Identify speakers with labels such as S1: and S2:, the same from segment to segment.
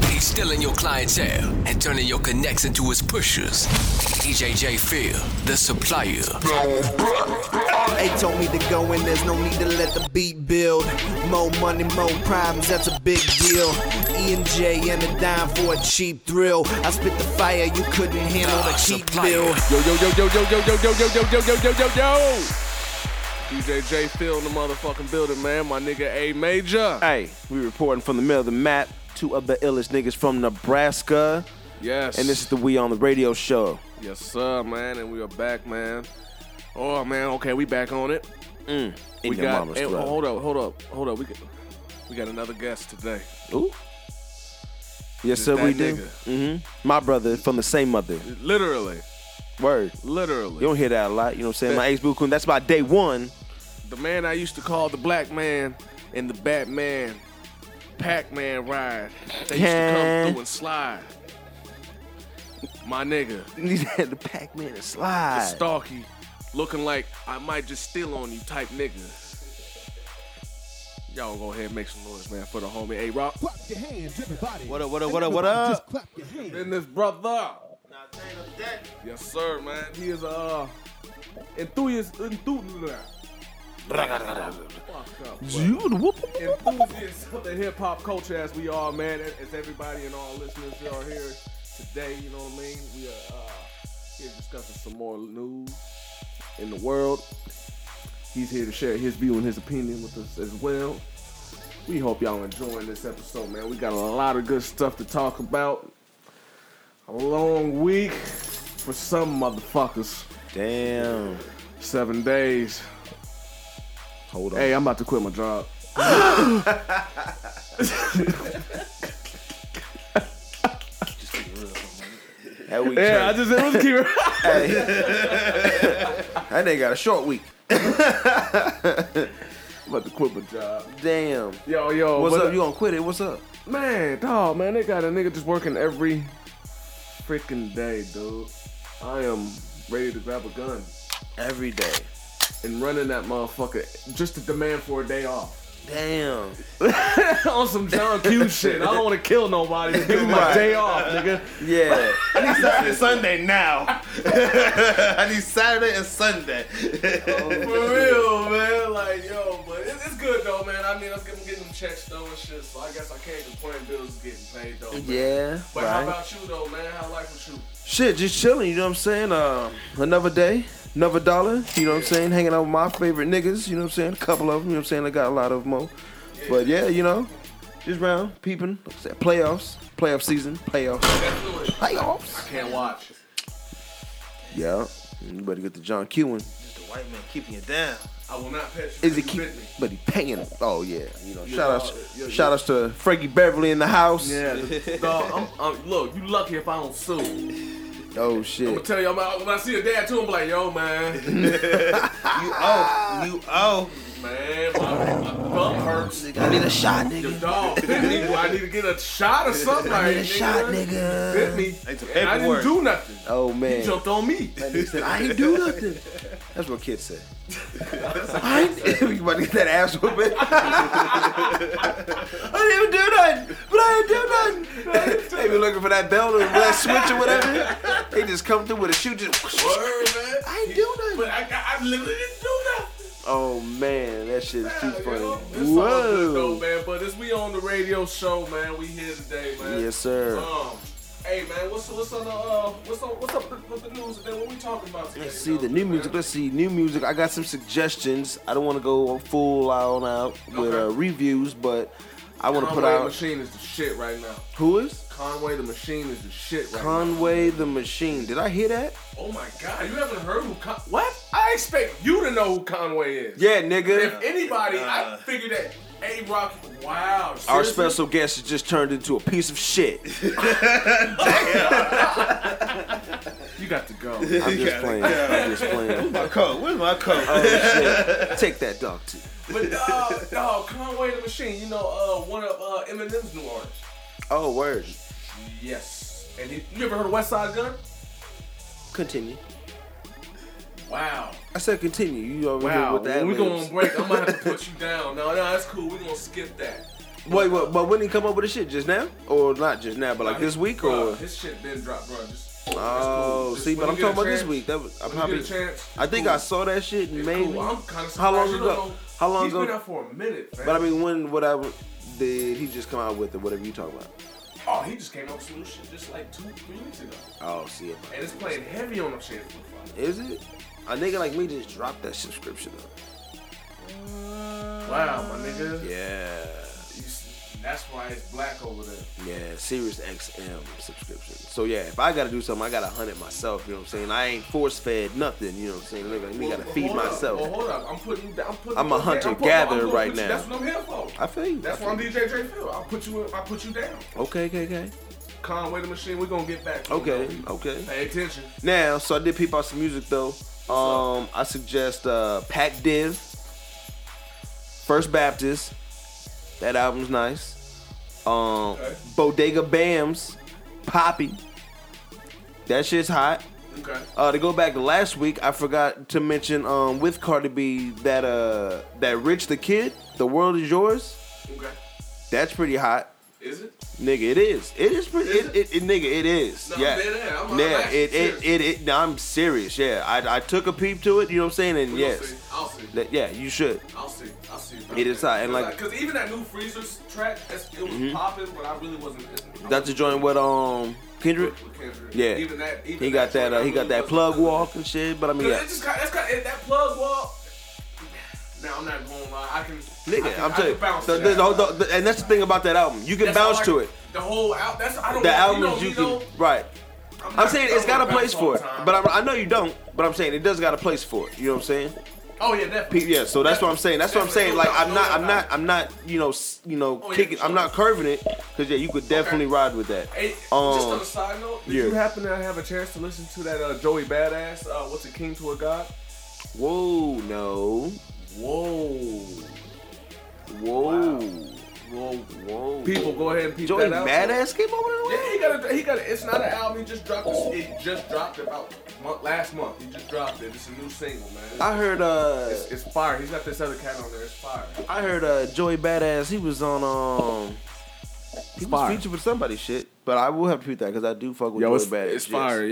S1: Distilling your clientele and turning your connects into his pushers. EJJ Phil, the supplier.
S2: They told me to go and there's no need to let the beat build. More money, more problems, that's a big deal. E and J and a dime for a cheap thrill. I spit the fire, you couldn't handle the
S1: Ah,
S2: cheap
S1: supplier.
S2: bill.
S3: Yo, yo, yo, yo, yo, yo, yo, yo, yo, yo, yo, yo, yo, yo, yo. DJ J Phil in the motherfucking building, man. My nigga A Major.
S4: Hey, we reporting from the middle of the map. Two of the illest niggas from Nebraska,
S3: Yes.
S4: and this is the We on the Radio show.
S3: Yes, sir, man. And we are back, man. Oh, man. Okay, we back on it.
S4: In
S3: we
S4: your
S3: got.
S4: mama's
S3: and-
S4: throat.
S3: hold up, hold up, hold up. We got, we got another guest today.
S4: Ooh. Yes,
S3: Just
S4: sir, we
S3: that
S4: do. Mm-hmm. My brother from the same mother.
S3: Literally,
S4: Word.
S3: literally.
S4: You don't hear that a lot. You know what I'm saying? My ex Boo Kun. That's about day one.
S3: the man I used to call the black man and the Batman, Pac-Man ride. They used to
S4: Yeah.
S3: come through and slide. My nigga.
S4: He said the Pac Man is slide.
S3: Stalky, looking like I might just steal on you type nigga. Y'all go ahead and make some noise, man, for the homie A Rock.
S5: Clap your hands, everybody.
S4: What up, what up, what up, what up?
S5: Just clap your hands.
S3: And this brother. Yes, sir, man. He is a uh, enthusiast. Enthusiast. Fuck up, bro. enthusiast of the hip hop culture as we are, man. As everybody and all listeners we are here today, you know what I mean? We are uh, here discussing some more news in the world. He's here to share his view and his opinion with us as well. We hope y'all enjoying this episode, man. We got a lot of good stuff to talk about. A long week for some motherfuckers.
S4: Damn.
S3: Seven days.
S4: Hold on.
S3: Hey, I'm about to quit my job.
S4: that week
S3: Yeah, I
S4: church.
S3: just it was cute.
S4: that nigga got a short week.
S3: I'm about to quit my job.
S4: Damn.
S3: Yo, yo,
S4: What's
S3: what
S4: up? You gonna quit it? What's up?
S3: Man, dog, man, they got a nigga just working every freaking day, dude. I am ready to grab a gun
S4: Every day.
S3: and run in that motherfucker just to demand for a day off.
S4: Damn.
S3: On some John Q shit. I don't want to kill nobody. Just give me my
S4: Right.
S3: day off, nigga.
S4: Yeah.
S6: Saturday, Sunday now. I need Saturday and Sunday.
S3: For real, man. Like, yo, but it's, it's good though, man. I mean, I'm getting, getting checks though and shit, so I guess I can't complain. Bills is getting paid though. man.
S4: yeah.
S3: But
S4: right.
S3: how about you though, man? How life was you?
S4: Shit, just chilling, you know what I'm saying? Uh, another day, another dollar, you know what I'm saying? Hanging out with my favorite niggas, you know what I'm saying? A couple of them, you know what I'm saying? I got a lot of them. All. But yeah, you know, just round, peeping, like I said, playoffs, playoff season, playoffs,
S3: Definitely
S4: playoffs.
S3: can't watch.
S4: Yeah, you better get the John Q one.
S6: The white man keeping you down.
S3: I will not pet you.
S4: Is
S3: You
S4: it keep?
S3: bit me.
S4: But he paying him. Oh yeah, you know.
S3: Yeah,
S4: Shout outs,
S3: yeah, yeah.
S4: shout outs to Frankie Beverly in the house.
S3: Yeah, the- dog, I'm, I'm, look, you lucky if I don't sue.
S4: Oh
S3: I'm gonna
S4: shit.
S3: tell you, I'm, when I see a dad too, I'm like, yo, man,
S6: You owe. You owe.
S3: man, my, my bum hurts.
S4: I need a shot,
S3: Your
S4: nigga.
S3: dog, bit me. Well, I need to get a shot or something.
S4: I
S3: like,
S4: need a shot, nigga.
S3: Bit me.
S6: It's a
S3: And I didn't
S6: paperwork.
S3: do nothing.
S4: Oh man.
S3: He jumped on me.
S4: That nigga said, I ain't do nothing. That's what kids say. I ain't, you about to get that ass whooping. I didn't even do nothing, but I ain't do nothing. they be looking for that belt or that switch or whatever. They just come through with a shoe, just.
S3: Word, man.
S4: I ain't do nothing.
S3: But I, I, I literally didn't do nothing.
S4: Oh man, that shit is too
S3: Yeah,
S4: funny.
S3: you know, It's all good though,
S4: Whoa.
S3: man. But it's we on the radio show, man. We here today, man.
S4: Yes, sir.
S3: Um, hey, man, what's what's on the uh, what's on, what's up with the news today? What we talking about today?
S4: Let's
S3: you
S4: see
S3: know,
S4: the new
S3: man?
S4: music. Let's see new music. I got some suggestions. I don't want to go full on out with uh,
S3: Okay.
S4: reviews, but I want to put
S3: Conway the
S4: out.
S3: Machine is the shit right now.
S4: Who is?
S3: Conway the Machine is the shit right now.
S4: Conway the Machine. Did I hear that?
S3: Oh my God, you haven't heard who Con- what? I expect you to know who Conway is.
S4: Yeah, nigga.
S3: If anybody, I figured that A Rock. Wow.
S4: Our
S3: seriously?
S4: special guest has just turned into a piece of shit.
S3: You got to go.
S4: I'm just playing. I'm just playing.
S6: My coat. Where's my coat?
S4: Oh, shit. Take that dog too.
S3: but uh, no, Conway the Machine. You know, uh, one of uh, Eminem's new artists.
S4: Oh, word.
S3: Yes. And you, you ever heard of West Side Gun?
S4: Continue.
S3: Wow.
S4: I said continue. You over here
S3: Wow.
S4: with that?
S3: When we go on break, I'm gonna have to put you down. No, no, that's cool. We're gonna skip that.
S4: Wait, what, but when he come up with the shit just now, or not just now, but like this week,
S3: Bruh,
S4: or
S3: this shit been dropped, bro. Just,
S4: oh,
S3: Just
S4: see,
S3: when
S4: but I'm
S3: you
S4: talking
S3: get a
S4: about this
S3: chance-
S4: week. That was, I'm
S3: when you
S4: happy.
S3: get a chance,
S4: I think
S3: cool.
S4: I saw that shit and
S3: it's
S4: maybe
S3: cool. I'm kind of
S4: how long ago? How long
S3: He's
S4: ago?
S3: been out for a minute, fam.
S4: But I mean, when would I? Did he just come out with it? Whatever you talking about?
S3: oh, he just came out with some new shit just like two, three weeks ago,
S4: Oh, see, it.
S3: and it's playing heavy on them shit.
S4: is it? A nigga like me just dropped that subscription. Though.
S3: Wow, my nigga.
S4: Yeah,
S3: You s- That's why it's black over there.
S4: yeah, Sirius XM subscription. So yeah, if I gotta do something, I gotta hunt it myself. You know what I'm saying? I ain't force fed nothing. You know what I'm saying? Nigga, like me
S3: Well,
S4: gotta
S3: well,
S4: feed
S3: hold up.
S4: myself.
S3: Well, hold up. I'm putting you down. I'm, putting
S4: I'm a
S3: you down.
S4: hunter
S3: I'm putting-
S4: gatherer
S3: I'm putting
S4: right
S3: you-
S4: now.
S3: That's what I'm here for.
S4: I feel you.
S3: That's
S4: I
S3: why I'm
S4: feel you.
S3: DJ J Phil. I'll put you in, I'll put you down.
S4: Okay, okay, okay,
S3: Conway the machine, we're gonna get back to him,
S4: okay,
S3: though.
S4: okay.
S3: Pay attention.
S4: Now, so I did peep out some music though. Um, I suggest uh, Pac Div, First Baptist. That album's nice. Um,
S3: Okay.
S4: Bodega Bams, Poppy. That shit's hot.
S3: Okay.
S4: Uh, to go back to last week, I forgot to mention um, with Cardi B that uh, that Rich the Kid, The World Is Yours.
S3: Okay.
S4: That's pretty hot.
S3: Is it?
S4: Nigga, it is. It is pretty.
S3: Is
S4: It, it, it, nigga, it is.
S3: No,
S4: yeah.
S3: I'm dead ass. I'm- I'm
S4: yeah.
S3: actually
S4: it, it,
S3: serious.
S4: it, it, no, I'm serious. Yeah. I, I took a peep to it. You know what I'm saying? And
S3: We gonna see.
S4: yes,
S3: I'll see.
S4: that, yeah, you should.
S3: I'll see. I'll see.
S4: It is hot, and like- Mm-hmm.
S3: because even that new Freezer track, that's, it was popping, but I really wasn't. listening.
S4: That's a joint with um Kendrick.
S3: With Kendrick.
S4: Yeah.
S3: Even that. Even
S4: He got that.
S3: track, I
S4: Uh, he got
S3: really
S4: that
S3: wasn't
S4: plug
S3: listening.
S4: walk and shit. But I mean,
S3: Cause
S4: yeah.
S3: it just got, that's got it, that plug walk. Now I'm not gonna lie, I can. I
S4: Nigga,
S3: can,
S4: I'm
S3: I
S4: telling
S3: can bounce
S4: you,
S3: to
S4: the-
S3: that.
S4: the whole- the- the- and that's the thing about that album. You can
S3: That's
S4: bounce
S3: all I
S4: to
S3: can-
S4: it.
S3: The whole out. That's I don't.
S4: The
S3: want-
S4: albums you
S3: you know,
S4: can, right?
S3: I'm,
S4: I'm
S3: not-
S4: saying
S3: I don't
S4: it's got a
S3: wanna
S4: place
S3: bounce
S4: for it.
S3: all the time.
S4: But I'm, I know you don't. But I'm saying it does got a place for it. You know what I'm saying?
S3: oh yeah, definitely.
S4: Pe- Yeah, so that's what I'm saying. That's what I'm saying.
S3: Definitely.
S4: Like
S3: No doubt,
S4: I'm
S3: no
S4: not,
S3: doubt
S4: I'm
S3: about
S4: not, I'm not, you know, s- you know,
S3: Oh, yeah,
S4: kicking.
S3: for
S4: I'm
S3: sure.
S4: not curving it because yeah, you could definitely ride with that.
S3: Hey, just on
S4: Um,
S3: a side note, did
S4: yeah.
S3: you happen to have a chance to listen to that uh, Joey Badass? Uh, What's a king to a god?
S4: whoa, no,
S3: Whoa,
S4: whoa,
S3: whoa.
S4: whoa.
S3: People, go ahead and peep
S4: Joey
S3: that out.
S4: Badass came over there.
S3: Yeah, he got a, he got a, It's not an album. He just dropped. This, it just dropped about month, last month. He just dropped it. It's a new single, man.
S4: I heard, uh,
S3: It's, it's fire. He's got this other cat on there. It's fire.
S4: I heard, uh, Joey Badass. He was on, um, he was featured with somebody's shit. But I will have to peep that because I do fuck with Joey Badass. Yes, yes, sir.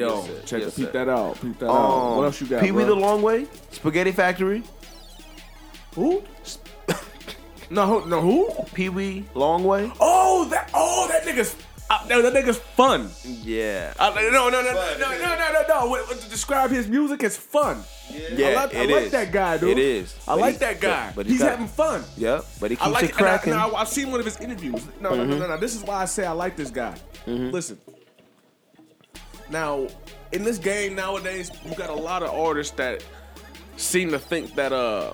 S4: Yes, sir.
S3: out. Peep that
S4: Um, Pee Wee the Long Way, Spaghetti Factory,
S3: who? No, no, who?
S4: Pee Wee Long Way.
S3: Oh, that. Oh, that nigga's. Uh, no, that nigga's fun.
S4: Yeah.
S3: Uh, no, no, no, no, no, no, no, no, no. What- what- Describe his music as fun.
S4: Yeah,
S3: I like, I
S4: it
S3: like
S4: is.
S3: that guy, dude.
S4: It is.
S3: I
S4: But
S3: like
S4: he's-
S3: that guy.
S4: But
S3: he's
S4: got-
S3: having fun.
S4: Yep. But he keeps
S3: I like
S4: it
S3: and I-
S4: cracking. Mm-hmm.
S3: and I, have seen one of his interviews. No, no, no, no, no. This is why I say I like this guy. Listen. Now, in this game nowadays, you got a lot of artists that seem to think that uh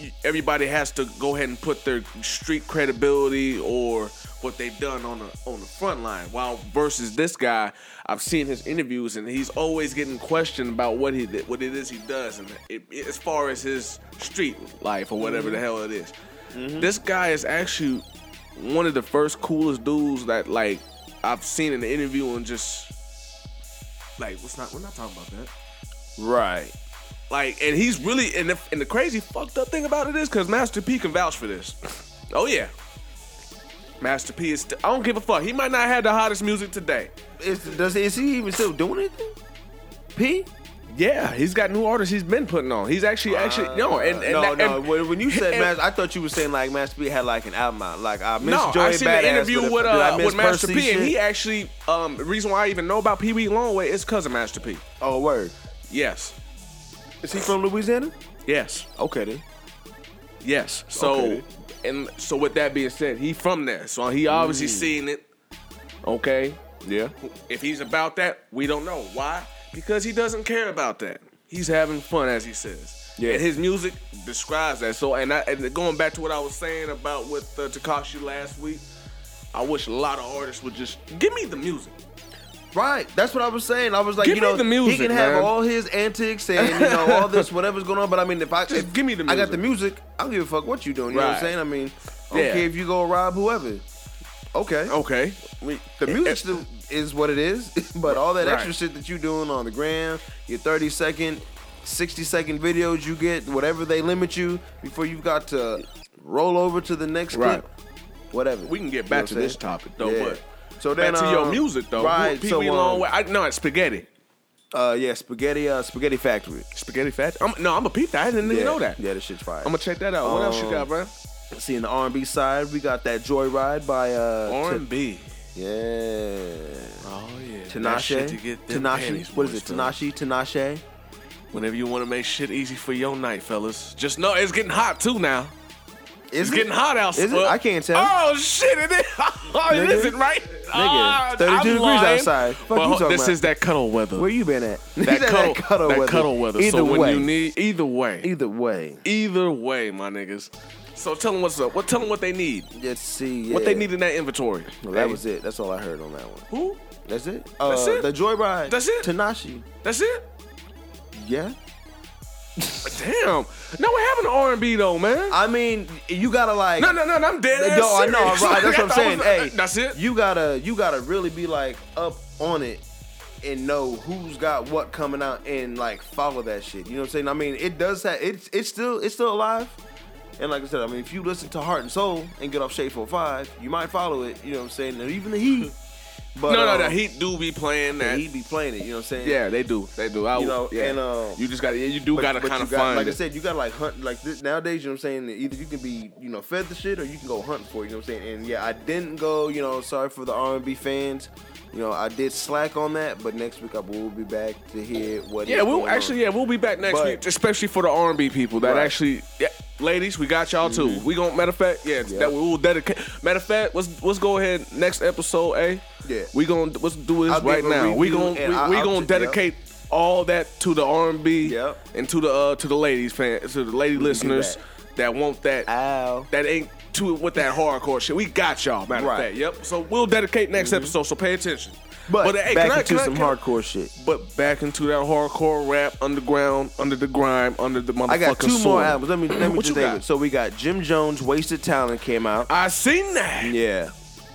S3: y- everybody has to go ahead and put their street credibility or what they've done on the on the front line. While versus this guy, I've seen his interviews and he's always getting questioned about what he did- what it is he does and it, it- as far as his street life or whatever the hell it is. This guy is actually one of the first coolest dudes that like I've seen in the interview and just like what's not we're not talking about that.
S4: right.
S3: Like, and he's really and the, and the crazy fucked up thing about it is because Master P can vouch for this. Oh yeah, Master P is. St- I don't give a fuck. He might not have the hottest music today.
S4: Is, does is he even still doing anything? P?
S3: Yeah, he's got new artists he's been putting on. He's actually actually no and, and
S4: Uh, no,
S3: that-
S4: no.
S3: and-
S4: when, when you said
S3: and-
S4: Master, I thought you were saying like Master P had like an album out. Like I missed
S3: No,
S4: Joey
S3: I seen
S4: Badass.
S3: the interview
S4: but
S3: with
S4: did I
S3: uh
S4: miss
S3: with Master
S4: Percy
S3: P, and he
S4: shit?
S3: actually um the reason why I even know about Pee Wee Longway is cousin Master P.
S4: Oh word.
S3: Yes,
S4: Is he from Louisiana?
S3: yes,
S4: Okay then.
S3: yes. So
S4: Okay.
S3: and so with that being said, he from there, so he obviously
S4: Mm.
S3: seen it. Okay,
S4: Yeah.
S3: If he's about that, we don't know. Why? Because he doesn't care about that. He's having fun, as he says.
S4: Yeah.
S3: And his music describes that. So, and, I, and going back to what I was saying about with uh, Takashi last week, I wish a lot of artists would just give me the music.
S4: Right. That's what I was saying. I was like,
S3: Give
S4: you
S3: me
S4: know,
S3: the music,
S4: he can have
S3: man.
S4: all his antics and you know all this whatever's going on. But I mean, if I
S3: Just
S4: if
S3: give me the
S4: I got the
S3: music.
S4: music. I don't give a fuck what you doing. You know what
S3: Right.
S4: I'm saying? I mean,
S3: Yeah.
S4: okay, if you go rob whoever. Okay.
S3: Okay.
S4: We- the music still is what it is, but all that
S3: Eh, Right.
S4: extra shit that you doing on the gram, your 30 second, 60 second videos you get, whatever they limit you before you've got to roll over to the next
S3: Right.
S4: clip, whatever.
S3: We can get back
S4: You know
S3: to
S4: what I'm
S3: this
S4: saying?
S3: topic though,
S4: Yeah.
S3: but
S4: so
S3: back
S4: then
S3: to your
S4: um,
S3: people though.
S4: right?
S3: Pee
S4: so
S3: Wee
S4: um,
S3: Long Way. I, no, it's spaghetti.
S4: uh, yeah, spaghetti, uh, spaghetti factory.
S3: Spaghetti fat. I'm, no, I'm a peep that. I didn't
S4: yeah,
S3: even know that.
S4: Yeah, this shit's fire.
S3: I'm gonna check that out. What else you
S4: Um,
S3: got, bro?
S4: See, in the R&B side, we got that Joyride by uh,
S3: R&B.
S4: T- yeah.
S3: Oh yeah. That shit to
S4: Tinashe.
S3: get them panties
S4: Tanashi. What is it?
S3: moist, though.
S4: Tanashi. Tanache.
S3: Whenever you want to make shit easy for your night, fellas, just know it's getting hot too now. It's
S4: Is it?
S3: getting hot outside.
S4: Is it? I can't tell.
S3: Oh shit! It is. Oh, it
S4: Nigga.
S3: isn't right.
S4: Nigga,
S3: Ah,
S4: 32
S3: I'm
S4: degrees
S3: lying.
S4: outside. Fuck
S3: But
S4: you talking
S3: this
S4: about?
S3: is that cuddle weather.
S4: Where you been at?
S3: that, cuddle, that
S4: weather.
S3: cuddle weather.
S4: Either
S3: so
S4: way.
S3: when you need, either way, either,
S4: Either
S3: way,
S4: way.
S3: my niggas. So tell them what's up. What tell them what they need.
S4: Let's see.
S3: What
S4: yeah.
S3: they need in that inventory.
S4: Well, that
S3: Hey,
S4: was it. That's all I heard on that one.
S3: Who?
S4: That's it. Uh,
S3: That's it?
S4: The Joyride.
S3: That's it?
S4: Tanashi.
S3: That's it.
S4: Yeah.
S3: Damn. No, what happened to R and B though, man?
S4: I mean, you gotta like.
S3: no, no, no. I'm dead. ass
S4: No, I know.
S3: serious.
S4: Right, that's what I'm
S3: I
S4: saying.
S3: was-
S4: hey,
S3: that's it.
S4: You gotta, you gotta really be like up on it and know who's got what coming out and like follow that shit. You know what I'm saying? I mean, it does have. It's it's still it's still alive. And like I said, I mean, if you listen to Heart and Soul and get off Shade 45, you might follow it. You know what I'm saying? And even the Heat. But,
S3: no, no,
S4: um,
S3: the Heat do be playing that.
S4: he be playing it. You know what I'm saying?
S3: Yeah, they do. They do. I,
S4: You know,
S3: yeah.
S4: and, um,
S3: you just got to. You do
S4: But-
S3: got to
S4: but
S3: kind of
S4: you gotta-
S3: find.
S4: Like I
S3: it.
S4: said, you gotta like hunt like this nowadays. You know what I'm saying? that Either you can be you know fed the shit or you can go hunt for it. You know what I'm saying? And yeah, I didn't go. You know, sorry for the R&B fans. You know, I did slack on that, but next week I will be back to hear what.
S3: yeah,
S4: is
S3: we'll
S4: going
S3: actually.
S4: on.
S3: Yeah, we'll be back next
S4: But-
S3: week, especially for the R and B people that
S4: Right. Mm-hmm.
S3: actually. Yeah, ladies, we got y'all too. We gon' matter of fact, yeah, that we will dedicate. Matter of fact, let's let's go ahead next episode. A.
S4: Yeah.
S3: we gon' let's do this
S4: I'll
S3: right
S4: give a
S3: now. We
S4: review
S3: gon'
S4: and I-
S3: we, we
S4: I'll
S3: gon'
S4: ju- yep.
S3: dedicate. All that to the R and B
S4: Yep.
S3: and to the uh, to the ladies fan to the lady listeners that. want that
S4: Ow.
S3: that ain't to with that hardcore shit. We got y'all, matter
S4: Right. Mm-hmm.
S3: of fact. Yep. So we'll dedicate next episode. So pay attention.
S4: But,
S3: hey,
S4: back
S3: can I-
S4: into
S3: can I-
S4: some
S3: can I-
S4: hardcore shit.
S3: But back into that hardcore rap, underground, under the grime, under the motherfucking
S4: I got two
S3: soil.
S4: more albums. Let me let me
S3: What
S4: just
S3: you
S4: name
S3: got?
S4: it. So we got Jim Jones, Wasted Talent came out.
S3: I seen that.
S4: Yeah,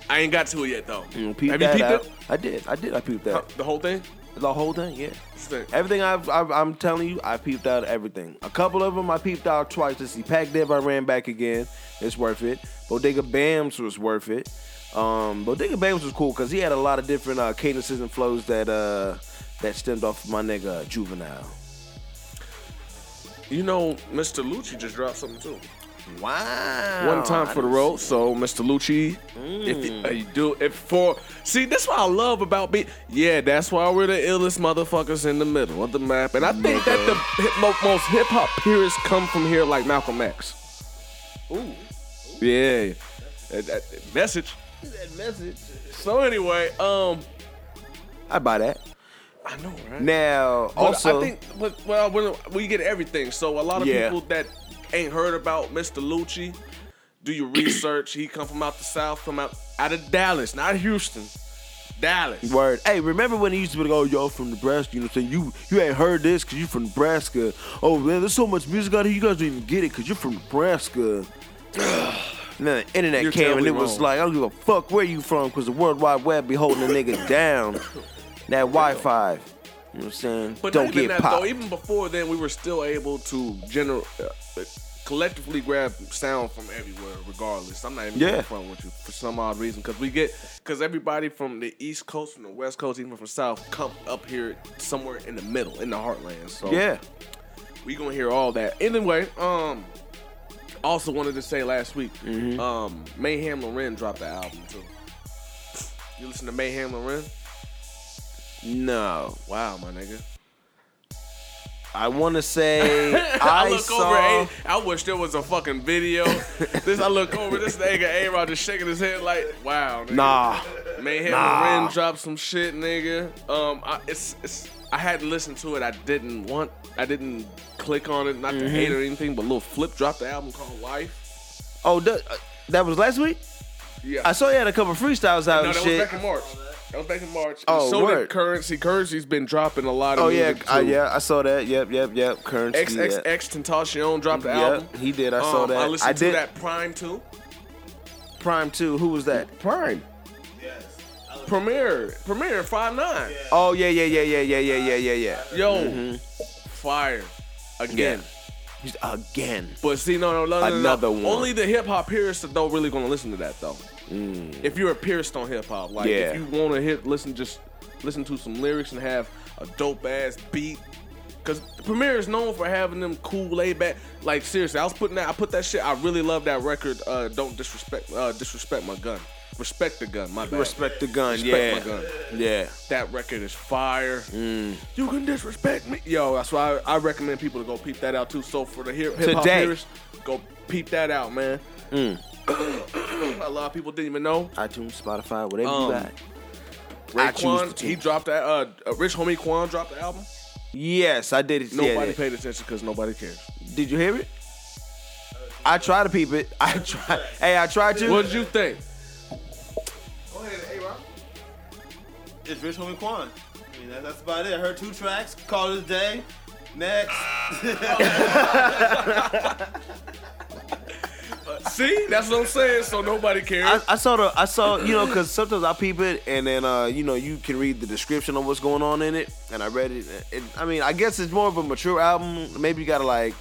S3: I ain't got to it yet though.
S4: Mm, peeped
S3: Have you
S4: that
S3: peeped
S4: out.
S3: it?
S4: I did. I did. I peeped that.
S3: The whole thing?
S4: The whole thing. Yeah.
S3: Interesting.
S4: Everything I've, I've, I'm telling you, I peeped out everything. A couple of them I peeped out twice to see. Pac Dev, I ran back again. It's worth it. Bodega Bams was worth it. Um, Bodega Bams was cool because he had a lot of different uh, cadences and flows that uh, that stemmed off my nigga uh, Juvenile.
S3: You know, Mr. Lucci just dropped something too.
S4: Wow.
S3: One
S4: Oh,
S3: time for the road, so Mr. Lucci, if you, uh,
S4: Mm.
S3: you do if for see, that's what I love about me. Yeah, that's why we're the illest motherfuckers in the middle of the map, and I think that the hip, mo- most hip hop purists come from here, like Malcolm X. Ooh, yeah, That- that- message.
S4: that message.
S3: So anyway, um,
S4: I buy that.
S3: I know, right?
S4: Now,
S3: But
S4: also,
S3: I think but, well, when we get everything. So a lot of
S4: Yeah.
S3: people that ain't heard about Mr. Lucci, do your research. he come from out the south, from out out of Dallas, not Houston, Dallas.
S4: Word. Hey, remember when he used to be like, oh, y'all from Nebraska? You know what I'm saying? You you ain't heard this because you from Nebraska. Oh, man, there's so much music out here. You guys don't even get it because you're from Nebraska. and then the internet
S3: You're
S4: came and
S3: terribly
S4: it was
S3: wrong.
S4: like, I don't give a fuck where you from because the World Wide Web be holding a nigga down. That Wi Fi. You know what I'm saying?
S3: But
S4: don't
S3: not even
S4: get
S3: that,
S4: popped.
S3: though. Even before then, we were still able to general uh, uh, collectively grab sound from everywhere, regardless. I'm not even
S4: Yeah.
S3: yeah. front with you for some odd reason because we get because everybody from the East Coast, from the West Coast, even from South, come up here somewhere in the middle, in the heartland. So
S4: yeah.
S3: we gonna hear all that. Anyway, um, also wanted to say last week,
S4: Mm-hmm.
S3: um, Mayhem Loren dropped the album too. You listen to Mayhem Loren?
S4: No.
S3: Wow, my nigga.
S4: I want to say I,
S3: I, look
S4: saw.
S3: over. A, I wish there was a fucking video. this I look over. This nigga A Rod just shaking his head like, wow. Nigga.
S4: Nah.
S3: Mayhem
S4: Nah.
S3: Ren dropped some shit, nigga. Um, I, it's, it's I hadn't listened to it. I didn't want. I didn't click on it. Not to hate
S4: Mm-hmm.
S3: or anything, but Lil Flip dropped the album called Life.
S4: Oh, that, uh, that was last week?
S3: Yeah.
S4: I saw you had a couple freestyles out
S3: no,
S4: and
S3: that
S4: shit.
S3: was back in March. That was back in March.
S4: Oh,
S3: so did
S4: word.
S3: currency. Currency's been dropping a lot of
S4: Oh yeah,
S3: music
S4: uh,
S3: too.
S4: yeah, I saw that. Yep, yep, yep. Currency.
S3: XXX
S4: yeah.
S3: Tentacion dropped the
S4: Yep,
S3: album.
S4: he did. I saw
S3: Um,
S4: that.
S3: I listened
S4: I
S3: to
S4: did.
S3: that Prime too.
S4: Prime two. Who was that?
S3: Prime. Yes. Premiere. Premiere five nine.
S4: Oh Mm-hmm. yeah, yeah, yeah, yeah, yeah, yeah, yeah, yeah, yeah.
S3: Yo, fire. Again.
S4: He's again.
S3: But see, no, no, no, no, no, no.
S4: Another one.
S3: Only the hip hop purists though really gonna listen to that though. If you're a purist on hip hop, like
S4: Mm. Yeah.
S3: if you wanna hit, listen, just listen to some lyrics and have a dope ass beat. Cause Premier is known for having them cool laid back. Like seriously, I was putting that. I put that shit. I really love that record. Uh, don't disrespect. Uh, disrespect my gun. Respect the gun. My bad.
S4: Respect the gun.
S3: Respect
S4: yeah.
S3: my gun.
S4: Yeah.
S3: That record is fire.
S4: Mm.
S3: You can disrespect me. Yo, that's why I, I recommend people to go peep that out too. So for the hip hop
S4: Today. Mm.
S3: purists, go peep that out, man. A lot of people didn't even know.
S4: iTunes, Spotify, whatever
S3: Um,
S4: you got. I choose the
S3: Raekwon,
S4: team.
S3: he dropped that. Uh, uh, Rich Homie Quan dropped the album.
S4: Yes, I did it. yeah,
S3: Nobody
S4: yeah.
S3: paid attention because nobody cares.
S4: Did you hear it? I try to peep it. I try. Hey, I tried to.
S3: What'd you think?
S7: It's Rich Homie Quan. I mean, that, that's about it. I heard two tracks. Call it a day. Next.
S3: See, that's what I'm saying. So nobody cares.
S4: I, I saw the I saw you know because sometimes I peep it and then uh you know you can read the description of what's going on in it and I read it, and I mean I guess it's more of a mature album maybe you gotta like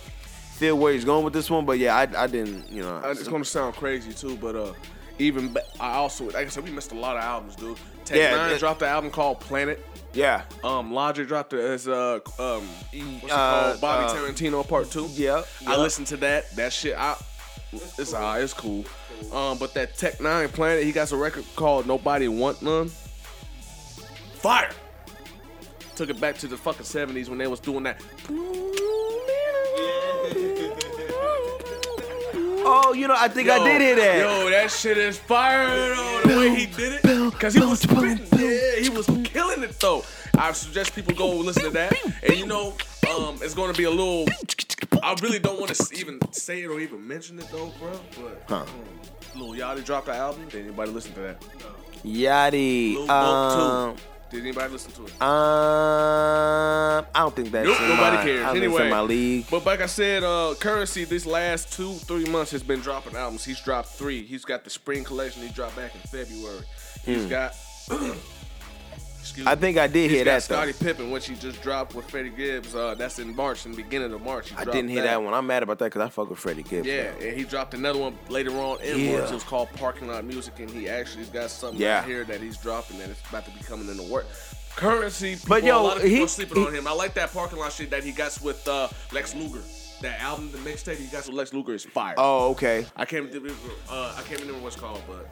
S4: feel where he's going with this one but yeah I, I didn't you know
S3: Uh, it's gonna sound crazy too, but uh, even ba- I also like I said we missed a lot of albums, dude. Tech
S4: Yeah,
S3: Nine
S4: that-
S3: dropped the album called Planet.
S4: yeah
S3: Um, Logic dropped it as uh um what's it
S4: Uh,
S3: called? Bobby
S4: uh,
S3: Tarantino Part Two.
S4: yeah, yeah.
S3: I listened to that. That shit, I it's alright, it's cool. Um, but that Tech Nine Planet, he got a record called Nobody Want None. Fire. Took it back to the fucking seventies when they was doing that.
S4: oh you know I think I did hear that
S3: Yo, that shit is fire though, the way he did it. Cause he was spitting. Yeah, he was killing it though. I suggest people go listen to that. And you know, um, it's gonna be a little. I really don't want to even say it or even mention it though, bro. But um,
S4: Huh.
S3: Lil Yachty dropped the album. Did anybody listen to that? Lil
S4: Yachty
S3: Boat
S4: um,
S3: too. Did anybody listen to it?
S4: um I don't think that's
S3: Nope,
S4: in
S3: nobody
S4: my,
S3: cares.
S4: I don't think it's
S3: Anyway,
S4: in my league
S3: But like I said, uh, Currency this last two, three months has been dropping albums. He's dropped three. He's got the spring collection he dropped back in February. He's got. excuse
S4: Hmm. I
S3: me.
S4: think I did
S3: He's
S4: hear
S3: got
S4: that
S3: Scottie
S4: though
S3: Pippen, which he just dropped with Freddie Gibbs. Uh, that's in March, in the beginning of March. He
S4: I
S3: dropped
S4: didn't hear that one I'm mad about that because I fuck with Freddie Gibbs
S3: Yeah,
S4: man.
S3: and he dropped another one later on in
S4: Yeah.
S3: March. It was called Parking Lot Music, and he actually got something
S4: Yeah.
S3: out here that he's dropping that it's about to be coming into work. Currency, people,
S4: But
S3: a
S4: yo,
S3: lot of people
S4: he-
S3: are sleeping
S4: he-
S3: on him. I like that parking lot shit that he got with uh, Lex Luger. That album, the mixtape he got with Lex Luger is fire.
S4: oh okay
S3: I can't remember. Uh, I can't remember what's called, but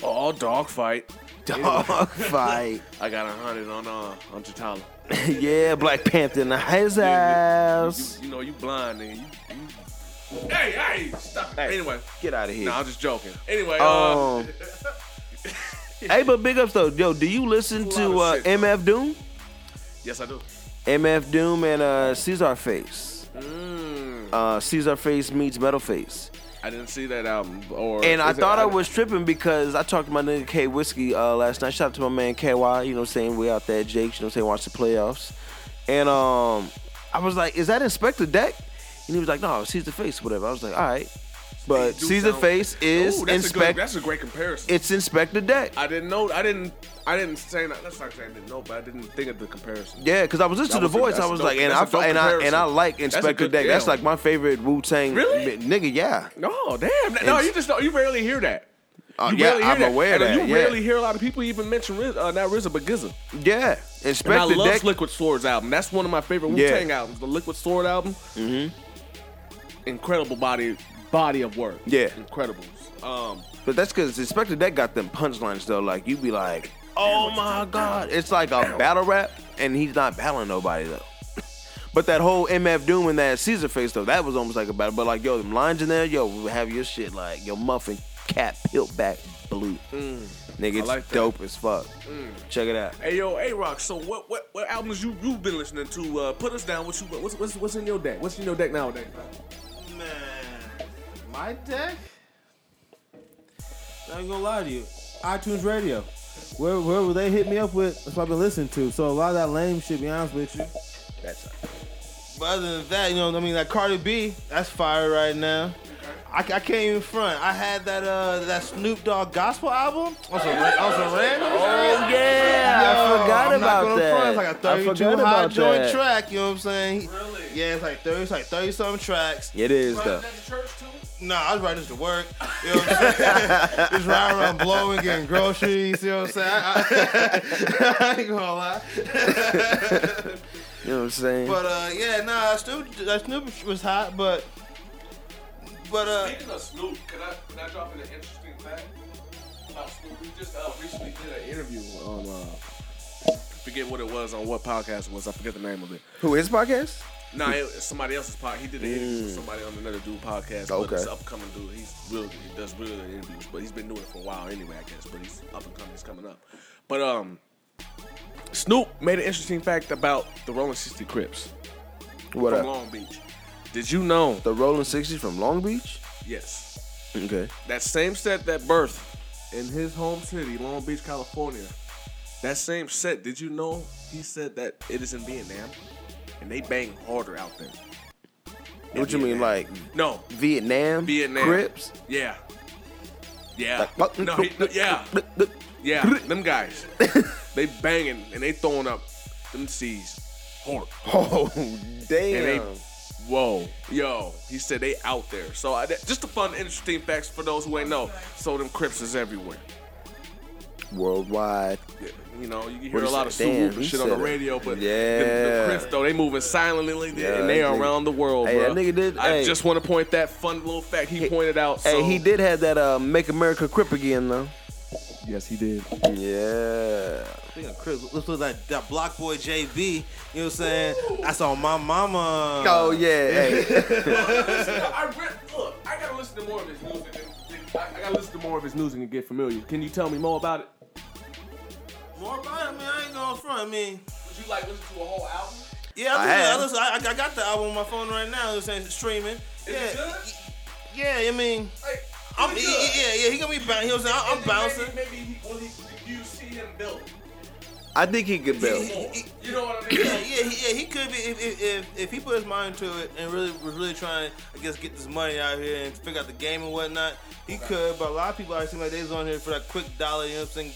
S3: Oh, all dog fight.
S4: dog fight.
S3: I got a hundred on uh on Chitala.
S4: yeah, Black Panther in the his
S3: You,
S4: house.
S3: you, you know you blind nigga. You, you... Hey, hey, stop. it.
S4: Hey,
S3: Anyway,
S4: Get out of here.
S3: nah, I'm just joking. Anyway, uh,
S4: um, hey, but big ups though. Yo, do you listen
S3: That's a
S4: to
S3: lot
S4: uh,
S3: of shit,
S4: MF Doom?
S3: yes, I do.
S4: MF Doom and uh, Caesar Face.
S3: Mm.
S4: Uh, Caesar Face meets Metal Face.
S3: Hmm. I didn't see that album. Or
S4: And I
S3: is it-
S4: thought I was tripping because I talked to my nigga K Whiskey uh, last night. Shout out to my man KY, you know what I'm saying? We out there, Jake, you know what I'm saying? Watch the playoffs. And um, I was like, is that Inspector Deck? And he was like, no, Caesar Face, whatever. I was like, all right. But
S3: Dude,
S4: Caesar
S3: sound-
S4: Face
S3: Ooh, that's
S4: is
S3: a good,
S4: Inspector.
S3: That's a great comparison.
S4: It's Inspector Deck.
S3: I didn't know. I didn't. I didn't say that. That's not saying I didn't know, but I didn't think of the comparison.
S4: Yeah, because I was listening
S3: That
S4: to
S3: was
S4: the
S3: a-
S4: voice.
S3: that's
S4: I
S3: a
S4: was
S3: dope-
S4: like, and I
S3: that's a dope
S4: and I
S3: comparison.
S4: and I like
S3: That's a
S4: Inspector
S3: good
S4: Deck. That's
S3: deal.
S4: like my favorite Wu Tang.
S3: Really?
S4: Nigga, yeah.
S3: No, damn. that- no,
S4: It's-
S3: you just don't. You rarely hear that.
S4: Uh,
S3: You
S4: yeah,
S3: rarely hear
S4: I'm aware of
S3: And
S4: that.
S3: You
S4: Yeah,
S3: rarely hear a lot of people even mention Riz, uh, not RZA, but GZA.
S4: yeah.
S3: And I
S4: Inspector
S3: love
S4: Deck.
S3: Liquid Swords album. That's one of my favorite Wu
S4: Yeah.
S3: Tang albums. The Liquid Sword album. Mm-hmm. Incredible body body of work.
S4: Yeah.
S3: Incredible. Um,
S4: But that's because Inspector Deck got them punchlines though. Like you be like, oh my god, it's like a battle rap, and he's not battling nobody though. But that whole MF Doom and that Caesar face though, that was almost like a battle. But like, yo, them lines in there, yo, we have your shit like your muffin cap peeled back blue.
S7: Mm.
S4: Nigga, it's
S3: like that.
S4: dope as fuck. Check it out.
S3: Hey yo, A Rock. So what what what albums you you've been listening to? Uh, put us down. What you what's what's what's in your deck? What's in your deck nowadays?
S7: Man, my deck. I ain't gonna lie to you.
S8: iTunes Radio. Where, where will they hit me up with? That's what I've been listening to. So a lot of that lame shit, be honest with you.
S7: But other than that, you know, I mean, like Cardi B, that's fire right now. I, I can't even front. I had that uh that Snoop Dogg gospel album. I was a, ra- I was a random.
S4: Oh yeah,
S7: Yo.
S4: forgot
S7: I'm not
S4: about
S7: gonna
S4: that.
S7: Front. It's like a
S4: I
S7: 32
S4: forgot
S7: high
S4: about
S7: joint
S4: that.
S7: track. You know what I'm saying? Really? Yeah, it's like 30, it's like 30 something tracks.
S4: It is though.
S7: Nah, I was riding this to work. You know what I'm saying? Just riding around blowing, getting groceries. You know what I'm saying? I, I, I ain't gonna lie.
S4: You know what I'm saying?
S7: But uh, yeah, nah, Snoop, that Snoop was hot, but but uh,
S3: Speaking of Snoop, can I, can I drop in an interesting fact about Snoop? We just uh, recently did an interview on, uh, forget what it was, on what podcast it was. I forget the name of it.
S4: Who his podcast?
S3: Nah, it, it's somebody else's podcast. He did an interview with somebody on another dude podcast. Okay.
S4: Mm. Okay.
S3: But this upcoming dude, he's real. He does really good interviews, but he's been doing it for a while anyway, I guess. But he's up and coming. He's coming up. But um, Snoop made an interesting fact about the Rolling Sixty Crips
S4: What
S3: from
S4: up?
S3: Long Beach. Did you know?
S4: The Rolling Sixties from Long Beach.
S3: Yes.
S4: Okay.
S3: That same set that birthed in his home city, Long Beach, California. That same set, did you know he said that it is in Vietnam? And they bang harder out there. In
S4: What you mean,
S3: Vietnam.
S4: like
S3: No.
S4: Vietnam?
S3: Vietnam.
S4: Crips.
S3: Yeah. Yeah.
S4: Like, fuck-
S3: no, he, yeah. Yeah. Them guys. they banging and they throwing up them C's hard.
S4: Oh
S3: And they,
S4: damn!
S3: whoa, yo, he said they out there. So I, that- just the fun, interesting facts for those who ain't know. So them Crips is everywhere.
S4: Worldwide.
S3: Yeah, You know, you can
S4: What
S3: hear a
S4: he
S3: lot of
S4: said, damn,
S3: swoop and
S4: he
S3: shit on the
S4: said it.
S3: radio, but
S4: Yeah.
S3: the, the Crips though they moving silently like that,
S4: Yeah,
S3: and they
S4: that
S3: are
S4: nigga-
S3: around the world,
S4: Hey,
S3: bro.
S4: that nigga did-
S3: I
S4: hey.
S3: just want to point that fun little fact he,
S4: He-
S3: pointed out.
S4: Hey,
S3: so-
S4: he did have that uh, "Make America Crip Again" though.
S3: Yes, he did.
S4: Yeah.
S7: Speaking of Crips, let's look at that Block Boy JB. You know what I'm saying? I saw my mama.
S4: Oh yeah. Hey.
S3: I re- look, I gotta listen to more of his music. and- and I, I gotta listen to more of his music and get familiar. Can you tell me more about it?
S7: More about it, man. I ain't going front. I mean,
S3: Would you like listen to a whole album?
S4: I
S7: yeah, I, listen, I,
S4: have.
S7: listen, I, I got the album on my phone right now. You know what I'm saying? It's streaming.
S3: Is
S7: yeah,
S3: it good?
S7: yeah. I mean,
S3: Like,
S7: I'm,
S3: is
S7: yeah,
S3: it good?
S7: yeah, yeah. He gonna be bouncing. You know what I'm saying? I'm
S3: And
S7: bouncing.
S3: Maybe, maybe he, will he, do you see him built?
S4: I think he could build.
S3: more? You know what I
S7: yeah,
S3: mean?
S7: yeah, he, yeah, he could be if, if, if, if he put his mind to it and really was really trying, I guess, get this money out here and figure out the game and whatnot. He could, but a lot of people always seem like they was on here for that quick dollar. You know what I'm saying?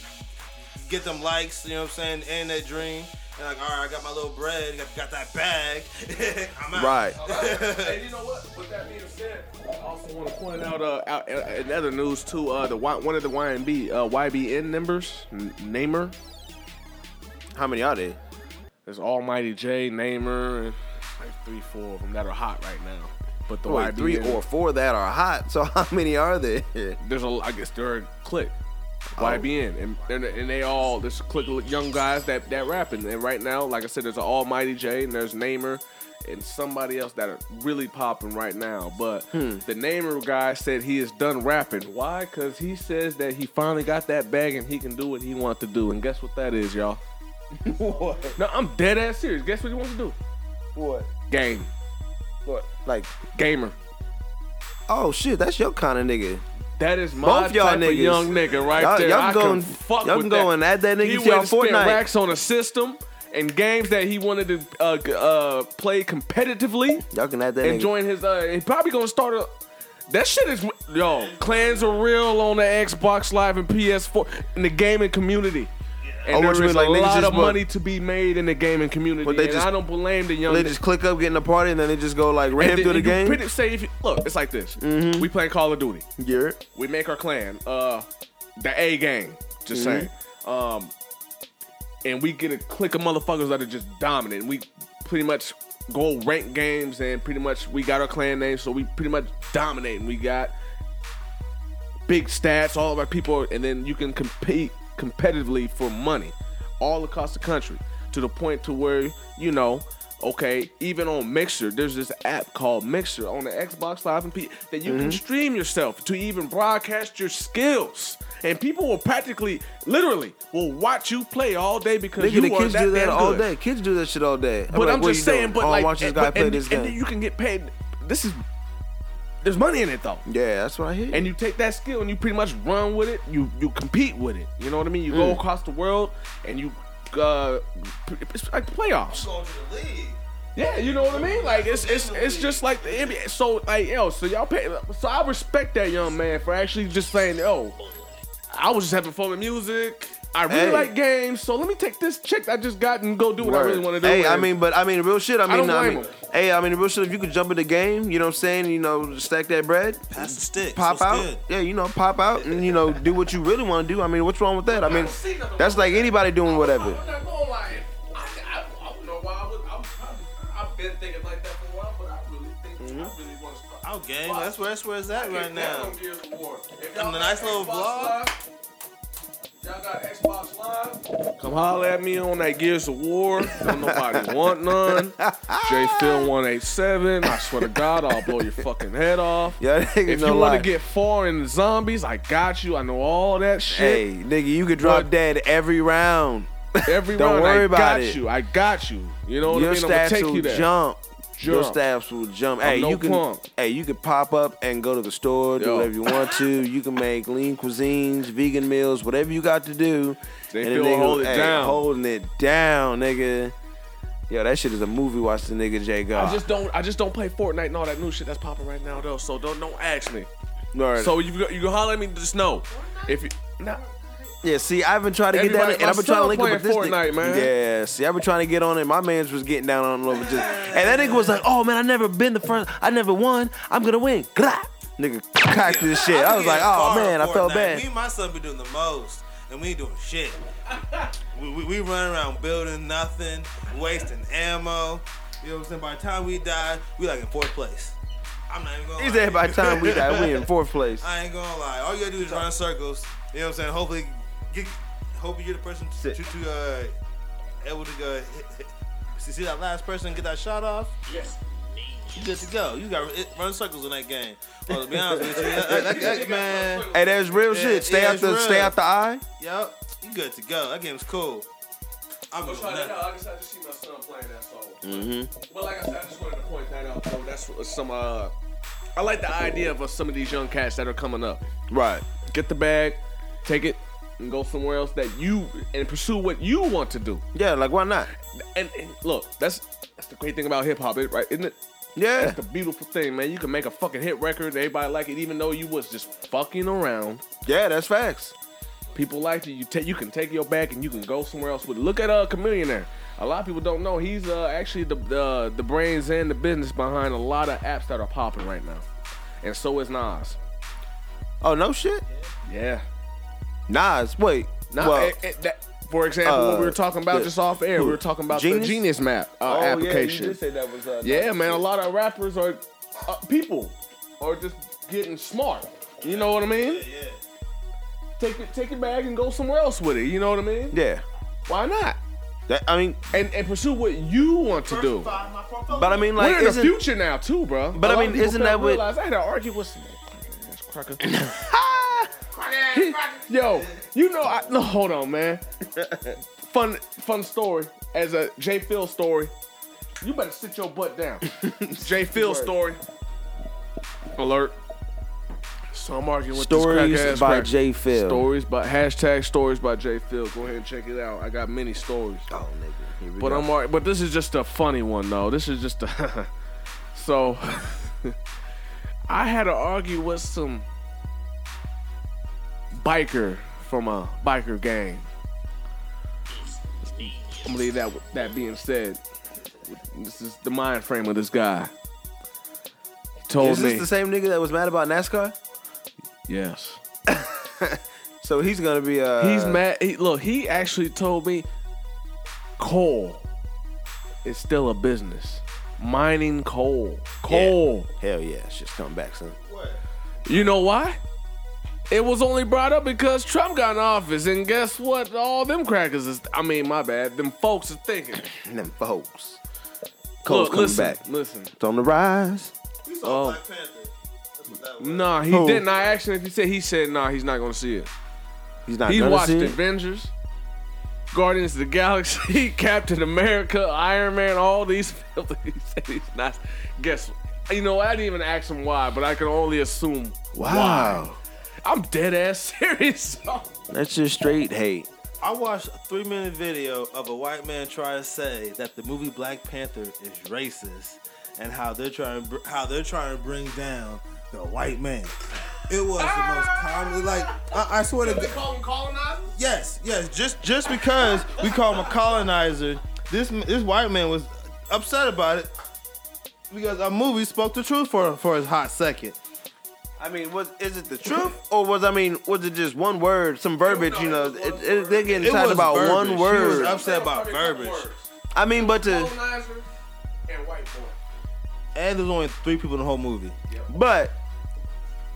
S7: Get them likes. You know what I'm saying? And that dream. And like, all right, I got my little bread. Got, got that bag. I'm out.
S4: Right.
S3: and you know what? With that being said, I also want to point out, uh, out uh, in other news too, uh, the Y- one of the YNB uh, YBN members, N- Namer,
S4: How many are they?
S3: there's Almighty J, Namer, and like three, four of them that are hot right now. But the
S4: Wait,
S3: YBN,
S4: three or four that are hot. So how many are there?
S3: there's a, I guess they're a clique. Oh. YBN and and, and they all there's a clique of young guys that that rapping and right now like I said there's an Almighty J and there's Namer and somebody else that are really popping right now but the Namer guy said he is done rapping Hmm. why because he says that he finally got that bag and he can do what he wants to do and guess what that is y'all what no I'm dead ass serious guess what he wants to do
S4: What?
S3: game
S4: What? Like,
S3: gamer
S4: oh shit, that's your kind of nigga.
S3: That is my
S4: Both y'all
S3: type of
S4: niggas.
S3: young nigga right
S4: Y'all-
S3: there.
S4: y'all
S3: I can
S4: going-
S3: fuck
S4: y'all
S3: with
S4: going
S3: that.
S4: at that nigga
S3: He
S4: till
S3: went and spent
S4: Fortnite.
S3: racks on a system and games that he wanted to uh, g- uh, play competitively
S4: Y'all can add that
S3: and join his. Uh, he probably gonna start a. That shit is yo. Clans are real on the Xbox Live and PS4 in the gaming community. And
S4: Oh, what
S3: there's
S4: you mean,
S3: a
S4: like, niggas
S3: lot
S4: just
S3: of
S4: want-
S3: money to be made in the gaming community.
S4: But they
S3: and
S4: just-
S3: I don't blame the young.
S4: nigga. They just click up, get in the party, and then they just go like
S3: and
S4: ram
S3: then
S4: through the
S3: you
S4: game. Mm-hmm.
S3: pretty- say if you, look, it's like this. We playing Call of Duty.
S4: yeah.
S3: we make our clan, uh, the A gang, just saying. Um, and we get a clique of motherfuckers that are just dominant. And we pretty much go rank games, and pretty much we got our clan name, so we pretty much dominate. And we got big stats, all of our people, and then you can compete competitively for money all across the country to the point to where you know okay even on mixer there's this app called mixer on the xbox live and p that
S4: Mm-hmm.
S3: you can stream yourself to even broadcast your skills and people will practically literally will watch you play all day because
S4: Nigga,
S3: you
S4: the
S3: are
S4: kids
S3: that
S4: do that
S3: damn
S4: all
S3: good.
S4: day. Kids do that shit all day.
S3: but i'm
S4: like, what
S3: just
S4: you
S3: saying
S4: doing?
S3: but
S4: oh,
S3: like
S4: watch this
S3: and-
S4: guy
S3: but-
S4: play
S3: and,
S4: this
S3: and then
S4: game.
S3: you can get paid this is there's money in it though
S4: yeah, that's what I hear.
S3: and you take that skill and you pretty much run with it. You you compete with it. You know what I mean? You
S4: Mm.
S3: go across the world and you uh, p- it's like playoffs.
S7: Going to the league.
S3: Yeah, you know what I mean? Like it's it's it's just like the NBA. So like yo, so y'all pay. So I respect that young man for actually just saying, yo, I was just having fun with music. I really
S4: Hey.
S3: like games, so let me take this chick I just got and go do what I really want to do.
S4: Hey, I
S3: and-
S4: mean, but I mean, real shit. I mean,
S3: don't
S4: I
S3: blame
S4: mean-
S3: him.
S4: hey, I mean, real shit. If you could jump in the game, you know what I'm saying? You know, stack that bread,
S7: Pass the stick.
S4: pop out. Yeah, you know, pop out and you know, do what you really want to do. I mean, what's wrong with that? I mean, that's like anybody doing whatever.
S3: I'm not gonna lie. I, I, I don't know why I would. I'm, I've been thinking like that for a while, but I really think I
S4: Mm-hmm.
S3: really want to start.
S7: Out game. That's where that's where it's at
S3: That's
S7: right now.
S3: on Gears of War. If
S7: And
S3: y'all got
S7: the nice little
S3: Xbox
S7: vlog.
S3: Live, Y'all got Xbox Live? Come holler at me on that Gears of War. Don't nobody want none. J Phil 187. I swear to God, I'll blow your fucking head off.
S4: Yeah, that nigga
S3: If
S4: no
S3: you
S4: lie.
S3: want to get far in the zombies, I got you. I know all that shit.
S4: hey, nigga, you could drop
S3: But-
S4: dead every round.
S3: Every
S4: don't
S3: round,
S4: worry
S3: I
S4: about
S3: got
S4: it.
S3: you. I got you. You know what
S4: Your
S3: I mean? I'm gonna
S4: staffs
S3: take
S4: will
S3: you there.
S4: jump. Your
S3: Jump.
S4: staffs will jump. Hey,
S3: no
S4: you can.
S3: punk.
S4: Hey, you can pop up and go to the store, do
S3: Yo.
S4: whatever you want to. You can make lean cuisines, vegan meals, whatever you got to do.
S3: They
S4: the
S3: feel hold it
S4: hey,
S3: down.
S4: holding it down, nigga. Yo, that shit is a movie. Watch the nigga Jay God.
S3: I just don't. I just don't play Fortnite and all that new shit that's popping right now though. So don't don't ask me. So you you can holler at me, just know if you. Nah,
S4: yeah, see, I've been trying to get down,
S3: Everybody-
S4: and
S3: my
S4: I've been trying to
S3: son
S4: link up with this
S3: playing
S4: nigga.
S3: Fortnite, man.
S4: Yeah, see, I've been trying to get on it. My man's was getting down on it over just, and that nigga was like, "Oh man, I never been the first. I never won. I'm gonna win." Grah! Nigga cocked this shit. I was like, "Oh man, I felt bad."
S7: Me and my son be doing the most, and we ain't doing shit. we, we, we run around building nothing, wasting ammo. You know what I'm saying? By the time we die, we like in fourth place. I'm not even gonna.
S4: He
S7: lie.
S4: said by the time we got, we in fourth place.
S7: I ain't gonna lie. All you gotta do is run in circles. You know what I'm saying? Hopefully, get, hopefully you're the person to,
S4: Sit.
S7: to, to uh, able to go hit, hit, see- see that last person get that shot off. Yes. You good to go. You got to run circles in that game. Well, to be honest with you, that- that- that- man.
S4: Hey, that's real
S7: Yeah,
S4: shit. Stay
S7: yeah,
S4: out
S7: it's
S4: the
S7: real.
S4: stay out the eye.
S7: Yup, you good to go. That game's cool. I'm
S3: I'm
S7: just
S3: trying to
S7: nuts.
S3: I just, I just see my son playing that song. But like I said, I just wanted to point that out though. That's what some uh, I like the idea of uh, some of these young cats that are coming up.
S4: Right.
S3: Get the bag, take it, and go somewhere else that you and pursue what you want to do.
S4: Yeah, like why not?
S3: And, and look, that's that's the great thing about hip hop, right? Isn't it?
S4: Yeah.
S3: That's the beautiful thing, man. You can make a fucking hit record, and everybody like it, even though you was just fucking around.
S4: Yeah, that's facts.
S3: People liked it. You take, you can take your bag and you can go somewhere else. With look at uh, Chameleonaire. A lot of people don't know he's uh, actually the, the the brains and the business behind a lot of apps that are popping right now, and so is Nas.
S4: Oh no shit.
S3: Yeah,
S4: Nas, wait.
S3: Nas.
S4: well,
S3: it- it- that- for example, what we
S4: uh,
S3: were talking about
S4: the-
S3: just off air,
S4: who?
S3: we were talking about the
S4: Genius? Oh,
S3: Genius Map uh, application.
S4: that was uh,
S3: Yeah, man, a lot of rappers are uh, people are just getting smart. You know what I mean? Yeah. Take it, take your bag and go somewhere else with it. You know what I mean?
S4: Yeah.
S3: Why not?
S4: That, I mean,
S3: And and pursue what you want to do.
S4: but I mean, like,
S3: We're in the
S4: isn't-
S3: future now too, bro.
S4: But I mean, isn't that what-
S3: Realize, I had to argue with some. That's Crocker. Yo, you know, I, no, hold on, man. Fun, fun story. As a J. Phil story, you better sit your butt down. J. Phil story. Alert. So I'm arguing with
S4: Stories
S3: this crack-ass
S4: by
S3: cracker.
S4: J. Phil.
S3: Stories by hashtag stories by J. Phil. Go ahead and check it out. I got many stories.
S4: Oh, nigga. Here we
S3: But
S4: go.
S3: I'm alright. But this is just a funny one though. This is just a so. I had to argue with some biker from a biker gang. I'm gonna leave that. with- That being said, this is the mind frame of this guy. He told
S4: Is
S3: me
S4: this the same nigga that was mad about NASCAR?
S3: yes.
S4: So he's gonna be uh
S3: He's mad. He, look, he actually told me coal is still a business. Mining coal. Coal.
S4: Hell yeah, it's just come back, son.
S3: You know why? It was only brought up because Trump got in office, and guess what? All them crackers is, I mean, my bad, them folks is thinking.
S4: And them folks. Cole's
S3: Look,
S4: coming
S3: listen,
S4: back.
S3: listen.
S4: It's on the rise.
S7: We saw
S3: Oh.
S7: Black Panther. That's what that was.
S3: Nah, he
S4: Who?
S3: didn't. I asked him if he said, he said, nah, he's not gonna see it.
S4: He's not
S3: He
S4: gonna
S3: watched
S4: see it.
S3: Avengers, Guardians of the Galaxy, Captain America, Iron Man, all these films. He said he's not. Guess what? You know, I didn't even ask him why, but I can only assume.
S4: Wow.
S3: I'm dead ass serious.
S4: That's just straight hate.
S7: I watched a three minute video of a white man try to say that the movie Black Panther is racist and how they're trying how they're trying to bring down the white man. It was the most common. Like I, I swear to God.
S9: call him colonizer?
S7: Yes, yes. Just just because we call him a colonizer, this this white man was upset about it because our movie spoke the truth for for his hot second.
S4: I mean, was is it the truth or was I mean was it just one word, some verbiage? You know, it, it, they're getting
S7: It
S4: tied
S7: was
S4: about
S7: verbiage.
S4: one
S7: He
S4: word.
S7: was upset about verbiage,
S4: I mean, but to
S9: Colonizer and white boy.
S7: and there's only three people in the whole movie.
S4: but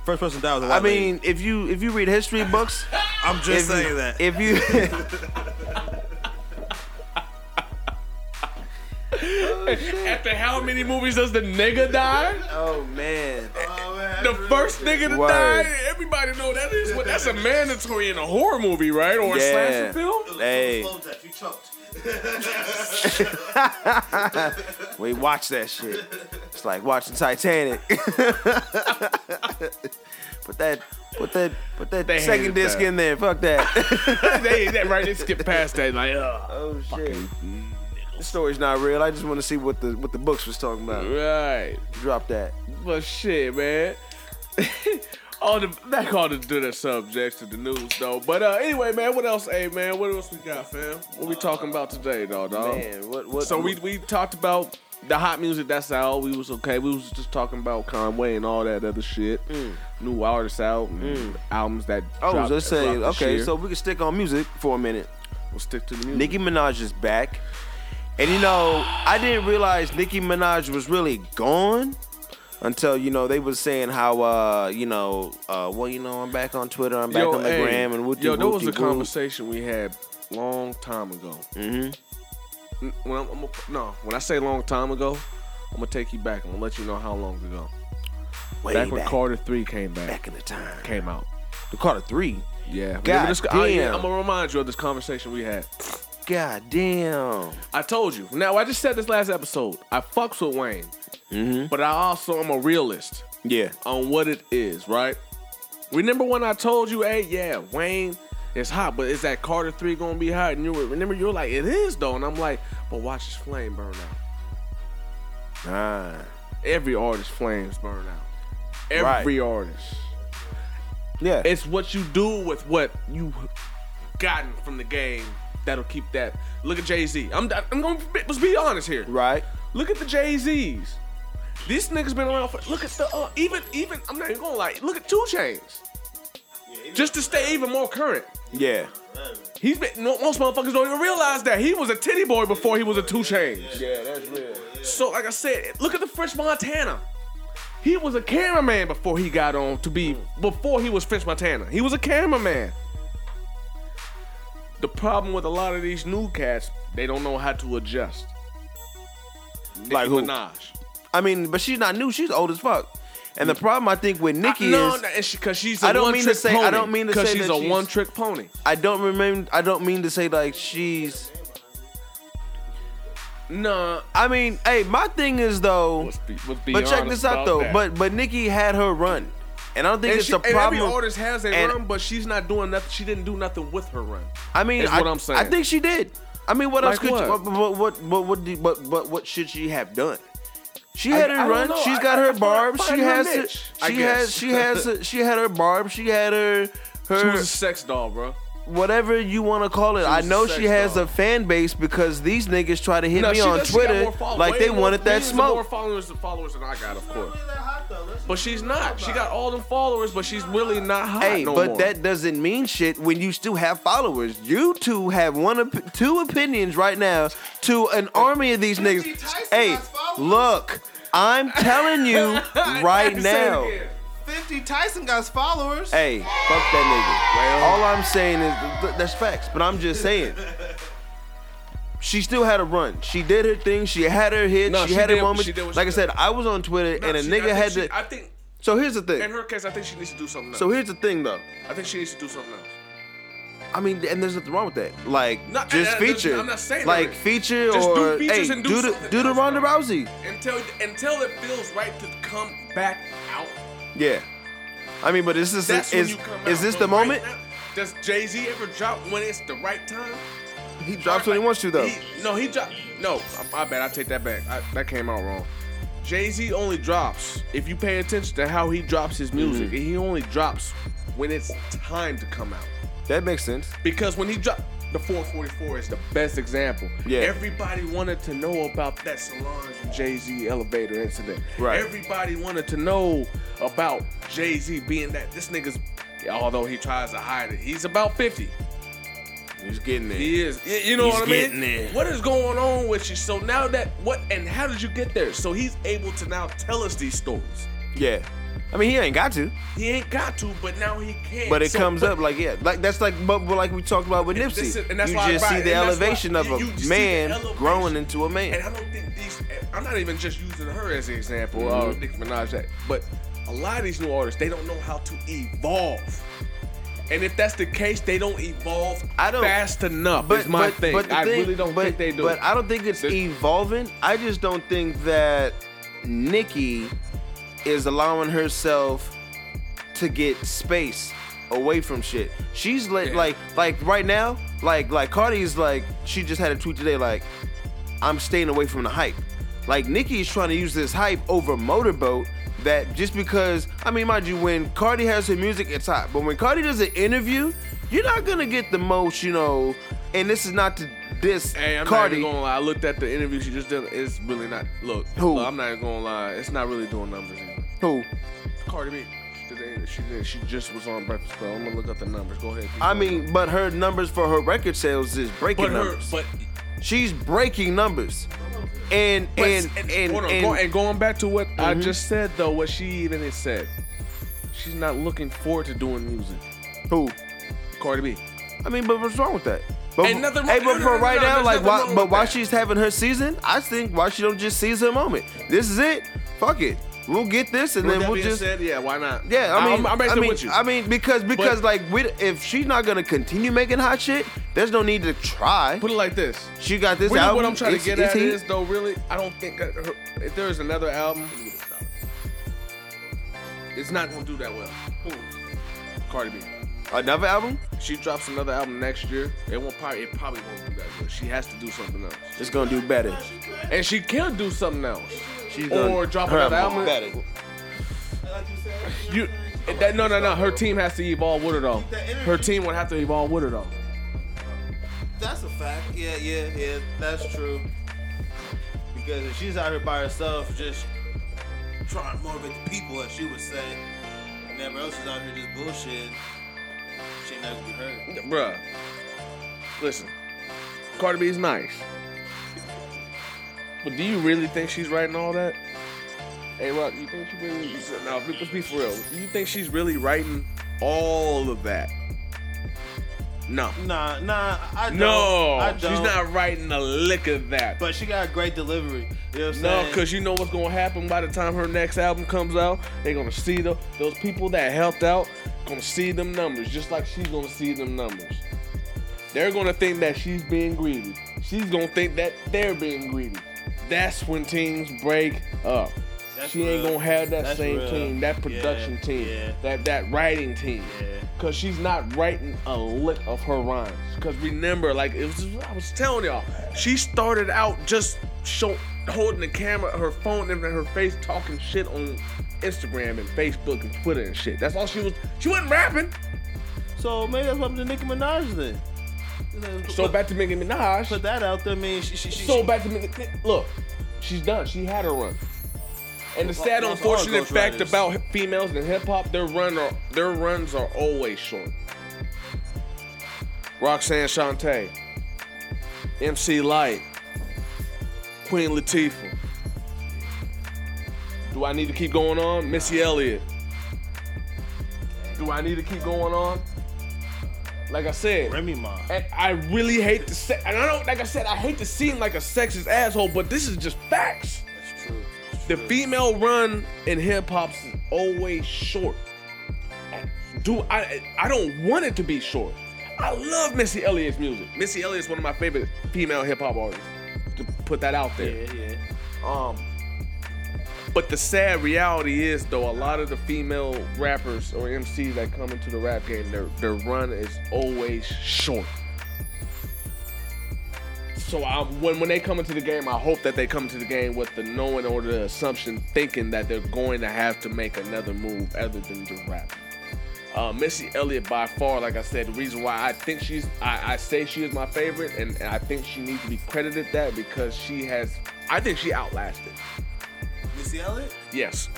S7: First person died was a white
S4: I
S7: lady.
S4: mean, if you if you read history books,
S7: I'm just
S4: if,
S7: saying that.
S4: if you
S3: After how many movies does the nigga die?
S4: oh man,
S3: The first nigga to
S4: Word.
S3: die. Everybody know that is. What, that's a mandatory in a horror movie, right? Or a slasher
S4: Yeah.
S3: film.
S4: hey,
S7: you choked.
S4: we watch that shit. It's like watching Titanic. put that put that put that
S3: They
S4: second
S3: hated
S4: disc
S3: that.
S4: in there. Fuck that.
S3: they, that, right? They skip past that. Like, uh,
S4: oh shit. This story's not real. I just want to see what the what the books was talking about.
S3: right.
S4: Drop that.
S3: But shit, man. all the back all the do the subjects to the news though. But uh, anyway, man, what else? Hey, man, what else we got, fam? What we talking about today, though, dog?
S4: Man, what what?
S3: Oh. So we we talked about the hot music that's out. We was okay. We was just talking about Conway and all that other shit. New artists out, and albums that.
S4: Mm. Oh,
S3: dropped-
S4: let's say
S3: dropped this
S4: okay.
S3: year.
S4: So we can stick on music for a minute.
S3: we'll stick to the music.
S4: Nicki Minaj is back, and you know I didn't realize Nicki Minaj was really gone until you know they was saying how uh you know uh well you know I'm back on Twitter, I'm back on the
S3: hey,
S4: gram, and wooty
S3: yo, that was
S4: wooty
S3: a
S4: woo.
S3: conversation we had long time ago.
S4: Mhm.
S3: N- When I'm, I'm a, no, when I say long time ago, I'm gonna take you back. I'm gonna let you know how long ago.
S4: Way
S3: back when
S4: back,
S3: Carter Three came back,
S4: back in the time.
S3: came out.
S4: The Carter Three.
S3: Yeah, Remember
S4: God
S3: this, I,
S4: damn.
S3: am gonna remind you of this conversation we had.
S4: God damn.
S3: I told you. Now I just said this last episode. I fucks with Wayne,
S4: Mm-hmm.
S3: but I also am a realist
S4: Yeah.
S3: on what it is. Right? Remember when I told you, hey, yeah, Wayne is hot, but is that Carter Three gonna be hot? And you were, remember you were like, it is though, and I'm like, but watch his flame burn out.
S4: Ah.
S3: Every artist flames burn out.
S4: Right.
S3: Every artist.
S4: Yeah.
S3: It's what you do with what you gotten from the game that'll keep that. Look at Jay Z. I'm I'm gonna be- let's be honest here.
S4: right.
S3: Look at the Jay Z's. These niggas been around for. Look at the uh, even even. I'm not even gonna lie. Look at Two Chains. Just to stay even more current.
S4: Yeah.
S3: He's been no, most motherfuckers don't even realize that he was a titty boy before he was a Two Chains.
S4: Yeah, that's real.
S3: So like I said, look at the French Montana. He was a cameraman before he got on to be before he was French Montana. He was a cameraman. The problem with a lot of these new cats, they don't know how to adjust.
S4: Like who?
S3: Minaj.
S4: I mean, but she's not new. She's old as fuck. And the problem I think with Nicki
S3: no,
S4: is
S3: no, and she, cause she's
S4: I
S3: I
S4: don't
S3: don't
S4: mean to
S3: trick
S4: say- I
S3: pony.
S4: don't mean to
S3: 'Cause
S4: say
S3: she's
S4: that
S3: a
S4: she's-
S3: one trick pony.
S4: I don't remember. I don't mean to say like she's.
S3: Nah,
S4: I mean, hey, my thing is though.
S3: let's be, let's be
S4: But check
S3: honest
S4: this out
S3: about
S4: though.
S3: that.
S4: But but Nikki had her run, and I don't think
S3: and,
S4: it's
S3: she,
S4: a
S3: and
S4: problem.
S3: every artist has a
S4: and-
S3: run, but she's not doing nothing. She didn't do nothing with her run.
S4: I mean,
S3: is
S4: I,
S3: what I'm saying.
S4: I think she did. I mean, what else
S3: Like
S4: could
S3: what?
S4: you? But what but what do- but but what should she have done? She had
S3: I
S4: her
S3: don't
S4: run.
S3: know.
S4: She's
S3: I-
S4: got
S3: I-
S4: her
S3: I find-
S4: barb.
S3: find
S4: She
S3: her
S4: has. her-
S3: niche, I
S4: She
S3: guess.
S4: has. She has. her- She had her barb. She had her.
S3: She
S4: Her
S3: was a sex doll, bro.
S4: whatever you want to call it, I
S3: was a
S4: know
S3: sex
S4: she has
S3: doll.
S4: a fan base because these niggas try to hit
S3: No,
S4: me
S3: she
S4: on
S3: does- she got
S4: Twitter
S3: more follow-
S4: like
S3: way
S4: they
S3: more-
S4: wanted that
S3: millions of More
S4: smoke.
S3: followers than followers than I got, of course. But she's not. She got all them followers, but she's really not hot
S4: Hey,
S3: no
S4: but
S3: more.
S4: that doesn't mean shit when you still have followers. You two have one, op- two opinions right now to an army of these niggas. Hey, look, I'm telling you right
S3: Say it
S4: now.
S3: again.
S7: 50 Tyson got his followers.
S4: Hey, fuck that nigga. All I'm saying is th- th- that's facts, but I'm just saying. She still had a run. She did her thing. She had her hit.
S3: No,
S4: she,
S3: she
S4: had
S3: did-
S4: her moment.
S3: she did what she
S4: like I
S3: did.
S4: said, I was on Twitter and a
S3: She- I
S4: nigga
S3: think
S4: had
S3: she-
S4: to.
S3: I think
S4: so here's the
S3: in
S4: thing.
S3: her case, I think she needs to do something else.
S4: so here's the thing though.
S3: I think she needs to do something else.
S4: I mean, and there's nothing wrong with that. Like,
S3: No, and-
S4: just
S3: and there's-
S4: feature.
S3: I'm not saying
S4: like
S3: there is.
S4: feature
S3: Just do
S4: or
S3: features
S4: hey,
S3: and do
S4: do the
S3: something
S4: do the
S3: else,
S4: Ronda
S3: bro.
S4: Rousey.
S3: Until until it feels right to come back out.
S4: Yeah. I mean, but is this
S3: That's
S4: is
S3: when you come out.
S4: is this
S3: But
S4: the
S3: right
S4: moment?
S3: now, does Jay Z ever drop when it's the right time?
S4: he drops when he wants to though.
S3: He- no, he dropped. No, I, I bet I take that back. I, that came out wrong. Jay Z only drops if you pay attention to how he drops his music.
S4: Mm.
S3: He only drops when it's time to come out.
S4: That makes sense.
S3: Because when he dropped the 444 is the best example.
S4: Yeah.
S3: Everybody wanted to know about that Solange and Jay Z elevator incident.
S4: Right.
S3: Everybody wanted to know about Jay Z being that this nigga's, although he tries to hide it, he's about 50.
S4: He's getting there.
S3: He is. Y- You know
S4: He's
S3: what I mean?
S4: getting there.
S3: What is going on with you? So now that what and how did you get there? So he's able to now tell us these stories.
S4: Yeah. I mean, he ain't got to,
S3: He ain't got to, but now he can.
S4: but it
S3: So-
S4: comes
S3: but-
S4: up like yeah, like that's like but, but like we talked about with
S3: And
S4: Nipsey.
S3: this is- and that's
S4: you
S3: why I
S4: just see
S3: brought-
S4: the
S3: and that's
S4: elevation
S3: why-
S4: of
S3: you- you just
S4: a
S3: see the
S4: man
S3: elevation.
S4: growing into a man.
S3: And I don't think these. I'm not even just using her as an example,
S4: Mm-hmm.
S3: uh, Nicki Minaj, that- but a lot of these new artists, they don't know how to evolve. And if that's the case, they don't evolve
S4: I don't-
S3: fast enough. is my thing.
S4: the
S3: I really don't
S4: but,
S3: think they do.
S4: But I don't think it's
S3: This-
S4: evolving. I just don't think that Nikki is allowing herself to get space away from shit. She's like,
S3: Yeah.
S4: like, like right now, like, like Cardi's like, she just had a tweet today, like, I'm staying away from the hype. Like Nikki is trying to use this hype over Motorboat. That just because I mean, mind you, when Cardi has her music, it's hot. But when Cardi does an interview, you're not gonna get the most, you know. And this is not to diss
S3: Hey, I'm
S4: Cardi.
S3: not even gonna lie. I looked at the interview she just did. It's really not. Look,
S4: Who?
S3: look, I'm not even gonna lie. It's not really doing numbers. Either.
S4: Who?
S3: Cardi B. She did. She did. She just was on Breakfast Club. I'm gonna look up the numbers. Go ahead. keep
S4: I
S3: going.
S4: mean, but her numbers for her record sales is breaking
S3: but her,
S4: numbers.
S3: but
S4: She's breaking numbers. And
S3: But-
S4: and and and, Mm-hmm.
S3: hold on, go- and going back to what I just said though, what she even has said, she's not looking forward to doing music.
S4: who?
S3: Cardi B.
S4: I mean, but what's wrong with that? But,
S3: Ain't nothing
S4: hey,
S3: wrong-
S4: but
S3: no, no,
S4: for
S3: no,
S4: right
S3: no,
S4: now,
S3: there's
S4: like,
S3: nothing
S4: why,
S3: wrong
S4: but
S3: with
S4: while
S3: that.
S4: she's having her season, I think why she don't just seize her moment. This is it. Fuck it. We'll get this, and
S3: With
S4: then
S3: that
S4: we'll
S3: being
S4: just.
S3: said, yeah, why not?
S4: yeah, I mean,
S3: I'm, I'm basically
S4: mean,
S3: with you.
S4: I mean, because because like, we, if she's not gonna continue making hot shit, there's no need to try.
S3: put it like this.
S4: She got this
S3: Really,
S4: album.
S3: what I'm trying
S4: it's-
S3: to get
S4: it's
S3: at
S4: heat.
S3: is though, really, I don't think that her, if there is another album, it's not gonna do that well. Cardi B.
S4: another album.
S3: She drops another album next year. It won't probably it probably won't do that good. She has to do something else.
S4: It's gonna do better.
S3: And she can do something else.
S4: She's gonna
S3: Or drop
S4: her
S3: another
S4: album.
S3: album. You that, no no no. Her team has to evolve with her though. Her team would have to evolve with her though.
S7: That's a fact. Yeah, yeah, yeah. That's true. Because if she's out here by herself, just trying to motivate the people, as she would say, and everybody else is out here just bullshit, she ain't never be heard.
S3: Bruh. Listen. Cardi B's nice. But do you really think she's writing all that? Hey Rock, you think she really now let's be for real. Do you think she's really writing all of that? No.
S7: Nah, nah. I don't.
S3: No,
S7: I don't.
S3: she's not writing a lick of that.
S7: But she got a great delivery. You know what I'm
S3: No,
S7: saying?
S3: because you know what's gonna happen by the time her next album comes out. They're gonna see the, those people that helped out gonna see them numbers, just like she's gonna see them numbers. They're gonna think that she's being greedy. She's gonna think that they're being greedy. That's when teams break up.
S7: That's
S3: she ain't
S7: real.
S3: gonna have that
S7: That's
S3: same
S7: real.
S3: team, that production
S7: Yeah,
S3: team,
S7: yeah.
S3: that that writing team.
S7: Yeah.
S3: Cause she's not writing a lick of her rhymes. Cause remember, like it was, I was telling y'all, she started out just show, holding the camera, her phone in her face, talking shit on Instagram and Facebook and Twitter and shit. That's all she was. She wasn't rapping.
S7: So maybe that's what happened to Nicki Minaj then. It's like,
S3: So
S7: put,
S3: back to Nicki Minaj.
S7: put that out there. I mean, she, she, she,
S3: so
S7: she-
S3: back to Nicki. Look, she's done. She had her run. And the sad,
S7: well,
S3: unfortunate
S7: all
S3: fact
S7: ghostwriters.
S3: about females in hip hop, their run are their runs are always short. Roxanne Shante, MC Light, Queen Latifah. Do I need to keep going on? Missy Elliott. Do I need to keep going on? Like I said,
S7: Remy Ma.
S3: and I really hate to say, and I don't like I said, I hate to seem like a sexist asshole, but this is just facts.
S7: That's true.
S3: The female run in hip hop's is always short. Do I? I don't want it to be short. I love Missy Elliott's music. Missy Elliott's one of my favorite female hip hop artists. To put that out there.
S7: Yeah, yeah.
S3: Um, but the sad reality is, though, a lot of the female rappers or MCs that come into the rap game, their their run is always short. So I, when when they come into the game, I hope that they come to the game with the knowing or the assumption, thinking that they're going to have to make another move other than just rap. Uh, Missy Elliott, by far, like I said, the reason why I think she's, I, I say she is my favorite, and, and I think she needs to be credited that because she has, I think she outlasted.
S7: Missy Elliott?
S3: Yes,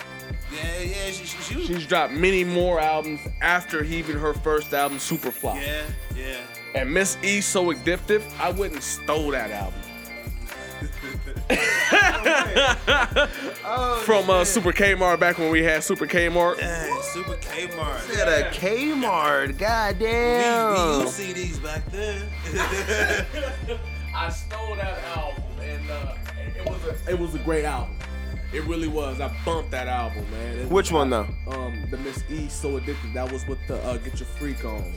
S7: Yeah, yeah, she, she, she was.
S3: she's dropped many more albums after even her first album, Superfly.
S7: yeah, yeah.
S3: And Miss E, so addictive, I wouldn't stole that album. From uh, Super Kmart back when we had Super Kmart.
S7: Dang, Super Kmart.
S4: At a Kmart,
S7: We, we
S4: goddamn.
S7: used CDs back then.
S3: I stole that album, and uh, it was a it was a great album. It really was. I bumped that album, man. It was,
S4: Which one though?
S3: um the Miss E, so addictive. That was with the uh, Get Your Freak on.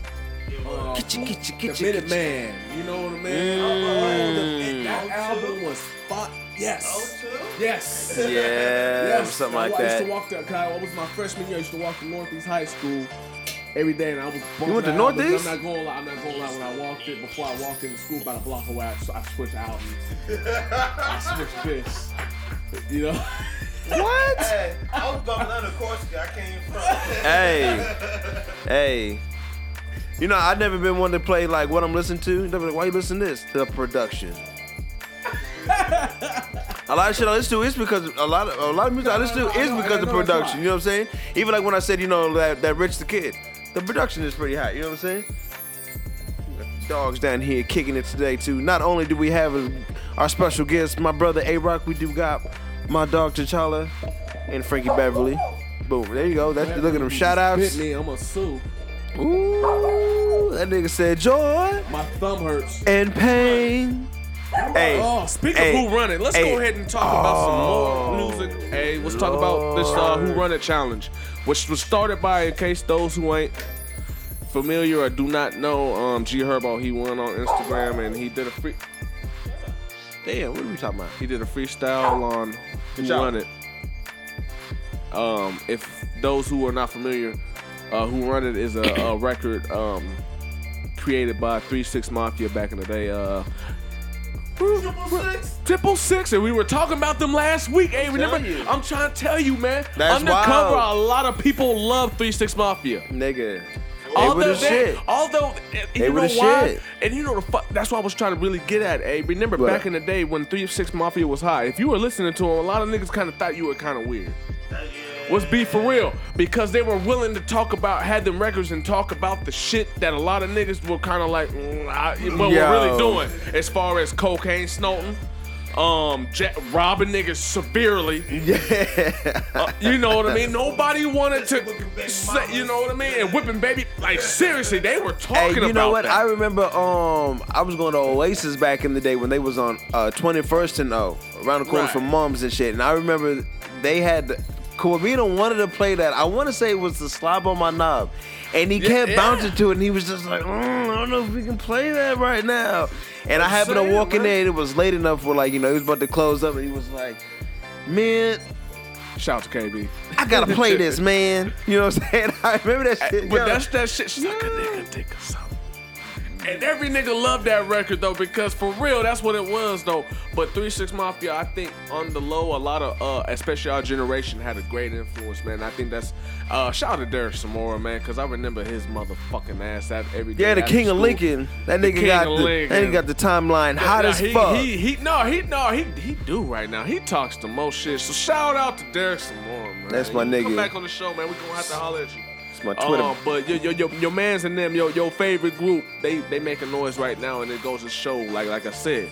S3: Um,
S4: Kitchen, kitchen,
S3: the
S4: kitchen.
S3: Minuteman. You know what I mean? Oh, the- that album was spot. Yes. Yes.
S4: Yeah,
S3: Yes,
S4: something
S3: I,
S4: like
S3: I used to
S4: that.
S3: walk to Kyle. I was my freshman year. I used to walk to Northeast High School every day, and I was. bumping
S4: You went to
S3: that album.
S4: Northeast?
S3: I'm not going. to lie. I'm not going to lie. When I walked it before I walked into school, about a block away, I, I switched albums. I switched this. You know.
S4: What?
S7: hey, I was bumping out of course. I came from.
S4: hey, hey. You know, I've never been one to play like what I'm listening to. Never like, why you listen to this? The production. a lot of shit I listen to is because a lot of a lot of music I listen to is because of production. You know what I'm saying? Even like when I said, you know, that, that Rich the Kid, the production is pretty hot. You know what I'm saying? Dogs down here kicking it today too. Not only do we have our special guests, my brother A Rock, we do got my dog T'Challa and Frankie Beverly. Boom! There you go. That's look at them shout outs.
S3: Hit me. I'm gonna sue.
S4: Ooh, that nigga said joy
S3: My thumb hurts.
S4: and pain. Hey,
S3: Oh, speaking
S4: Hey.
S3: of who run it, let's
S4: Hey. Oh.
S3: go ahead and talk about some more music. Hey, let's talk about this uh, who run it challenge, which was started by, in case those who ain't familiar or do not know, um, G Herbo. He won on Instagram and he did a free
S4: damn, what are we talking about?
S3: he did a freestyle on who run it. Um, if those who are not familiar, uh, who run it is a, a record um, created by Three Six Mafia back in the day. Uh, Triple six, and we were talking about them last week. Hey, remember?
S4: telling you.
S3: I'm trying to tell you, man.
S4: That's
S3: Undercover,
S4: wild.
S3: a lot of people love Three Six Mafia.
S4: Nigga, they
S3: Although,
S4: with the
S3: that,
S4: shit.
S3: although, and you
S4: were
S3: know
S4: the
S3: why?
S4: shit.
S3: And you know the fuck. That's what I was trying to really get at. Hey, remember
S4: What?
S3: back in the day when Three Six Mafia was high? If you were listening to them, a lot of niggas kind of thought you were kind of weird. Let's be for real, because they were willing to talk about, had them records and talk about the shit that a lot of niggas were kind of like, mm, I, what
S4: Yo.
S3: we're really doing as far as cocaine snorting, um, ja robbing niggas severely.
S4: Yeah.
S3: Uh, you know what I mean? Nobody wanted
S7: Whipping
S3: to,
S7: baby
S3: say,
S7: mamas.
S3: you know what I mean? And whipping baby, like seriously, they were
S4: Hey,
S3: talking about.
S4: you know what? I
S3: That.
S4: remember um I was going to Oasis back in the day when they was on uh 21st and oh around the corner
S3: Right.
S4: from Mums and shit. And I remember they had Corbino wanted to play that. I want to say it was the slob on my knob, and he kept
S3: yeah.
S4: bouncing to it. And he was just like, "Mm, I don't know if we can play that right now. And I happened to
S3: saying,
S4: walk
S3: man.
S4: in there, and it was late enough for like you know he was about to close up, and he was like, man.
S3: Shout out to KB.
S4: I gotta play this, man. You know what I'm saying? I remember that shit.
S3: But
S4: yo.
S3: that's that shit. She's like a nigga, dick or something. And every nigga loved that record though, because for real, that's what it was though. But Three Six Mafia, I think on the low, a lot of, uh, especially our generation, had a great influence, man. I think that's uh, shout out to Derek Samora, man, because I remember his motherfucking ass out every day.
S4: Yeah, the
S3: after
S4: King of
S3: school.
S4: Lincoln. That
S3: The
S4: nigga
S3: King
S4: got
S3: of
S4: the
S3: Lincoln.
S4: that nigga got the timeline hot
S3: Nah,
S4: as
S3: he,
S4: fuck.
S3: He, he, no, he, no, he, he do right now. He talks the most shit. So shout out to Derek Samora, man.
S4: That's my
S3: You
S4: nigga.
S3: Come back on the show, man. We gonna have to holler at you.
S4: It's my Twitter.
S3: Uh, but your, your, your, your man's and them, your, your favorite group, they they making noise right now, and it goes to show, like like I said.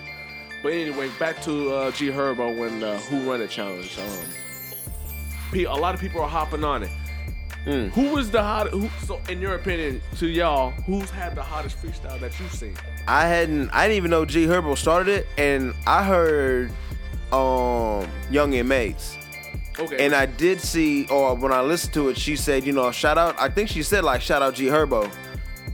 S3: But anyway, back to uh, G Herbo when uh, Who Run It Challenge. Um, pe- a lot of people are hopping on it.
S4: Hmm.
S3: Who is the hot? Who, so, in your opinion, to y'all, who's had the hottest freestyle that you've seen?
S4: I hadn't I didn't even know G Herbo started it, and I heard um Young Inmates.
S3: Okay.
S4: And I did see, or when I listened to it, she said, you know, shout out. I think she said like shout out G Herbo.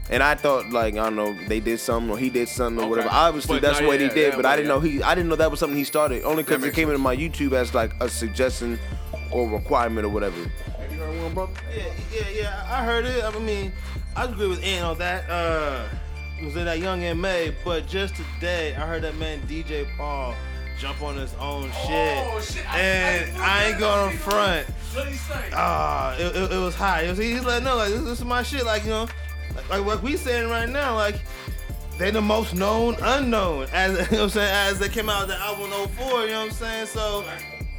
S4: And I thought like I don't know they did something or he did something or
S3: Okay.
S4: whatever. Obviously
S3: But
S4: that's
S3: now,
S4: what
S3: yeah,
S4: he did,
S3: yeah,
S4: but
S3: well,
S4: I didn't
S3: yeah.
S4: know he I didn't know that was something he started only because
S3: That
S4: it
S3: makes
S4: came into my YouTube as like a suggestion or requirement or whatever.
S3: Have you heard one, brother?
S7: yeah, yeah, yeah. I heard it. I mean, I agree with Ant on that. Uh, was in that Young and May, but just today I heard that man DJ Paul jump on his own
S1: Oh,
S7: shit,
S1: shit. I- I
S7: and
S1: didn't
S7: I,
S1: know
S7: ain't
S1: that.
S7: going to front.
S1: What do you say?
S7: Ah, it, it, it was hot. It was, he, he let know like this, this is my shit. Like you know, like, like what we saying right now. Like they the most known unknown as you know what I'm saying as they came out of the album in 04, You know what I'm saying? So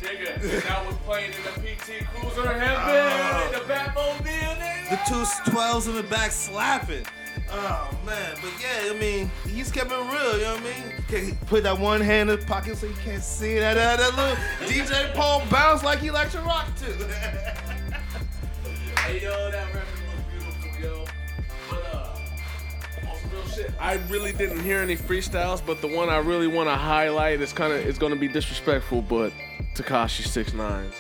S1: Nigga, if I was playing in the PT Cruiser, have been in the Batmobile, nigga.
S7: Uh-huh. the two 12s in the back slapping. Oh man, but yeah, I mean, he's kept it real, you know what I mean? Okay, He put that one hand in his pocket so you can't see it. That, that, that little DJ Paul bounce like he likes to rock to.
S1: Hey, yo, that record was beautiful, yo. But, uh, on some real shit,
S3: I really didn't hear any freestyles, but the one I really want to highlight is kind of it's gonna be disrespectful, but Takashi Six Nines.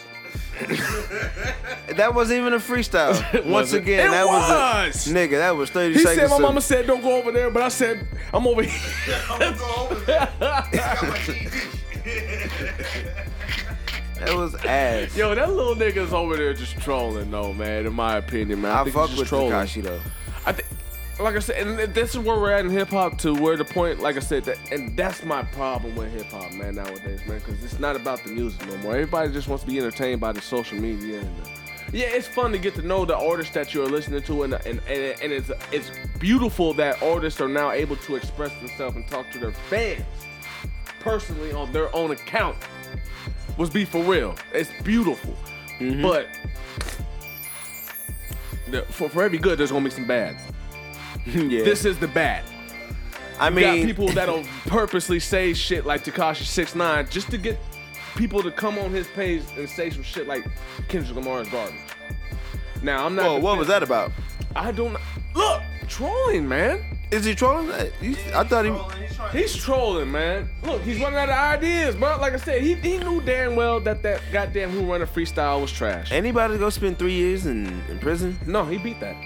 S4: That wasn't even a freestyle. Once
S3: wasn't.
S4: again,
S3: It
S4: that
S3: was!
S4: a nigga. That was thirty
S3: He
S4: seconds.
S3: said my
S4: of-
S3: mama said don't go over there, but I said I'm over here.
S4: that was ass.
S3: Yo, that little nigga's over there just trolling, though, man. In my opinion, man, I,
S4: I,
S3: think
S4: fuck
S3: he's just
S4: with
S3: trolling.
S4: Takashi though.
S3: I think, like I said, and this is where we're at in hip hop too. Where the point, like I said, that and that's my problem with hip hop, man, nowadays, man, because it's not about the music no more. Everybody just wants to be entertained by the social media and. The, yeah, it's fun to get to know the artists that you're listening to, and and, and, and it's it's beautiful that artists are now able to express themselves and talk to their fans personally on their own account. Let's be for real. It's beautiful, but the- for for every good, there's gonna be some bad.
S4: yeah.
S3: This is the bad.
S4: I
S3: You
S4: mean,
S3: got people that'll purposely say shit like Takashi 69 just to get people to come on his page and say some shit like Kendrick Lamar is garbage. Now I'm not.
S4: Whoa, oh, what was that about?
S3: I don't look trolling, man.
S4: Is he trolling? You- I thought he.
S3: He's trolling, man. Look, he's running out of ideas, bro. Like I said, he, he knew damn well that that goddamn who run a freestyle was trash.
S4: Anybody go spend three years in, in prison?
S3: no, he beat that.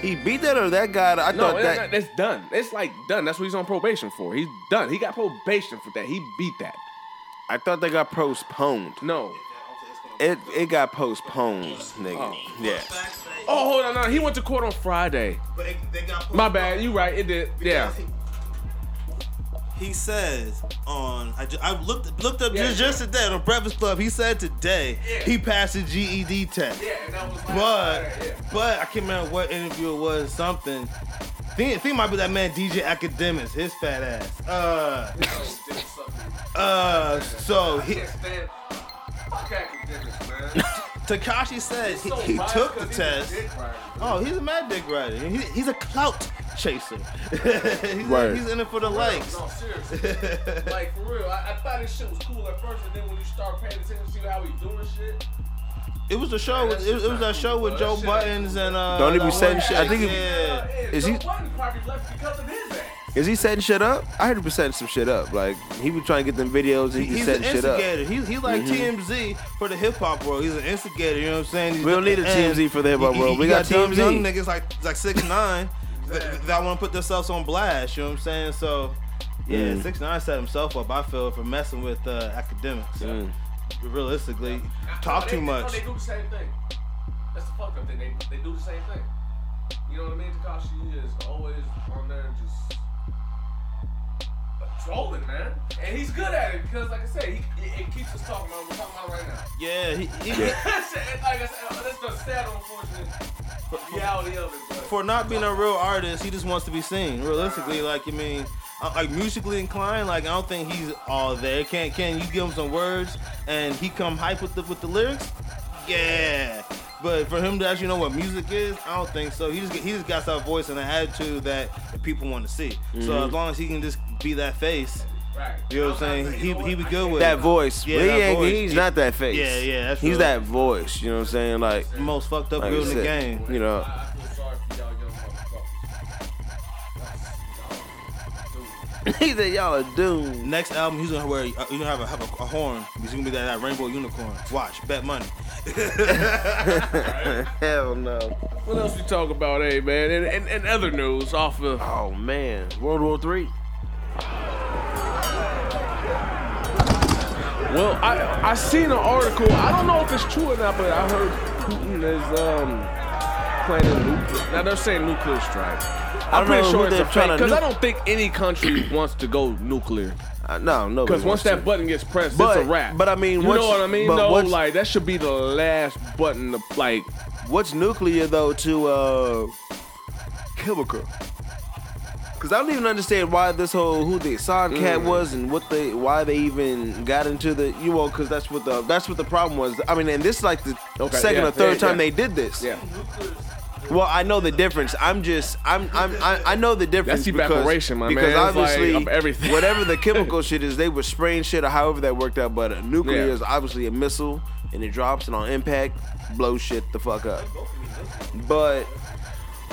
S4: He beat that or that guy? I
S3: No,
S4: thought
S3: that,
S4: that.
S3: that's done. It's like done. That's what he's on probation for. He's done. He got probation for that. He beat that.
S4: I thought they got postponed.
S3: No.
S4: It it got postponed, nigga. Yeah.
S3: Oh, hold on, no, he went to court on Friday. My bad, you right, it did. Yeah.
S7: He says on I, ju- I looked looked up
S3: Yeah.
S7: just, just today on Breakfast Club. He said today he passed the GED test. But but I can't remember what interview it was. Something. Think, think it might be that man DJ Academics. His fat ass. Uh. uh. So he, Takashi said he, he took the test. Oh, he's a mad dick rider. He, he's a clout chaser. he's,
S4: Right.
S7: he's in it for the likes.
S1: No, seriously. like, for real, I, I thought this shit was cool at first, and then when you start paying attention to how he doing shit,
S7: It was the show. With, it, it was that show with Joe Buttons and uh.
S4: Don't even
S7: that
S4: say
S7: one
S4: shit. I
S7: chick,
S4: think it-
S7: yeah.
S4: Is
S1: Joe
S4: he-
S1: Budden probably left because of his ass.
S4: Is he setting shit up? I heard he was setting some shit up. Like he was trying to get them videos. And he was
S7: He's an
S4: setting shit up. Mm-hmm.
S7: instigator. He's he like TMZ for the hip hop world. He's an instigator. You know what I'm saying? He's
S4: We don't need a
S7: looking in.
S4: TMZ for the hip hop
S7: You-
S4: world.
S7: you
S4: We got
S7: dumb Young
S4: TMZ.
S7: niggas like like six nine that, that want to put themselves on blast. You know what I'm saying? So yeah,
S4: Mm.
S7: six nine set himself up. I feel for messing with uh, academics.
S4: Mm.
S7: Realistically, talk
S1: They-
S7: too
S1: they-
S7: much.
S1: They do the same thing. That's the fuck up thing. They, they do the same thing. You know what I mean? Takashi is always on there just trolling, man. And he's good at it because, like I said, he, it, it keeps us talking about what we're talking about right now.
S7: Yeah, he, he,
S1: And like I said, that's the sad, unfortunate reality of it. But
S7: for not being a real artist, he just wants to be seen. Realistically, like I mean, uh, like musically inclined, like I don't think he's all there. Can can you give him some words and he come hype with the with the lyrics? Yeah. But for him to actually know what music is, I don't think so. He just he just got that voice and an attitude that the people want to see. So
S4: Mm-hmm.
S7: as long as he can just be that face,
S1: right.
S7: you know what I'm saying? He he be good with
S4: That
S7: it.
S4: voice.
S7: Yeah,
S4: but he
S7: that
S4: ain't,
S7: voice.
S4: He's not that face.
S7: Yeah, yeah, that's
S4: he's
S7: real.
S4: that voice. You know what I'm saying? Like,
S7: The most fucked up
S4: like
S7: dude
S4: I
S7: in the
S4: said,
S7: game.
S4: You know.
S1: I feel sorry for y'all young motherfuckers.
S4: he said y'all are doomed.
S7: Next album, he's gonna wear. uh, You gonna have a have a, a horn. He's gonna be that, that rainbow unicorn. Watch, bet money.
S4: Hell no.
S3: What else we talk about, hey man? And, and, and other news off of
S4: Oh man, World War Three.
S3: Well, I I seen an article. I don't know if it's true or not, but I heard Putin is um playing a nuclear. Now they're saying nuclear strike. I'm
S4: don't
S3: pretty
S4: know
S3: sure
S4: who
S3: it's a
S4: they're trying to
S3: because I
S4: nuke.
S3: don't think any country wants to go nuclear.
S4: Uh, no, no.
S3: Because once that button gets pressed,
S4: But-
S3: it's a wrap.
S4: but I mean,
S3: you
S4: once-
S3: know what I mean?
S4: but
S3: Though,
S4: once-
S3: like that should be the last button to like.
S4: What's nuclear though to uh, chemical? Because I don't even understand why this whole who the Assad
S3: Mm.
S4: cat was and what they why they even got into the you know because that's what the that's what the problem was. I mean, and this is like the
S3: Okay,
S4: second
S3: yeah,
S4: or third
S3: yeah,
S4: time
S3: yeah.
S4: they did this.
S3: Yeah.
S4: Well, I know the difference. I'm just I'm I'm I, I know the difference.
S3: evaporation,
S4: because,
S3: my
S4: because
S3: man. It's like,
S4: obviously
S3: of everything.
S4: whatever the chemical shit is, they were spraying shit or however that worked out. But a nuclear
S3: Yeah.
S4: is obviously a missile and it drops and on impact blows shit the fuck up. But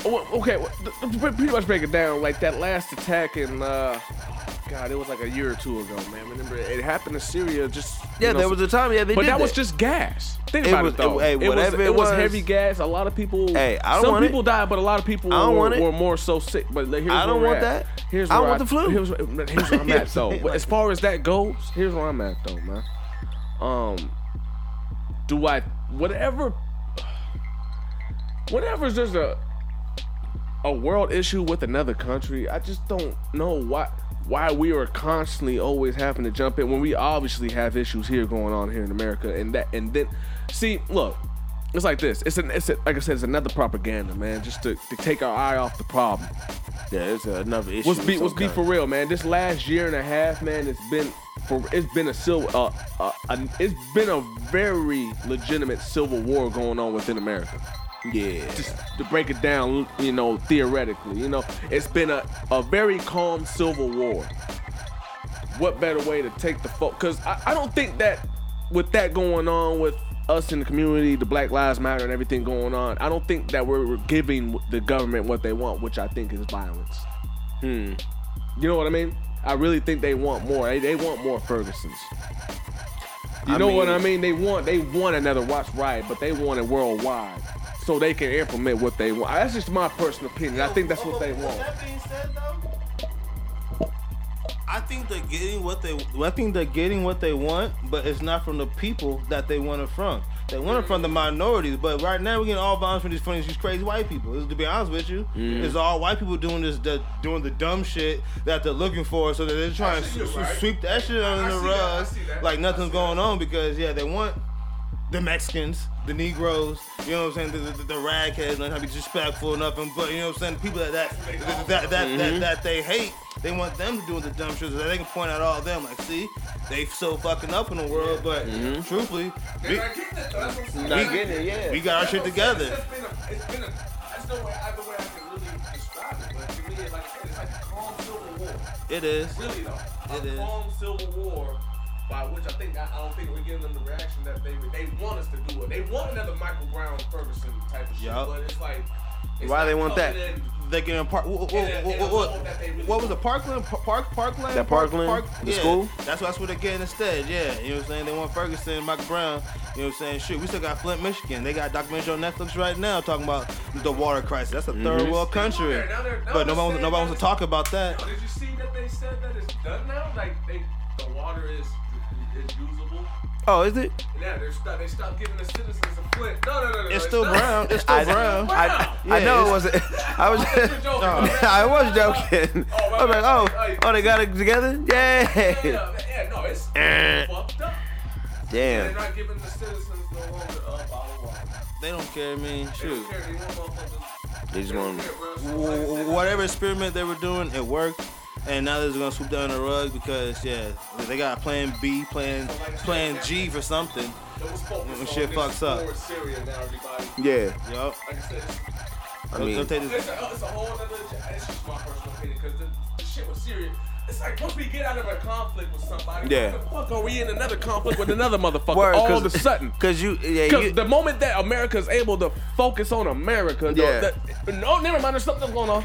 S3: Oh, Okay, well, th- th- pretty much break it down. Like that last attack in, uh, God, it was like a year or two ago, man. Remember, it happened in Syria. Just you
S4: yeah,
S3: know,
S4: there was a time. Yeah, they
S3: But
S4: did
S3: that was just gas. Think
S4: It
S3: about
S4: was-
S3: it though.
S4: it- hey, whatever
S3: was,
S4: it
S3: it was
S4: was-
S3: heavy gas. A lot of people.
S4: Hey, I don't
S3: some
S4: want it.
S3: people died, but a lot of people
S4: I don't
S3: were,
S4: want it.
S3: were more so sick. But like, here's
S4: I
S3: where
S4: don't
S3: we're
S4: want
S3: at.
S4: that.
S3: Here's
S4: I
S3: where
S4: want the flu.
S3: Here's, here's where I'm at though. But as far as that goes, here's where I'm at though, man. Um, do I whatever, whenever there's a a world issue with another country, I just don't know why why we are constantly always having to jump in when we obviously have issues here going on here in America and that and then see look it's like this it's an it's a, like I said it's another propaganda man just to, to take our eye off the problem
S4: yeah, it's another issue.
S3: Let's
S4: of
S3: be
S4: some
S3: let's be
S4: kind.
S3: for real, man. This last year and a half, man, it's been for it's been a civil uh, uh, an- it's been a very legitimate civil war going on within America.
S4: Yeah,
S3: Just to break it down, you know, theoretically, you know, it's been a, a very calm civil war. What better way to take the folk? Because I, I don't think that with that going on with us in the community, the Black Lives Matter and everything going on, I don't think that we're giving the government what they want, which I think is violence. Hmm. You know what I mean? I really think they want more. They, they want more Fergusons. You
S4: I
S3: know what
S4: mean-
S3: I mean? They want they want another Watch Riot, but they want it worldwide, so they can implement what they want. That's just my personal opinion. I think that's what they want.
S7: That being said, though, I think they're getting what they. I think they're getting what they want, but it's not from the people that they want it from. They want it from the minorities, but right now we're getting all violence from these from these crazy white people. It's- to be honest with you, it's all white people doing this, the, doing the dumb shit that they're looking for, so that they're trying to
S1: Actually,
S7: s-
S1: you're right.
S7: sweep that shit
S1: I
S7: under the
S1: see that, I
S7: rug,
S1: see that,
S7: like
S1: I
S7: nothing's
S1: see
S7: going on. Because yeah, they want the Mexicans, the Negroes, you know what I'm saying, the, the, the ragheads, not trying to be disrespectful or nothing, but you know what I'm saying, the people that that that that, that,
S1: Mm-hmm.
S7: that, that they hate, they want them to do the dumb shit so that they can point out all them, like, see, they so fucking up in the world, but truthfully,
S1: They're
S7: we,
S1: not Mm-hmm. getting it, though. That's what I'm saying.
S7: we,
S4: yeah.
S7: we got our shit together.
S1: It's been a, it's been a, that's no way, either way I can really describe it, but to me, like I said, it's like a calm civil war.
S7: It is.
S1: Really though,
S7: It
S1: a
S7: is.
S1: calm civil war, by which I think I, I don't think we're getting them the reaction that they they want us to do it. They want another Michael Brown Ferguson type of shit,
S7: Yup.
S1: but it's like it's
S4: Why
S1: not
S4: they want
S1: coming
S4: that?
S1: in-
S7: They can park. What,
S1: Yeah, yeah, that they really
S7: what was the Parkland? Par- Park Parkland.
S4: That
S7: Park-
S4: Parkland?
S7: Park-
S4: The
S7: yeah,
S4: school?
S7: That's that's what they're getting instead. Yeah, you know what I'm saying. They want Ferguson, Mike Brown. You know what I'm saying. Shoot, we still got Flint, Michigan. They got documentary on Netflix right now talking about the water crisis. That's a
S4: Mm-hmm.
S7: third world country.
S1: They're- now they're- now
S7: but
S1: they're
S7: nobody wants,
S1: saying
S7: nobody
S1: that
S7: wants to talk about that.
S1: Yo, did you see that they said that it's done now? Like they, the water is is usable.
S4: Oh, is it?
S1: Yeah, they're st- they stopped giving the citizens a flint. No, no, no, no.
S7: It's still
S1: not.
S7: brown. It's still
S4: I-
S7: brown.
S4: I, I
S7: Yeah,
S4: know
S7: it's-
S4: it wasn't. I was.
S3: Oh,
S4: I was joking.
S1: Oh, my
S4: I was
S1: bad.
S4: like,
S1: Hey,
S4: oh, oh, they got it together.
S1: Yeah,
S4: Yay!
S1: yeah, yeah, no, it's fucked up. They're
S4: Damn.
S1: not giving the citizens no longer uh, a bottle of water.
S7: They don't care. I mean,
S1: They
S7: shoot.
S1: don't care. They want motherfuckers.
S4: They just want.
S7: Wh- wh- whatever experiment they were doing, it worked. And now they're just gonna swoop down the rug because yeah, they got plan B, plan plan G for something.
S1: When
S7: shit fucks up.
S1: Syria now, everybody.
S4: Yeah.
S7: Yup.
S1: Like I said, it's,
S4: I
S7: They'll-
S4: mean,
S7: they'll take
S1: it's,
S7: this-
S1: a, it's a whole other. It's just my personal opinion because the, the shit with Syria. It's like once we get out of a conflict with somebody,
S4: Yeah.
S1: what the fuck are we in another conflict with another motherfucker
S4: word,
S3: all
S4: 'cause-
S3: of a sudden.
S4: Cause you, yeah, you,
S3: Because the moment that America is able to focus on America, though,
S4: Yeah.
S3: that- no, never mind. There's something going on.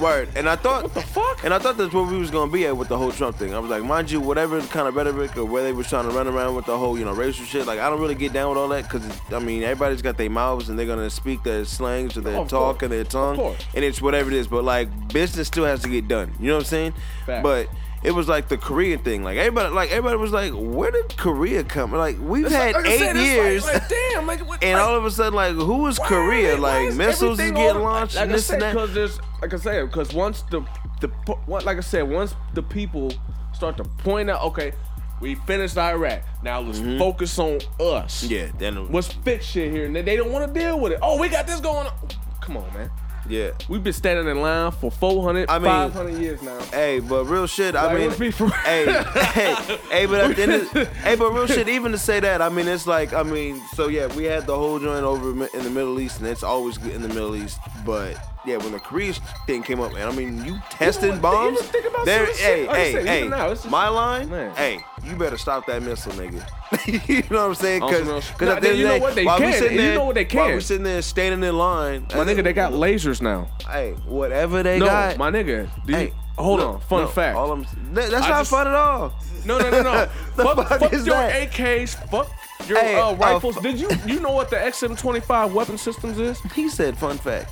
S4: word. And I thought,
S3: The fuck?
S4: and I thought that's where we was gonna be at with the whole Trump thing. I was like, mind you, whatever kind of rhetoric or where they was trying to run around with the whole, you know, racial shit. Like, I don't really get down with all that because I mean, everybody's got their mouths and they're gonna speak their slangs or their
S3: Oh, of
S4: talk
S3: course.
S4: and their
S3: Of
S4: tongue,
S3: course.
S4: and it's whatever it is. But like, business still has to get done. You know what I'm saying?
S3: Facts.
S4: But it was like the Korean thing. Like everybody, like everybody was like, "Where did Korea come?" Like we've had
S1: Like I
S4: eight
S1: said, it's like-
S4: years,
S1: like, damn, like, what,
S4: and
S1: like,
S4: all of a sudden, like who is
S1: why
S4: Korea?
S1: is- why
S4: like
S1: is
S4: missiles is
S1: everything
S4: getting
S1: on-
S4: launched
S3: like
S4: and
S3: I
S4: this
S3: said,
S4: and that.
S3: because there's like I said, because once the the po- what like I said, once the people start to point out, okay, we finished Iraq. Now let's focus on us.
S4: Mm-hmm. Yeah, then it-
S3: Let's fix shit here, and they- they don't want to deal with it. Oh, we got this going. on. Come on, man.
S4: yeah.
S3: We've been standing in line for 400,
S4: I mean-
S3: 500 years now.
S4: Hey, but real shit.
S3: Like,
S4: I mean,
S3: let's be for-
S4: hey, hey, hey, but at the end of, hey, but real shit. Even to say that, I mean, it's like, I mean, so yeah, we had the whole joint over mi- in the Middle East, and it's always good in the Middle East. But yeah, when the Korea thing came up, and I mean, you testing
S3: even
S4: bombs.
S3: think about
S4: there,
S3: some
S4: hey,
S3: shit. Like I
S4: hey,
S3: said,
S4: hey,
S3: even now, it's just-
S4: my line.
S3: Man.
S4: Hey, you better stop that missile, nigga. you know what I'm saying?
S3: On some
S4: Because
S3: real shit. Nah, then you know what they can, and you know what they
S4: While
S3: can.
S4: we sitting there standing in line,
S3: My nigga, they got lasers now.
S4: Hey, whatever they
S3: no,
S4: got.
S3: my nigga. do you-
S4: Hey,
S3: hold
S4: no,
S3: on. Fun
S4: no,
S3: fact.
S4: All I'm, that, that's
S3: I
S4: not
S3: just-
S4: fun at all.
S3: No, no, no, no.
S4: The
S3: fuck,
S4: fuck
S3: fuck
S4: is
S3: your
S4: that?
S3: AKs. Fuck your
S4: Hey,
S3: uh,
S4: oh,
S3: rifles.
S4: fu-
S3: Did you you know what the XM25 weapon systems is?
S4: He said fun fact.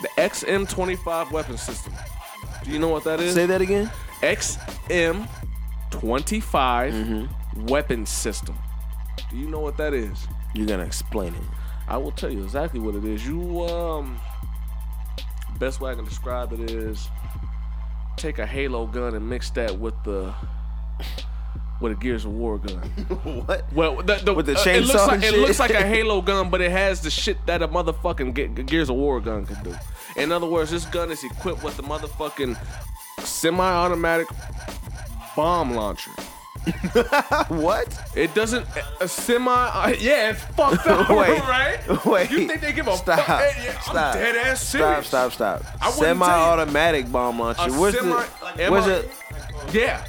S3: The XM25 weapon system. Do you know what that is?
S4: Say that again.
S3: XM25
S4: Mm-hmm.
S3: weapon system. Do you know what that is?
S4: You're gonna explain it.
S3: I will tell you exactly what it is. You um best way I can describe it is take a Halo gun and mix that with the with a Gears of War gun.
S4: what?
S3: Well, the, the,
S4: With the
S3: uh, it looks
S4: chainsaw
S3: like
S4: and
S3: it
S4: shit?
S3: looks like a Halo gun, but it has the shit that a motherfucking Ge- Ge- Gears of War gun could do. In other words, this gun is equipped with the motherfucking semi-automatic bomb launcher.
S4: What?
S3: It doesn't a, a semi. Uh, yeah, it's fucked up,
S4: Wait,
S3: right?
S4: wait.
S3: You think they give a
S4: stop?
S3: fuck? Hey, yeah,
S4: stop.
S3: I'm dead ass
S4: Stop!
S3: serious.
S4: Stop!
S3: I
S4: Stop!
S3: wouldn't tell you.
S4: Semi-automatic bomb launcher.
S3: A
S4: What's
S3: semi-
S4: the?
S3: like,
S4: What's
S3: MI
S4: it?
S3: Yeah,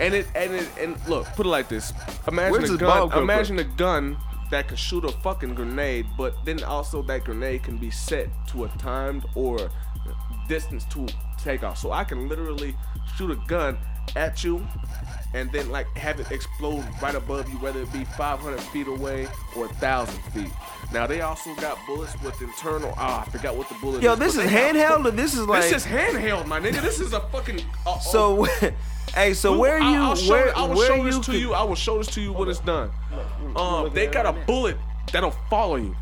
S3: and it and it and look, put it like this: imagine
S4: Where's
S3: a
S4: this
S3: gun,
S4: ball come
S3: imagine a gun that can shoot a fucking grenade, but then also that grenade can be set to a timed or distance to take off. So I can literally shoot a gun at you and then like have it explode right above you, whether it be 500 feet away or 1,000 feet. Now they also got bullets with internal. Ah, I forgot what the bullet.
S4: Yo,
S3: is,
S4: this
S3: but
S4: is
S3: they got bullets-
S4: handheld. Or this is like.
S3: this is handheld, my nigga. This is a fucking. Uh,
S4: so. hey, so
S3: we-
S4: where
S3: I-
S4: you?
S3: I'll show,
S4: where
S3: I will
S4: where
S3: show
S4: you?
S3: this to
S4: could-
S3: you. I will show this to you when it's done. Um, they got a bullet that'll follow you.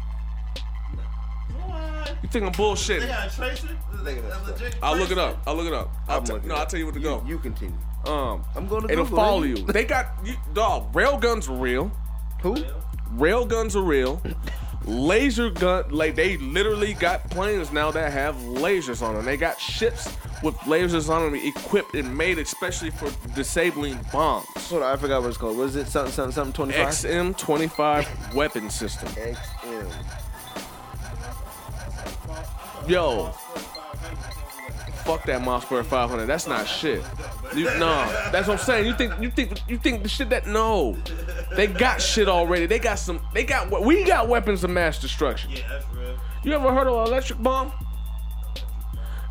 S3: You think I'm bullshitting?
S7: got a tracer?
S3: I'll look it up. I'll look it up. I'll
S4: I'm
S3: t-
S4: looking
S3: no,
S4: up.
S3: I'll tell you where to go.
S4: You continue.
S3: um,
S4: I'm going to
S3: it'll
S4: Google,
S3: follow
S4: ain't
S3: you. They got you, dog. Railguns are real.
S4: Who?
S3: Rail guns are real. Laser gun, like they literally got planes now that have lasers on them. They got ships with lasers on them, equipped and made especially for disabling bombs.
S4: Hold on, I forgot what it's called. Was it something something something twenty five?
S3: XM25 weapon system.
S4: XM.
S3: Yo. Fuck that Mossberg 500. That's not shit. You, no, that's what I'm saying. You think you think you think the shit that no, they got shit already. They got some. They got we- we got weapons of mass destruction.
S7: Yeah, that's real.
S3: You ever heard of an electric bomb?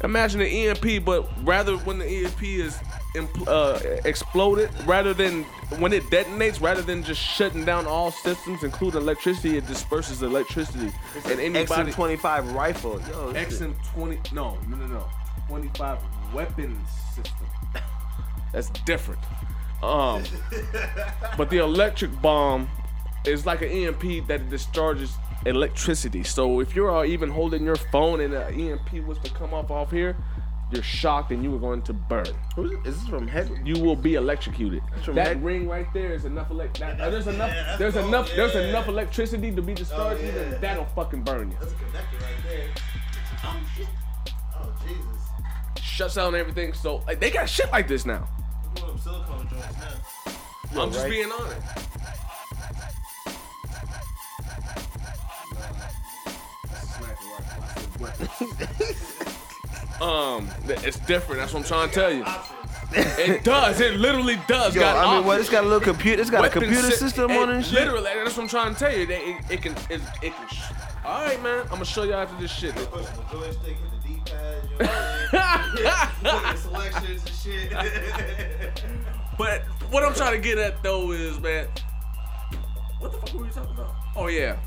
S3: Imagine an EMP, but rather when the EMP is impl- uh, exploded, rather than when it detonates, rather than just shutting down all systems, including electricity, it disperses electricity. and anybody
S4: XM25 rifle. Yo, this is-
S3: XM twenty no no no no twenty five weapons system. That's different. Um, but the electric bomb is like an EMP that discharges electricity. So if you're uh, even holding your phone and an EMP was to come off off here, you're shocked and you are going to burn.
S4: who's- is this from Headley?
S3: You will be electrocuted.
S4: from Oh,
S3: That
S4: Meg-
S3: ring right there is enough. Elect- that, uh, there's enough.
S7: yeah, that's
S3: there's
S7: dope,
S3: enough. There's
S7: yeah.
S3: enough electricity to be
S4: Oh,
S3: discharged. Even that'll fucking burn you.
S7: That's connected right there. Oh, shit. Oh, Jesus.
S3: shuts down everything. So like, they got shit like this now.
S7: I'm doing them silicone joints now.
S3: I'm just
S4: right.
S3: being honest. Um, th- it's different. That's what I'm trying to tell you. It does. It literally does.
S4: Yo,
S3: got
S4: I mean, what?
S3: options.
S4: It's got a little computer. It's got a
S3: Weapon
S4: computer
S3: sy-
S4: system
S3: it,
S4: on it. and shit?
S3: Literally, that's what I'm trying to tell you. They, it, it can. It, it can. Sh- All right, man. I'm gonna show you after this shit.
S7: Push the joystick and the D-pad, you know what I mean? selections and shit.
S3: But what I'm trying to get at though is, man, what the fuck were we talking about? Oh yeah,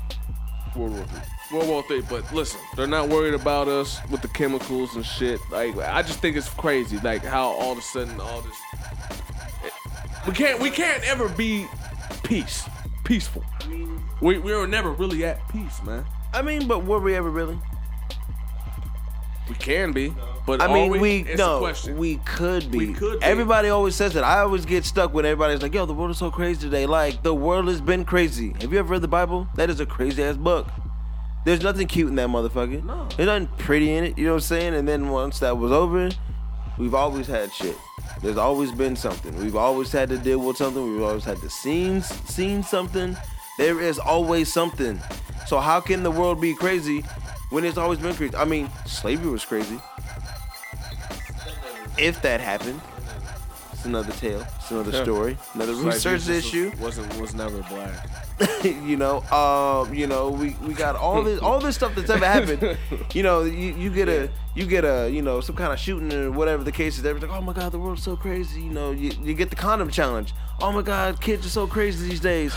S3: World War Three. World War Three, but listen, they're not worried about us with the chemicals and shit. Like, I just think it's crazy, like how all of a sudden all this. We can't, we can't ever be peace, peaceful. We we were never really at peace, man.
S4: I mean, but were we ever really?
S3: We can be, but
S4: I
S3: are
S4: mean, we,
S3: It's a
S4: no,
S3: question.
S4: we could be.
S3: We could be.
S4: Everybody always says that. I always get stuck when everybody's like, "Yo, the world is so crazy today." Like the world has been crazy. Have you ever read the Bible? That is a crazy ass book. There's nothing cute in that motherfucker.
S3: No.
S4: There's nothing pretty in it. You know what I'm saying? And then once that was over, we've always had shit. There's always been something. We've always had to deal with something. We've always had to seen seen something. There is always something. So how can the world be crazy when it's always been crazy? I mean, slavery was crazy. If that happened, it's another tale. It's another story. Another research issue.
S3: wasn't was never black.
S4: you know, um, you know, we, we got all this all this stuff that's ever happened. You know, you, you get a you get a you know some kind of shooting or whatever the case is. Everything. Oh my God, the world's so crazy. You know, you, you get the condom challenge. Oh my God, kids are so crazy these days.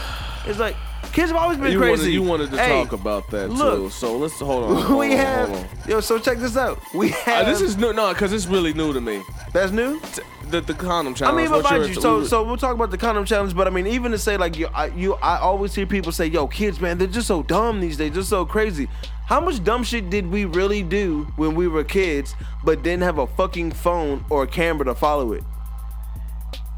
S4: It's like kids have always been
S3: You
S4: crazy.
S3: wanted, you wanted to
S4: Hey,
S3: talk about that too,
S4: look.
S3: so let's hold on. hold
S4: We
S3: on,
S4: have
S3: hold on.
S4: yo. So check this out. We
S3: Uh,
S4: have
S3: this is new, no, because it's really new to me.
S4: that's new.
S3: T- The, the condom
S4: I
S3: challenge.
S4: mean, but
S3: what's
S4: mind
S3: your-
S4: you, so so we'll talk about the condom challenge. But I mean, even to say like you, I, you, I always hear people say, "Yo, kids, man, they're just so dumb these days, just so crazy." How much dumb shit did we really do when we were kids, but didn't have a fucking phone or a camera to follow it?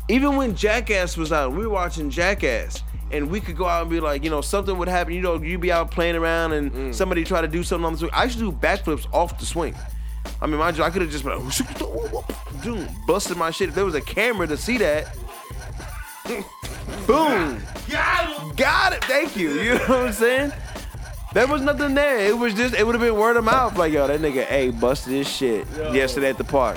S4: Even when Jackass was out, we were watching Jackass. And we could go out and be like, you know, something would happen. You know, you'd be out playing around and
S3: Mm.
S4: somebody try to do something on the swing. I used to do backflips off the swing. I mean, mind you, I could have just been like, dude, busted my shit. If there was a camera to see that, boom, got it. Thank you. You know what I'm saying? There was nothing there. It was just, it would have been word of mouth. Like, yo, that nigga, hey, busted his shit yesterday at the park.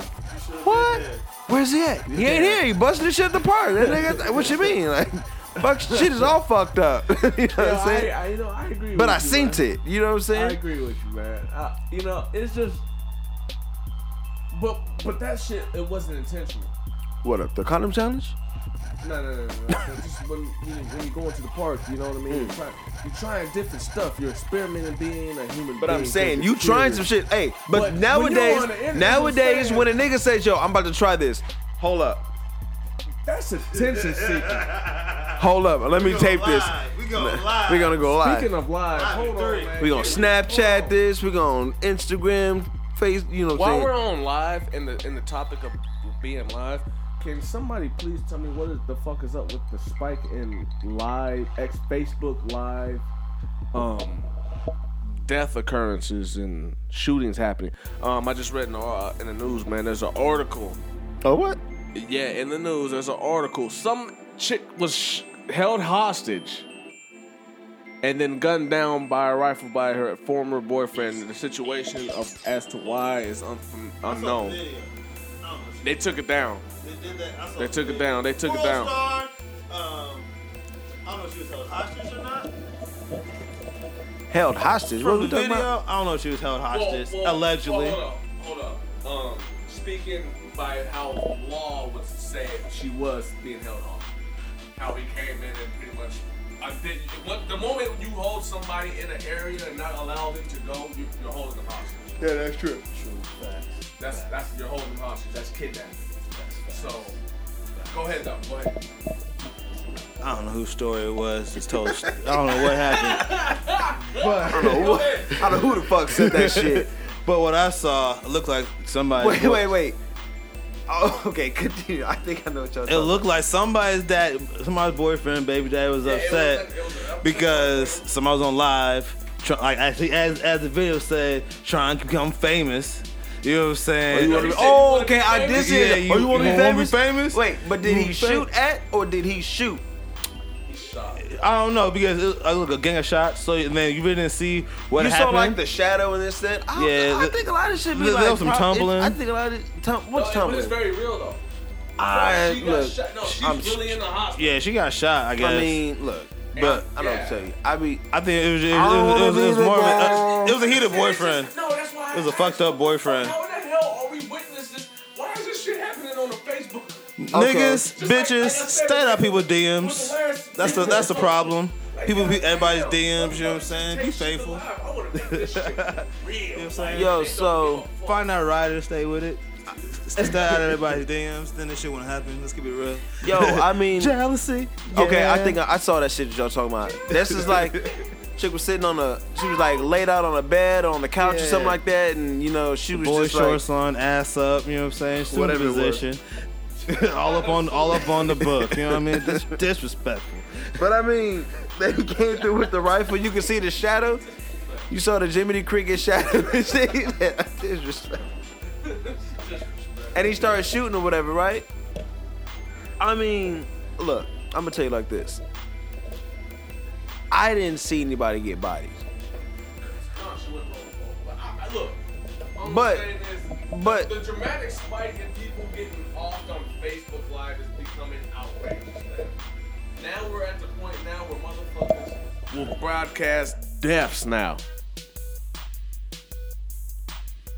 S4: What? Where's he at? He ain't here. He busted his shit at the park. That nigga, what you mean? Like, fuck, shit is all fucked up. you know what
S9: Yo,
S4: I'm saying?
S9: I, I, you know, I agree
S4: but
S9: with
S4: I
S9: you,
S4: seen
S9: man.
S4: it. You know what I'm
S9: I
S4: saying?
S9: agree with you, man. I, you know, it's just. But but that shit, it wasn't intentional.
S4: What up? The condom challenge?
S9: No, no, no, no. no. just when, you know, when you're going to the park, you know what I mean. You're,
S3: Mm.
S9: trying, you're trying different stuff. You're experimenting being a human.
S4: But I'm saying you trying some shit. Hey,
S9: But
S4: but,
S9: when you're on the
S4: nowadays,
S9: internet,
S4: nowadays
S9: I'm
S4: when a nigga says, "Yo, I'm about to try this," hold up,
S9: That's attention seeking.
S4: hold up, let me tape this.
S7: We gonna lie.
S4: We're gonna go live.
S9: Speaking of live, hold on,
S7: three.
S9: man.
S4: We're gonna Snapchat this. We're gonna Instagram, face. You know, what
S3: While
S4: I'm
S3: we're
S4: saying?
S3: on live and the and the topic of being live,
S9: Can somebody please tell me what is the fuck is up with the spike in live ex Facebook live?
S3: um, death occurrences and shootings happening. Um, I just read in the, uh, in the news, man. There's an article.
S4: oh what?
S3: Yeah, in the news, there's an article. Some chick was sh- held hostage and then gunned down by a rifle by her former boyfriend. The situation of as to why is unfam- unknown. They took it down. They took it down. They took it down.
S7: Star, um, I don't know if she was held hostage or not.
S4: Held hostage. What
S7: From
S4: are we
S7: the
S4: talking
S7: video,
S4: about?
S7: I don't know if she was held hostage.
S1: Well, well,
S7: allegedly.
S1: well, hold up, hold up. Um, speaking by how law was saying she was being held off, how he came in and pretty much. I did, what, the moment you hold somebody in an area and not allow them to go, you, you're holding them hostage. Yeah, that's true. True. That's that's you're holding them hostage. That's kidnapping. So, go ahead though. Go ahead.
S7: I don't know whose story it was. It's told. I don't know what happened.
S4: I don't know. What, I don't know who the fuck said that shit.
S7: But what I saw it looked like somebody.
S4: Wait, wait, wait. Oh, okay, continue. I think I know what y'all.
S7: It
S4: talking
S7: looked like somebody's dad, somebody's boyfriend, baby dad was upset because somebody was on live, try, like actually as as the video said, trying to become famous. You know what I'm saying?
S4: about. Oh, okay. I did see
S7: Yeah,
S4: that.
S7: you-
S4: oh, you want to
S7: you
S4: be
S7: wanna be
S4: famous?
S7: famous?
S4: Wait, but did
S7: You
S4: he
S7: wanna be
S4: shoot at or did he shoot?
S7: I don't know because it, I look a gang of shots. So man, you really didn't see what
S4: you
S7: happened.
S4: saw like the shadow in this set. I,
S7: Yeah,
S4: yeah, I
S7: th-
S4: think a lot of shit be
S7: there-
S4: like
S7: there was some
S4: pro-
S7: tumbling.
S4: I think a lot of tum- what's
S1: No, but it's
S4: tumbling.
S1: very real though.
S4: I
S1: she got
S4: look.
S1: shot. No, she's
S4: I'm-
S1: really in the hospital.
S7: yeah, she got shot. I guess.
S4: I mean, look.
S7: but
S4: I don't know what to tell you. I be.
S7: I think it was, it was,
S4: don't
S7: it
S4: wanna
S7: was, it
S4: be
S7: was
S4: the
S7: more of
S4: guy.
S7: a, uh, it was a heated boyfriend.
S1: No, that's why.
S7: It was a fucked up boyfriend.
S1: How in the hell are we witnesses? Why is this shit happening on the Facebook?
S7: Niggas,
S1: Just like-
S7: bitches,
S1: like I said,
S7: stay out people's
S1: with
S7: DMs.
S1: the last-
S7: That's the that's the problem. People, be
S1: Like,
S7: everybody's
S1: goddamn,
S7: DMs. You know what
S1: take
S7: I'm saying? Be
S1: shit
S7: faithful.
S1: alive. I would have this shit real. You know what I'm saying?
S7: Yo,
S4: so-
S7: Find that rider, stay with it. Stay out of everybody's DMs. Then this shit won't happen. Let's keep it real.
S4: Yo, I mean,
S10: Jealousy.
S4: okay, I
S10: yeah.
S4: think I, I saw that shit that y'all talking about. This is like, chick was sitting on a, she was like laid out on a bed or on the couch or something
S10: Yeah.
S4: like that, and you know she was
S7: Boy
S4: just like,
S7: shorts on, ass up. You know what I'm saying? She's
S4: Whatever
S7: Whatever
S4: it was.
S7: position. all up on, all up on the book. You know what I mean? Dis- disrespectful.
S4: But I mean, they came through with the rifle. You can see the shadow. You saw the Jiminy Cricket shadow. and shit. That's disrespect. and he started shooting or whatever, right? I mean, look, I'm gonna tell you like this. I didn't see anybody get bodied.
S1: Nah, she wouldn't roll the ball. But I- I- look, all I'm
S4: But-
S1: saying is,
S4: but-
S1: the dramatic spike in people getting off on Facebook Live is becoming outrageous. man. Now we're at the point now where motherfuckers will broadcast deaths now.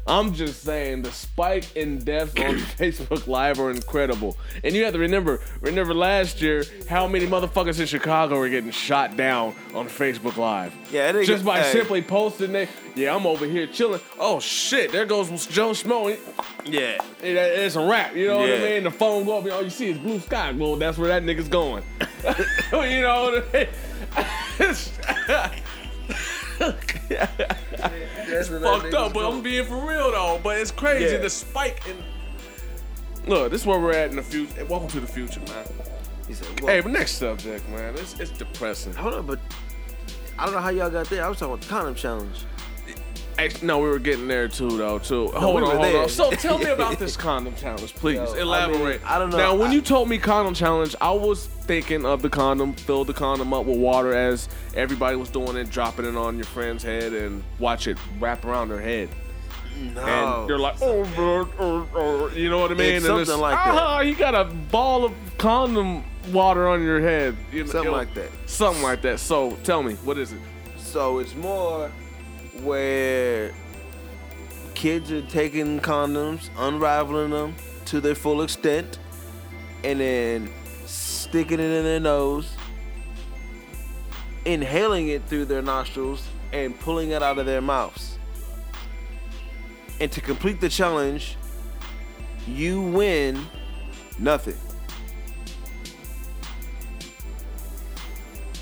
S3: I'm just saying the spike in deaths on Facebook Live are incredible. And you have to remember, remember last year how many motherfuckers in Chicago were getting shot down on Facebook Live.
S4: Yeah, it ain't-
S3: just by
S4: hey.
S3: simply posting that. Yeah, I'm over here chilling. Oh shit, there goes Joe Schmo. It-
S4: Yeah.
S3: it- it's a wrap. You know
S4: Yeah.
S3: what I mean? The phone go up and all you see is blue sky. Well, that's where that nigga's going. you know what I mean? It's fucked up, but I'm being for real though. But it's crazy
S4: Yeah.
S3: the spike in. Look, this is where we're at in the future. Hey, welcome to the future, man.
S4: He said, well,
S3: Hey, but next subject, man. It's it's depressing.
S4: hold on, but I don't know how y'all got there. I was talking about the condom challenge.
S3: Hey, no, we were getting there too, though. Too. hold
S4: we
S3: on,
S4: were
S3: hold
S4: there.
S3: on. So tell me about this condom challenge, please.
S4: Yo, I
S3: Elaborate.
S4: mean, I don't know.
S3: Now, when
S4: I-
S3: you told me condom challenge, I was thinking of the condom, fill the condom up with water as everybody was doing it, dropping it on your friend's head, and watch it wrap around their head. And you're like, oh, brr, oh, oh," you know what I mean?
S4: It's
S3: and
S4: something like that.
S3: "Ah, you got a ball of condom water on your head. You know,
S4: Something
S3: yo,
S4: like that.
S3: Something like that. So tell me, what is it?
S4: So it's more where kids are taking condoms, unraveling them to their full extent, and then sticking it in their nose, inhaling it through their nostrils, and pulling it out of their mouths. And to complete the challenge, you win nothing.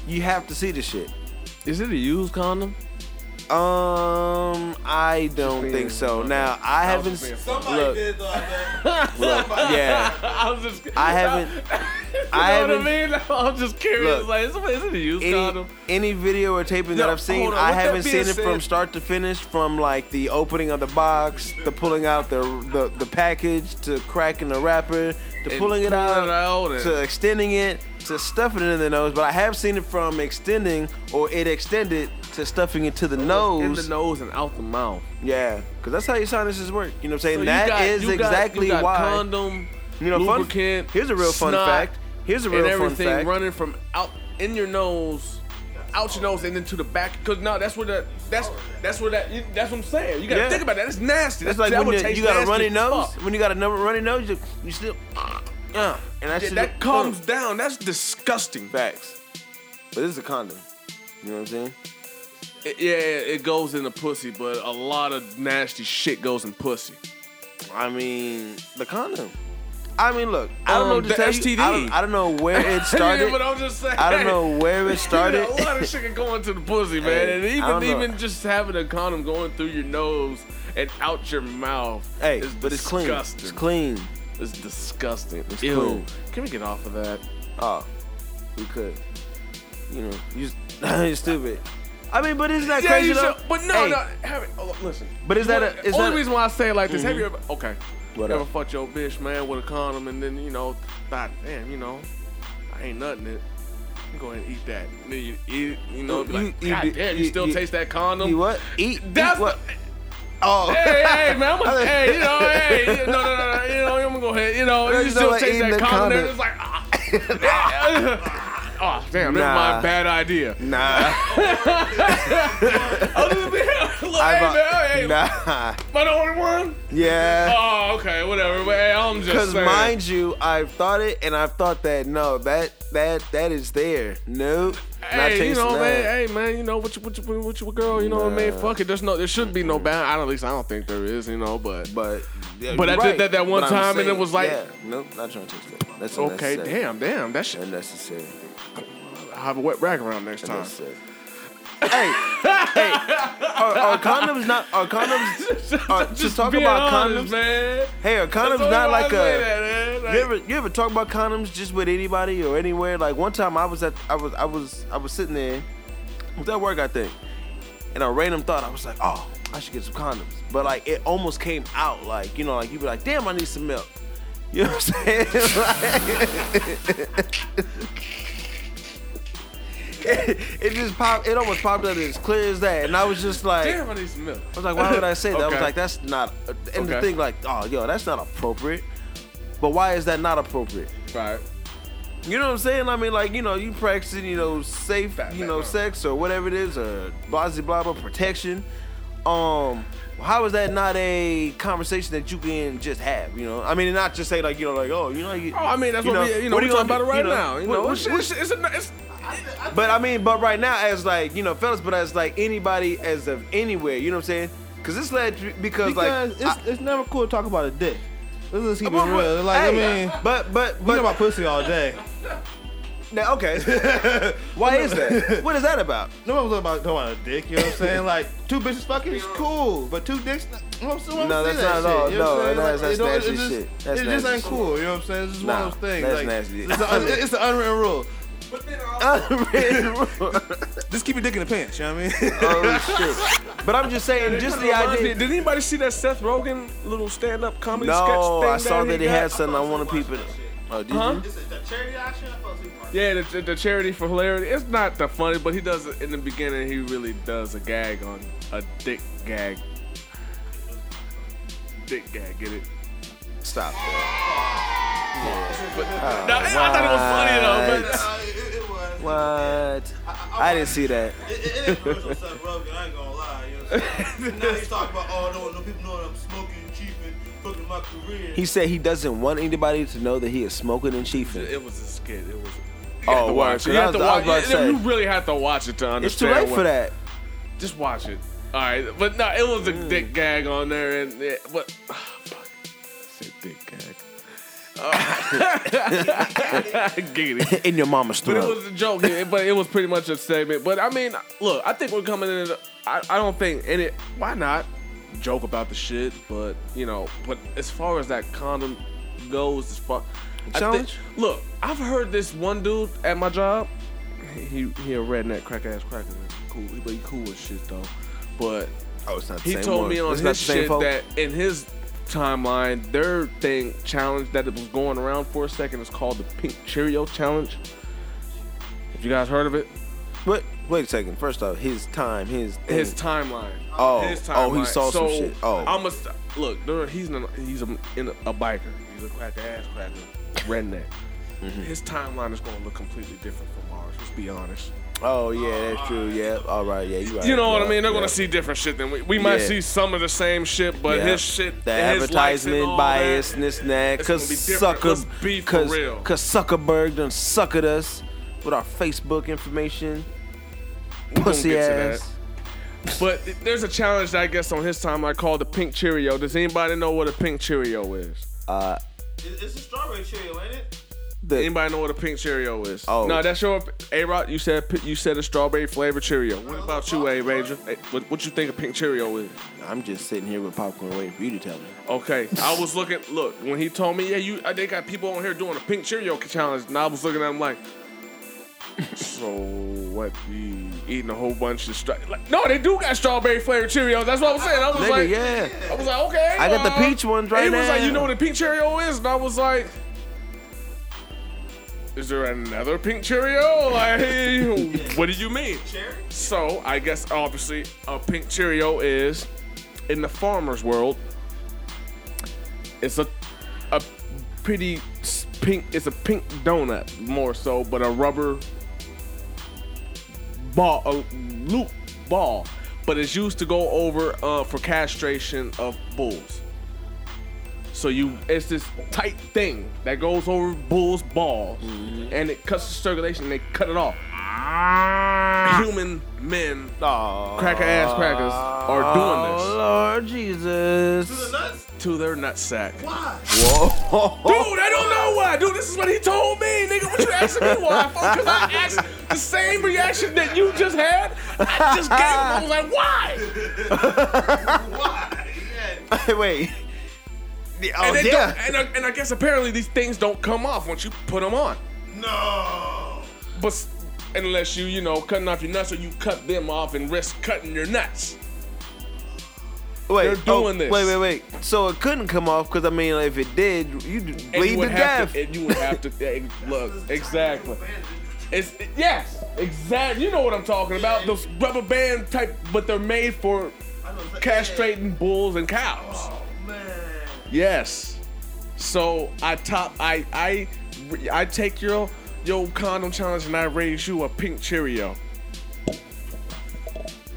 S4: You have to see this shit.
S3: Is it a used condom?
S4: Um, I don't think so. Now I haven't.
S3: being
S4: s-
S7: Somebody
S4: Look.
S7: did like that.
S4: Look, yeah,
S3: I was just.
S4: I haven't. I
S3: You know what
S4: haven't.
S3: I mean? I'm just curious.
S4: Look,
S3: like, is it- is it a used
S4: Any,
S3: condom?
S4: any video or taping that
S3: No,
S4: I've seen,
S3: hold on,
S4: I
S3: with that
S4: haven't
S3: being
S4: seen it from
S3: said-
S4: start to finish. From like the opening of the box, to pulling out the the, the package, to cracking the wrapper, to pulling it
S3: pulling
S4: out,
S3: it out and-
S4: to extending it, to stuffing it in the nose. But I have seen it from extending or it extended to stuffing it to the nose.
S3: In the nose and out the mouth.
S4: Yeah, because that's how your sinuses work. You know what I'm saying?
S3: So you got-
S4: that is
S3: you got-
S4: exactly
S3: you got
S4: why.
S3: Condom,
S4: You know, fun-
S3: lubricant.
S4: here's a real fun
S3: snot,
S4: fact. Here's a real
S3: and
S4: fun
S3: everything
S4: fact.
S3: running from out in your nose, out your nose, and into the back. Cause no, that's where the that's that's where that you, that's what I'm saying. You gotta
S4: Yeah.
S3: think about that. It's nasty.
S4: That's like
S3: that would
S4: when you,
S3: taste
S4: you got a
S3: nasty
S4: runny
S3: as
S4: nose.
S3: fuck.
S4: When you got a number runny nose, you, you still yeah, and that's
S3: Yeah, that comes down. That's disgusting.
S4: facts. But this is a condom. You know what I'm saying?
S3: It- yeah, it goes in the pussy, but a lot of nasty shit goes in pussy.
S4: I mean, the condom. I mean, look, I don't
S3: Um,
S4: know what to
S3: the
S4: tell you. I
S3: STD.
S4: don't, I don't know where it
S3: Yeah, but
S4: started.
S3: I'm just saying.
S4: I don't know where it started.
S3: a lot of shit can go into the pussy, man.
S4: Hey,
S3: and
S4: I don't
S3: even
S4: know.
S3: even just having a condom going through your nose and out your mouth.
S4: Hey,
S3: is
S4: but it's clean.
S3: disgusting.
S4: It's clean.
S3: It's disgusting. It's
S4: Ew.
S3: clean. Can we get off of that?
S4: Oh, we could. You know, you you're stupid. I mean, but isn't that crazy
S3: you
S4: though?
S3: should- But no,
S4: Hey,
S3: no. Have it, oh, listen.
S4: But is that
S3: What-
S4: a- is
S3: only
S4: that a- Mm-hmm.
S3: reason why I say it like this? Have you ever? Okay.
S4: What
S3: ever
S4: up?
S3: fucked your bitch, man, with a condom, and then you know thought, damn, you know, I ain't nothing it. You go ahead and eat that. And then you eat, it, you know, be
S4: You-
S3: like,
S4: you
S3: God
S4: did-
S3: damn, you,
S4: you-
S3: still
S4: you-
S3: taste that condom.
S4: You what? Eat.
S3: That's
S4: eat what?
S3: the-
S4: oh.
S3: hey, hey, man, I'm gonna, hey, you know, hey, you- no, no, no, no, you know, I'm gonna go ahead, you know,
S4: No,
S3: you
S4: you know
S3: still
S4: what,
S3: taste
S4: eating
S3: that
S4: the
S3: condom, there,
S4: condom.
S3: it's like, ah, ah, oh, damn, never
S4: Nah.
S3: mind, bad idea.
S4: Nah.
S3: I'll just be, look,
S4: I've,
S3: hey,
S4: uh,
S3: man, hey,
S4: Nah.
S3: am I the only one?
S4: Yeah.
S3: Oh, okay, whatever, but hey, I'm just
S4: Because
S3: saying.
S4: mind you, I've thought it and I've thought that no, that that that is there. Nope. not
S3: Hey, you
S4: chasing
S3: know,
S4: that.
S3: man. Hey, man. You know what you what you what you girl. You know what I mean? Fuck it. There's no. There shouldn't be no bound. I don't. At least I don't think there is. You know, but
S4: But yeah,
S3: But
S4: you're
S3: I did
S4: right.
S3: that that one
S4: But I'm
S3: time and it
S4: saying,
S3: was like-
S4: yeah, nope, not trying to touch that. That's
S3: okay.
S4: unnecessary.
S3: Damn, damn. That shit.
S4: Unnecessary.
S3: I have a wet rag around next time.
S4: Unnecessary. hey, hey, are, are condoms not? Are condoms? Are, just talk
S3: being
S4: about
S3: honest,
S4: condoms.
S3: man.
S4: Hey, are condoms
S3: That's
S4: not
S3: why I
S4: like a?
S3: say that, man. Like,
S4: You ever you ever talk about condoms just with anybody or anywhere? Like one time I was at I was I was I was sitting there with that work I think, and a random thought I was like, oh, I should get some condoms. But like it almost came out like you know like you be like, damn, I need some milk. You know what I'm saying? Like- it, it just popped. It almost popped up as clear as that, and I was just like,
S3: Damn, I need some milk.
S4: I was like, why would I say that? I was
S3: Okay.
S4: like, that's not. And the
S3: Okay.
S4: thing, like, oh, yo, that's not appropriate. But why is that not appropriate?
S3: Right.
S4: You know what I'm saying? I mean, like, you know, you practicing, you know, safe,
S3: Fact,
S4: you
S3: fact,
S4: know,
S3: fact.
S4: sex or whatever it is, or blah, blah, blah, blah, protection. Um, how is that not a conversation that you can just have? You know, I mean, and not just say like, you know, like, oh, you know, you,
S3: Oh, I mean, that's what we, you know,
S4: are
S3: we're
S4: you
S3: talking about
S4: gonna
S3: it
S4: do?
S3: right now. You
S4: what-
S3: know,
S4: what-
S3: it's,
S4: what-
S3: it's, it's, a- it's,
S4: but I mean, but right now, as like you know, fellas, but as like anybody, as of anywhere, you know what I'm saying? Because this led to- because,
S10: Because
S4: like
S10: it's, it's never cool to talk about a dick. Let's just keep it
S4: But- but-
S10: real. Like, I
S4: hey,
S10: mean,
S4: but but
S10: we
S4: but
S10: talk about pussy all day.
S4: now, okay. Why is that? What is that about?
S10: No one was about talking about a dick, you know what I'm saying? Like, two bitches fucking is cool, but two dicks, no, no
S4: No, that's not at all. No, that's- that's nasty
S10: it just,
S4: shit. That's
S10: it just
S4: nasty
S10: ain't
S4: shit.
S10: cool, you know what I'm saying? It's just one
S4: Nah,
S10: of those things.
S4: that's
S10: like,
S4: nasty.
S10: It's, a, it's- it's an unwritten rule.
S1: But then also,
S3: uh,
S10: Just keep your dick in the pants, you know what I mean?
S4: oh shit! But I'm just saying, just the idea.
S3: Did anybody see that Seth Rogen little stand-up comedy
S4: No, I
S3: sketch thing?
S4: saw
S3: he
S4: that he
S3: got?
S4: had something. I want to peep it. Oh, did
S3: Huh?
S4: you?
S3: Yeah, the, the- the charity for hilarity. It's not the funny, but he does it in the beginning. He really does a gag on a dick gag. Dick gag, get it?
S4: Stop. that.
S3: No, I thought it was funny though. But
S7: Nah, it, it was.
S4: What? I didn't see that.
S7: It, it, it ain't personal Seth Rogen, I ain't gonna lie. You know what I'm saying? now he's talking about, oh, no, no people know that I'm smoking, cheaping, fucking my career.
S4: He said he doesn't want anybody to know that he is smoking and cheating.
S3: it was a skit. It was.
S4: Oh, wow,
S3: watch.
S4: 'cause
S3: You
S4: I
S3: have to
S4: was- I was
S3: watch.
S4: about to
S3: You,
S4: say.
S3: you really have to watch it to understand.
S4: It's too late
S3: what-
S4: for that.
S3: Just watch it. All right, but no, it was a dick gag on there, and it, but ah, fuck. I said dick gag. Uh, Giggity.
S4: In your mama's
S3: But
S4: throat.
S3: it was a joke, yeah, but it was pretty much a statement. But I mean, look, I think we're coming in. I, I don't think and it. Why not joke about the shit? But you know, but as far as that condom goes, as far I think-
S4: Challenge?
S3: look, I've heard this one dude at my job. He he a redneck, crack ass cracker. Cool, but he cool as shit though. But
S4: oh, it's not the
S3: he
S4: same
S3: told
S4: one.
S3: me on
S4: It's not
S3: his
S4: the same
S3: shit
S4: folk?
S3: that in his timeline, their thing challenge that it was going around for a second is called the Pink Cheerio Challenge. If you guys heard of it,
S4: What? Wait a second. First off, his time, his thing.
S3: his timeline.
S4: Oh,
S3: his
S4: oh, he saw
S3: So,
S4: some shit. Oh.
S3: I'm a st- look. there- He's in a, he's a, in a, a biker. He's a cracker ass cracker, redneck.
S4: Mm-hmm.
S3: His timeline is going to look completely different from ours. Let's be honest.
S4: Oh yeah, that's true. Yeah. All right. Yeah, you right.
S3: You know what I
S4: Yeah,
S3: mean? They're
S4: yeah.
S3: gonna see different shit than we. We might
S4: Yeah.
S3: see some of the same shit, but
S4: Yeah.
S3: his shit,
S4: The
S3: his likes and
S4: advertisement
S3: all
S4: bias,
S3: that,
S4: and this and that.
S3: it's
S4: Cause
S3: gonna be different.
S4: sucker,
S3: Let's be for
S4: cause,
S3: real.
S4: cause Zuckerberg done suckered us with our Facebook information.
S3: gonna
S4: Pussy
S3: get to that.
S4: ass.
S3: But there's a challenge, I guess, on his time. I call the pink Cheerio. Does anybody know what a pink Cheerio is?
S4: Uh,
S7: It- it's a strawberry Cheerio, ain't it?
S4: the,
S3: Anybody know what a pink Cheerio is?
S4: Oh.
S3: no, that's your A Rod. You said pi- you said a strawberry flavored Cheerio. What about you, A Ranger? Hey, What, what you think a pink Cheerio is?
S4: I'm just sitting here with popcorn waiting for you to tell me.
S3: Okay, I was looking. Look, when he told me, yeah, you, uh, they got people on here doing a pink Cheerio challenge, and I was looking at him like, so what? You eating a whole bunch of stra- like, no, they do got strawberry flavored Cheerios. That's what I was saying. I was
S4: Nigga,
S3: like,
S4: yeah.
S3: I was like, okay.
S4: I got the
S3: uh,
S4: peach ones right
S3: He was like,
S4: now.
S3: you know what a pink Cheerio is? And I was like, is there another pink Cheerio? Like, what do you mean?
S7: Cherry?
S3: So I guess obviously a pink Cheerio is, in the farmer's world, it's a a pretty s- pink. It's a pink donut more so, but a rubber ball, a loop ball, but it's used to go over uh, for castration of bulls. So you, it's this tight thing that goes over bull's balls, and it cuts the circulation. and They cut it off. Human men, cracker ass crackers, are doing this
S4: Oh, Lord Jesus.
S3: to their nutsack.
S4: Whoa.
S3: Dude, I don't know why. Dude, this is what he told me. Nigga, what you asking me why? Because I asked the same reaction that you just had. I just gave him. I was like, why?
S4: Wait. Yeah, Oh,
S3: and, they
S4: yeah.
S3: don't- and, I, and I guess apparently these things don't come off once you put them on. No. But s- unless you, you know, cutting off your nuts or you cut them off and risk cutting your nuts.
S4: Wait, oh,
S3: They're doing this.
S4: Wait, wait, wait. So it couldn't come off because I mean, if it did, you
S3: And
S4: bleed
S3: you
S4: to
S3: would have
S4: death.
S3: to, and you would have to eh, look exactly. It's yes, exactly. You know what I'm talking about. Those rubber band type, but they're made for castrating bulls and cows. Yes. So I top I I I take your your condom challenge and I raise you a pink Cheerio.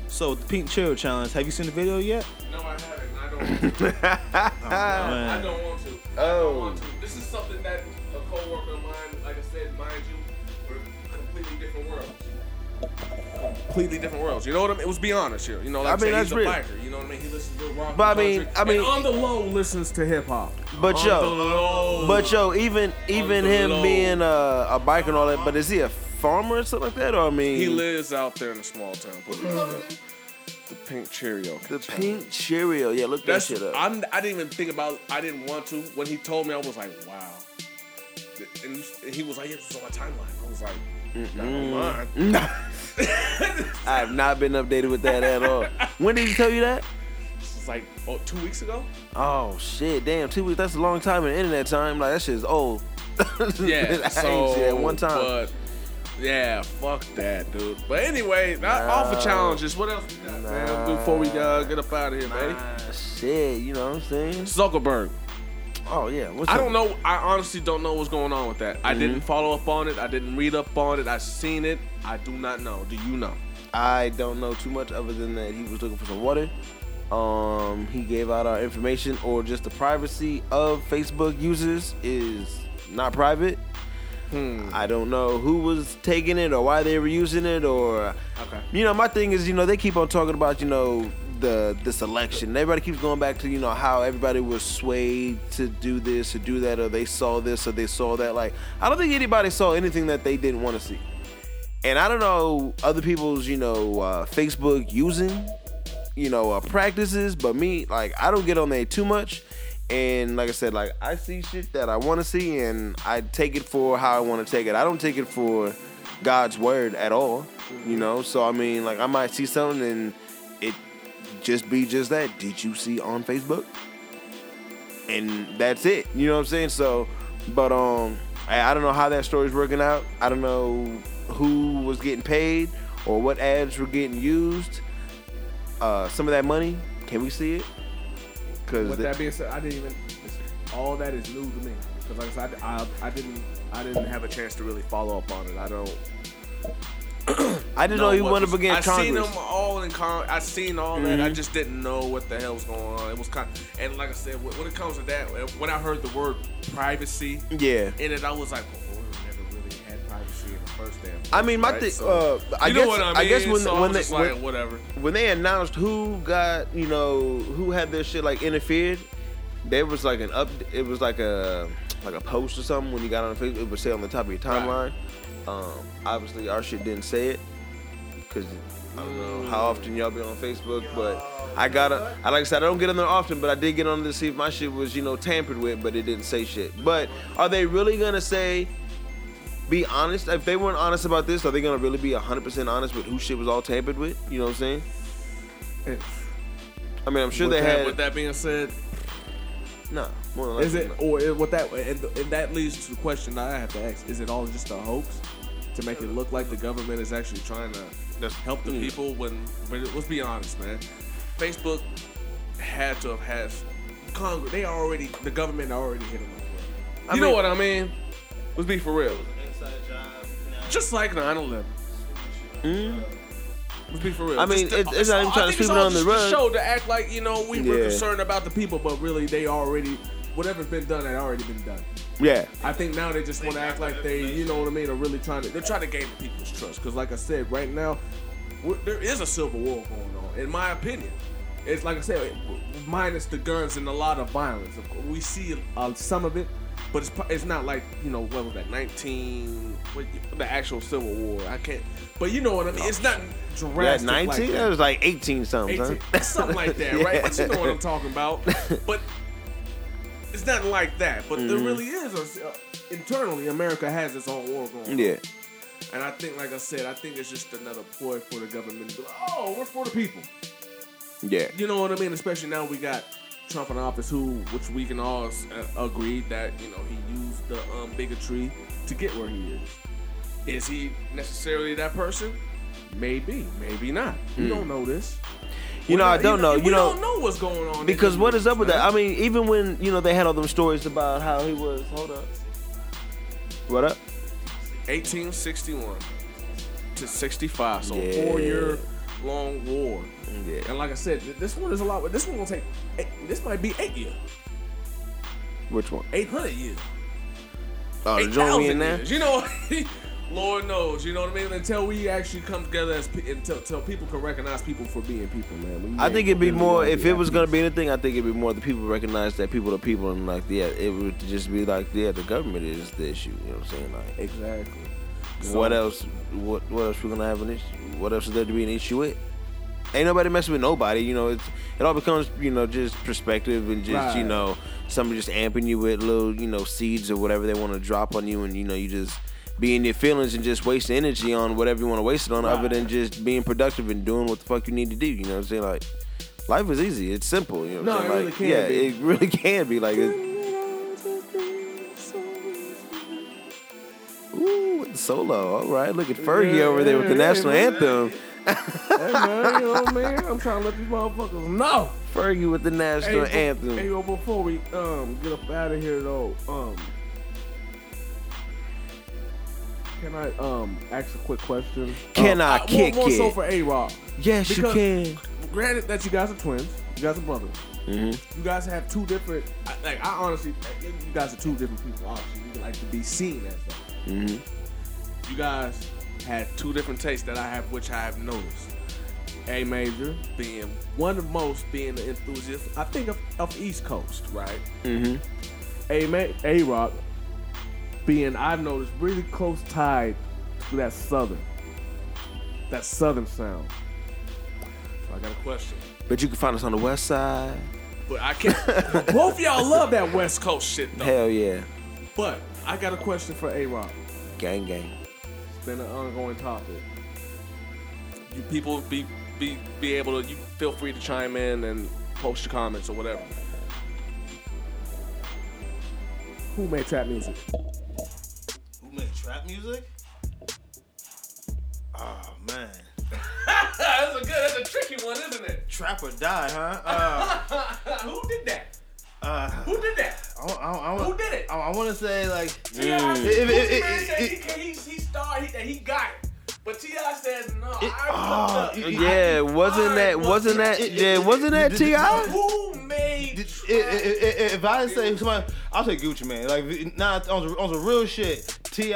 S7: So the Pink Cheerio Challenge. Have you seen the video yet?
S1: No, I haven't. I don't. want to. I don't want to. I don't
S4: Oh.
S1: want to. This is something that a coworker of mine, like I said, mind you, we're completely different worlds. Completely different worlds.
S3: You know what I mean? It was be honest here. You know, like
S4: I
S3: I
S4: mean,
S3: mean,
S4: that's
S3: he's a
S4: real.
S3: biker. You know what I mean? He listens to rock. and
S4: But I mean-
S3: country,
S4: I
S3: and
S4: mean-
S3: on the low listens to hip hop.
S4: But
S3: Oh,
S4: yo, but yo, even even
S3: the
S4: him
S3: low.
S4: being uh, a biker and all that, but is he a farmer or something like that? Or I mean,
S3: He lives out there in a small town. Put it like that. the pink Cheerio.
S4: the pink Cheerio. Yeah, look
S3: That's,
S4: that shit up.
S3: I'm, I didn't even think about. I didn't want to. When he told me, I was like, wow. And he was like, yeah, this is on my timeline. I was like, not on mine.
S4: I have not been updated with that at all. when did he tell you that?
S3: It's like oh, two weeks ago.
S4: Oh shit, damn, two weeks. That's a long time in internet time. Like that shit's old. I
S3: Yeah,
S4: ain't
S3: so
S4: seen that one time.
S3: But yeah, fuck that, dude. But anyway, not all for challenges. What else we got, man? Before we uh, get up out of here, man.
S4: Ah, shit, you know what I'm saying?
S3: Zuckerberg.
S4: Oh yeah, what's
S3: I
S4: up?
S3: don't know. I honestly don't know what's going on with that. I didn't follow up on it. I didn't read up on it. I seen it. I do not know. Do you know?
S4: I don't know too much other than that he was looking for some water. Um, he gave out our information, or just the privacy of Facebook users is not private.
S3: Hmm.
S4: I don't know who was taking it or why they were using it, or
S3: Okay.
S4: you know, my thing is, you know, they keep on talking about, you know, the this election. Everybody keeps going back to, you know, how everybody was swayed to do this or do that, or they saw this or they saw that. Like, I don't think anybody saw anything that they didn't want to see. And I don't know other people's, you know, uh, Facebook using, you know, uh, practices, but me, like, I don't get on there too much. And like I said, like I see shit that I want to see, and I take it for how I want to take it. I don't take it for God's word at all, you know. So I mean, like I might see something, and it just be just that. Did you see on Facebook? And that's it. You know what I'm saying? So, but um, I, I don't know how that story's working out. I don't know who was getting paid or what ads were getting used. Uh, some of that money, can we see it? Because
S9: With that being said, I didn't even. All that is new to me because, like I said, I, I, I didn't, I didn't have a chance to really follow up on it. I don't.
S4: I didn't know he went up
S3: I
S4: against
S3: seen
S4: Congress. Mm-hmm.
S3: them all in con. I seen all that. I just didn't know what the hell was going on. It was kind. and like I said, when when it comes to that, when I heard the word privacy
S4: Yeah.
S3: in it, I was like, well, we never really had privacy in the first damn.
S4: I mean, my
S3: Right,
S4: thing.
S3: so-
S4: uh, I
S3: you
S4: guess.
S3: know what I mean?
S4: guess when
S3: so
S4: when
S3: I'm
S4: they
S3: just
S4: when,
S3: like, whatever.
S4: when they announced who got you know who had their shit like interfered, there was like an up. It was like a like a post or something when you got on the Facebook. It would say on the top of your timeline. Um, obviously, our shit didn't say it because I don't know how often y'all be on Facebook, but I gotta. I like I said, I don't get on there often, but I did get on there to see if my shit was you know tampered with, but it didn't say shit. But are they really gonna say? Be honest. If they weren't honest about this, are they gonna really be 100% honest with who shit was all tampered with? You know what I'm saying? I mean, I'm sure they
S3: With that-
S4: had.
S3: with that being said,
S4: No, more than
S9: Is it
S4: likely
S9: or it, what that and, and that leads to the question that I have to ask: Is it all just a hoax to make it look like the government is actually trying to
S4: That's-
S9: help
S3: the
S9: the people?
S3: people when but let's be honest man facebook had to have had congress they already the government already hit them up you know
S4: mean-
S3: what i mean let's be for real
S7: uh,
S3: just like 9-11 Let's be for real.
S4: Mm-hmm. I mean,
S3: Just to-
S4: it's- it's not even
S3: all- I
S4: trying to
S3: think it's
S4: sweep it
S3: all
S4: under
S3: just
S4: the
S3: to
S4: rug.
S3: Show to act like you know we were
S4: Yeah.
S3: concerned about the people, but really they already whatever's been done had already been done.
S4: Yeah.
S3: I think now they just want to act like they, you know what I mean, are really trying to. They're trying to gain the people's trust because, like I said, right now we're- there is a civil war going on, in my opinion. It's like I said, it- minus the guns and a lot of violence. Of course, We see uh, some of it, but it's pro- it's not like you know what was that 19 what, the actual civil war. I can't, but you know what I mean. It's not
S4: That
S3: drastic. like
S4: 19?
S3: that.
S4: That was like 18 something.
S3: 18,
S4: Huh?
S3: something like that,
S4: Yeah.
S3: right? But you know what I'm talking about. But it's not like that. But
S4: Mm-hmm.
S3: there really is. A, uh, internally, America has its own war going. on.
S4: Yeah.
S3: And I think, like I said, I think it's just another ploy for the government. to be like, oh, we're for the people.
S4: Yeah.
S3: You know what I mean? Especially now we got Trump in office, who, which we can all s- uh, agree that you know he used the um, bigotry to get where he is. Is he necessarily that person? Maybe, maybe not.
S4: Hmm.
S3: We don't know this.
S4: You know, I
S3: We
S4: don't know.
S3: we
S4: You know,
S3: don't know what's going on. in
S4: Because
S3: the
S4: what is up with
S3: news,
S4: that? I mean, even when you know they had all them stories about how he was. Hold up. What up?
S3: 1861 to 65, so
S4: Yeah.
S3: four year long war.
S4: Yeah.
S3: And like I said, th- this one is a lot. This one gonna take. Eight, this might be eight year,
S4: Which one?
S3: eight hundred year,
S4: Oh, the
S3: eight
S4: joint we
S3: thousand
S4: in there.
S3: years. You know, Lord knows. You know what I mean? Until we actually come together as pe- until, until people can recognize people for being people, man. We
S4: I
S3: ain't
S4: think it'd be
S3: really
S4: more
S3: gonna
S4: if it
S3: happy.
S4: was gonna be anything. I think it'd be more the people recognize that people are people and like yeah, it would just be like yeah, the government is the issue. You know what I'm saying? Like
S3: exactly.
S4: what else? What what else we gonna have an issue? What else is there to be an issue with? Ain't nobody messing with nobody. You know, it's it all becomes you know just perspective and just you
S3: Right.
S4: know somebody just amping you with little you know seeds or whatever they want to drop on you, and you know you just be in your feelings and just wasting energy on whatever you want to waste it on, other than just being productive and doing what the fuck you need to do. You know what I'm saying? Like. Life is easy. It's simple. You know what I'm
S3: No,
S4: saying?
S3: it really
S4: Like,
S3: can
S4: yeah,
S3: be.
S4: it really can be. Like, it, ooh, with the solo. All right, look at Fergie over there with the national anthem.
S3: Hey man, you know what I mean? I'm trying to let these motherfuckers know.
S4: Fergie with the national
S3: hey, yo,
S4: anthem.
S3: Hey, yo, before we um get up out of here though, um, can I um ask a quick question?
S4: Can I
S3: Uh, more-
S4: kick
S3: more so
S4: it?
S3: for A Rock.
S4: yes,
S3: because-
S4: you can.
S3: Granted that you guys are twins, you guys are brothers. You guys have two different. I- Like I honestly, you guys are two different people. Obviously, you like to be seen as that. You guys had two different tastes that I have, which I have noticed. A major being one of most being the enthusiast, I think of, of East Coast, right? Mm-hmm. A ma- A Rock being I've noticed really close tied to that Southern, that Southern sound. So I got a question.
S4: But you can find us on the west side.
S3: But I can't. both y'all love that West Coast shit though.
S4: Hell yeah.
S3: But I got a question for A Rock.
S4: Gang gang.
S3: It's been an ongoing topic.
S11: You people be be be able to. You feel free to chime in and post your comments or whatever.
S3: Who made trap music?
S7: Who made trap music? Oh man,
S12: That's a good. That's a tricky one, isn't it?
S7: trap or die, huh? Uh,
S12: Who did that?
S7: uh,
S12: Who did that?
S7: I, I, I,
S12: Who did it?
S7: I, I want to say like
S12: T.I.
S7: if-
S12: said- Gucci
S7: if- if-
S12: Mane said
S7: if-
S12: he can- he he starred he, that he got it, but Ti says no.
S3: uh,
S7: Ah,
S12: I fucked up.
S7: it-
S4: Yeah, wasn't that wasn't that yeah, wasn't that T.I.?
S12: Who made?
S7: Did- i- i- i- i- If I didn't say somebody, I'll say Gucci man. Like nah, on some, on some real shit, Ti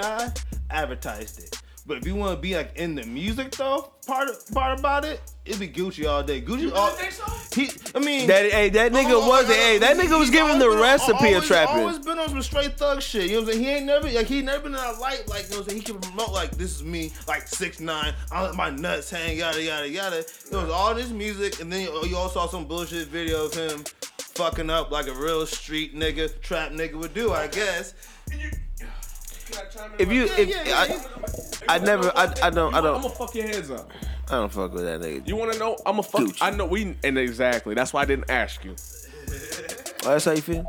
S7: advertised it. But if you want to be like in the music though, part part about it, it'd be Gucci all day. Gucci
S12: You
S7: all.
S12: really think so?
S7: He, I mean,
S4: That hey, that nigga
S7: Oh, oh,
S4: was
S7: oh,
S4: hey, that
S7: he-
S4: nigga was
S7: he's
S4: giving the
S3: oh,
S7: always been on-
S4: recipe of
S7: always- Always
S4: trapping.
S7: been on some straight thug shit. You know what I'm saying? He ain't never like he never been in that light like you know what I'm saying. He can promote like this is me like six nine. I let my nuts hang yada yada yada. It was all this music, and then you, you all saw some bullshit video of him fucking up like a real street nigga, trap nigga would do, I guess.
S4: If you if
S7: yeah, yeah,
S4: I, I never I, I don't I
S3: I'm
S4: don't
S3: gonna fuck your heads up.
S4: I don't fuck with that nigga.
S11: You want to know? I'm a fuck.
S4: Gucci.
S11: I know we and exactly. That's why I didn't ask you.
S4: Oh, that's how you feel?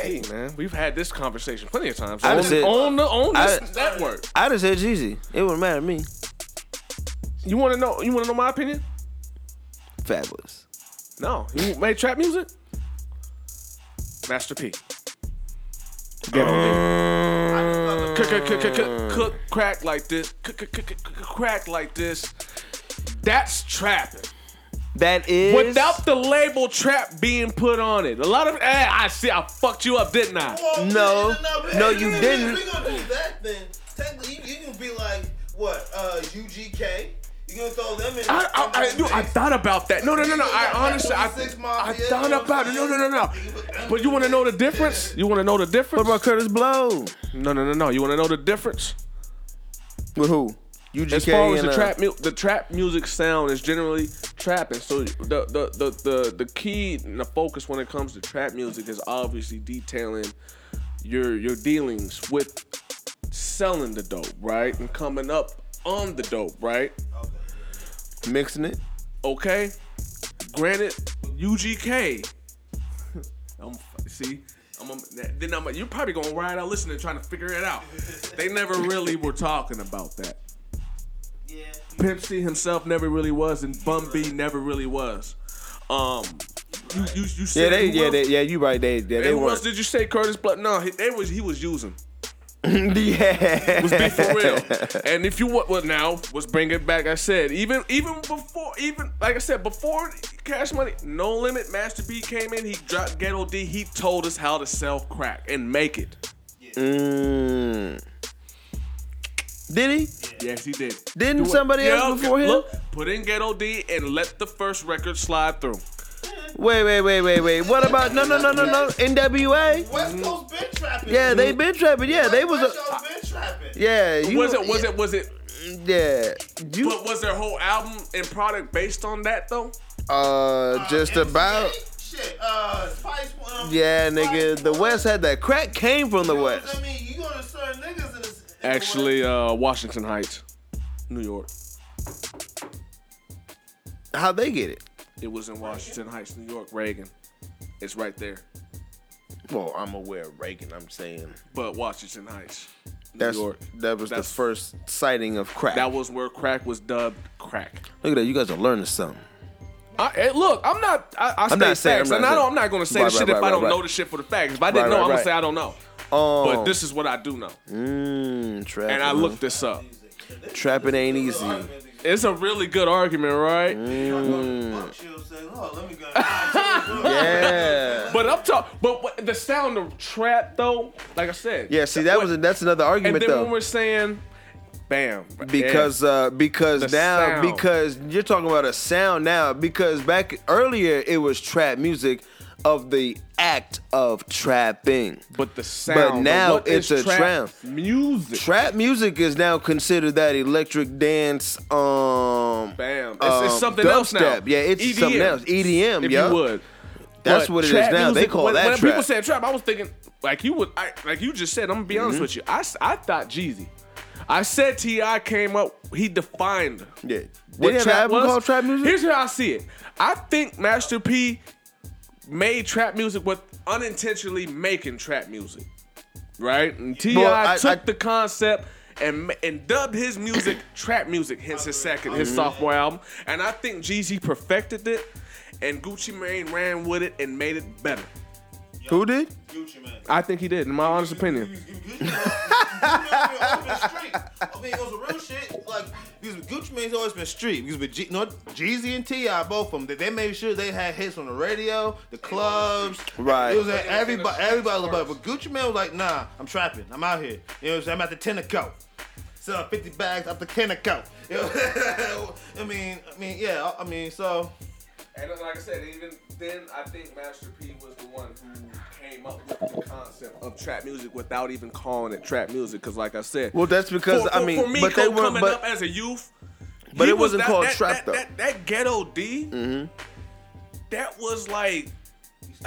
S11: Hey man, we've had this conversation plenty of times.
S4: I
S11: on,
S4: just said-
S11: on the on
S4: I-
S11: this network.
S4: I just said Jeezy. It wouldn't matter to me.
S11: You want to know? You want to know my opinion?
S4: Fabulous.
S11: No, you made trap music. Master P.
S4: Uh,
S11: Cook, cook, cook, cook, cook, cook, crack like this. Cook, cook, cook, cook, cook, crack like this. That's trapping.
S2: That is
S3: Without the label trap being put on it. A lot of eh, I see I fucked you up, didn't I?
S2: No. No, you didn't.
S7: We're gonna do that then. Technically, you, you can be like what uh, UGK. You gonna throw them in?
S3: I, I, I,
S7: in the
S3: dude, I
S7: mix.
S3: thought about that. No, no, no, no. I
S7: Like
S3: honestly, I,
S7: 26
S3: I
S7: Mafia, you
S3: thought
S7: know what
S3: about it.
S7: I'm
S3: No, no, no,
S7: saying?
S3: no. But you want to know the difference? You want to know the difference?
S4: What about Curtis Blow?
S3: No, no, no, no. You want to know the difference?
S4: With who? UGK
S3: As far as
S4: and
S3: the
S4: uh,
S3: trap, mu- the trap music sound is generally trapping. So the the, the the the key and the focus when it comes to trap music is obviously detailing your your dealings with selling the dope, right, and coming up on the dope, right?
S4: mixing it.
S3: Okay. Granted, UGK. I'm, see, I'm a, then I'm a, you're probably gonna ride out listening, trying to figure it out. They never really were talking about that.
S7: Yeah.
S3: Pimp C himself never really was, and Bum B never really was. Um, you you you said
S4: Yeah, they,
S3: who
S4: yeah,
S3: else-
S4: they, yeah. You right, they, yeah,
S3: and
S4: they
S3: who else
S4: weren't.
S3: did you say Curtis Blood? No, he, they was he was using.
S4: yeah,
S3: Let's be for real. And if you want, well, now let's bring it back. I said even even before even like I said before Cash Money, No Limit, Master B came in. He dropped Ghetto D. He told us how to sell crack and make it.
S4: Mm. Did he?
S3: Yes, he did.
S4: Didn't somebody else
S3: Yeah,
S4: before him?
S3: Look, put in Ghetto D and let the first record slide through.
S4: Wait, wait, wait, wait, wait. What about no, no, no, no, no? NWA?
S7: West Coast been trapping.
S4: Yeah, they been trapping. Yeah, they was.
S7: West
S4: A,
S7: Coast been trapping.
S4: yeah, you,
S3: Mm-hmm. was it was it was it
S4: Yeah, you
S3: But was their whole album and product based on that though?
S4: uh just
S7: MCA?
S4: about.
S7: Shit. Uh, Spice. Um,
S4: Yeah, nigga, the West had that crack came from the
S7: I
S4: West.
S7: mean, you gonna serve niggas in this.
S3: Actually, uh, Washington Heights, New York.
S4: How they get it?
S3: It was in Washington Heights, New York. Reagan, it's right there.
S4: Well, I'm aware of Reagan. I'm saying
S3: But Washington Heights, New
S4: that's
S3: York.
S4: that was
S3: That's-
S4: the first sighting of crack.
S3: That was where crack was dubbed crack.
S4: Look at that, you guys are learning something.
S3: I, hey, look, I'm not. I, I am
S4: not saying-
S3: facts,
S4: I'm
S3: and
S4: not
S3: I don't,
S4: saying-
S3: I'm not going to say
S4: Right,
S3: the shit
S4: right,
S3: if
S4: right,
S3: I don't
S4: right,
S3: know
S4: right.
S3: the shit for the facts. If I didn't
S4: Right,
S3: know,
S4: right,
S3: I'm going
S4: right.
S3: to say I don't know.
S4: Um,
S3: But this is what I do know,
S4: mm, trapping,
S3: and I looked this up.
S4: Trapping ain't easy.
S3: It's a really good argument, right?
S4: Mm. Yeah.
S3: But I'm talking. But what, the sound of trap though, like I said.
S4: Yeah, see that
S3: what-
S4: was a, that's another
S3: And
S4: argument
S3: then when
S4: though.
S3: we're saying, bam,
S4: Because uh because
S3: The
S4: now
S3: sound.
S4: because you're talking about a sound now because back earlier it was trap music of the act of trapping.
S3: yeah. but the sound.
S4: now
S3: what is
S4: it's a trap.
S3: music.
S4: Trap music is now considered that electric dance um
S3: Bam, it's, it's
S4: um,
S3: something else now.
S4: dubstep. Yeah, it's
S3: EDM,
S4: something else. E EDM,
S3: If
S4: yeah.
S3: you would,
S4: That's
S3: But
S4: what it is
S3: trap
S4: now. they
S3: music-
S4: call
S3: when,
S4: that
S3: when
S4: trap.
S3: people said trap. I was thinking like you would, I, like you just said. I'm gonna be honest
S4: Mm-hmm.
S3: with you. I, s- I thought Jeezy. I said Ti came up. He defined
S4: yeah.
S3: what
S4: They have an
S3: trap
S4: album
S3: was.
S4: called trap music?
S3: Here's how I see it. I think Master P made trap music with unintentionally making trap music, right? And Ti
S4: Well, I-
S3: took
S4: I-
S3: the concept. And, ma- and dubbed his music trap music, hence his second,
S4: Mm-hmm.
S3: his sophomore album. And I think Jeezy perfected it, and Gucci Mane ran with it and made it better.
S4: Who did?
S7: Gucci man.
S3: I think he did, in my honest opinion.
S7: Gucci Mane's been open street. I mean, it was real shit. Like, because Gucci Mane's always been street. Because with G, no, Jeezy and T.I., both of them, they, they made sure they had hits on the radio, the clubs.
S4: Right.
S7: It was at everybody, everybody was above. But Gucci Mane was like, nah, I'm trapping. I'm out here. You know what I'm saying? I'm at the Tenneco. Sell 50 bags up the Tenneco. You know? I mean, I mean, yeah, I I mean, so.
S3: And like I said, even then, I think Master P was the one who came up with the concept of trap music without even calling it trap music. Because, like I said,
S4: Well, that's because
S3: for, for-
S4: I mean,
S3: for me,
S4: but they
S3: co-
S4: weren't.
S3: coming
S4: But
S3: up as a youth.
S4: but
S3: he
S4: it
S3: was
S4: wasn't
S3: that-
S4: called
S3: that,
S4: trap
S3: that,
S4: though. Mm-hmm.
S3: That, that ghetto D, that was like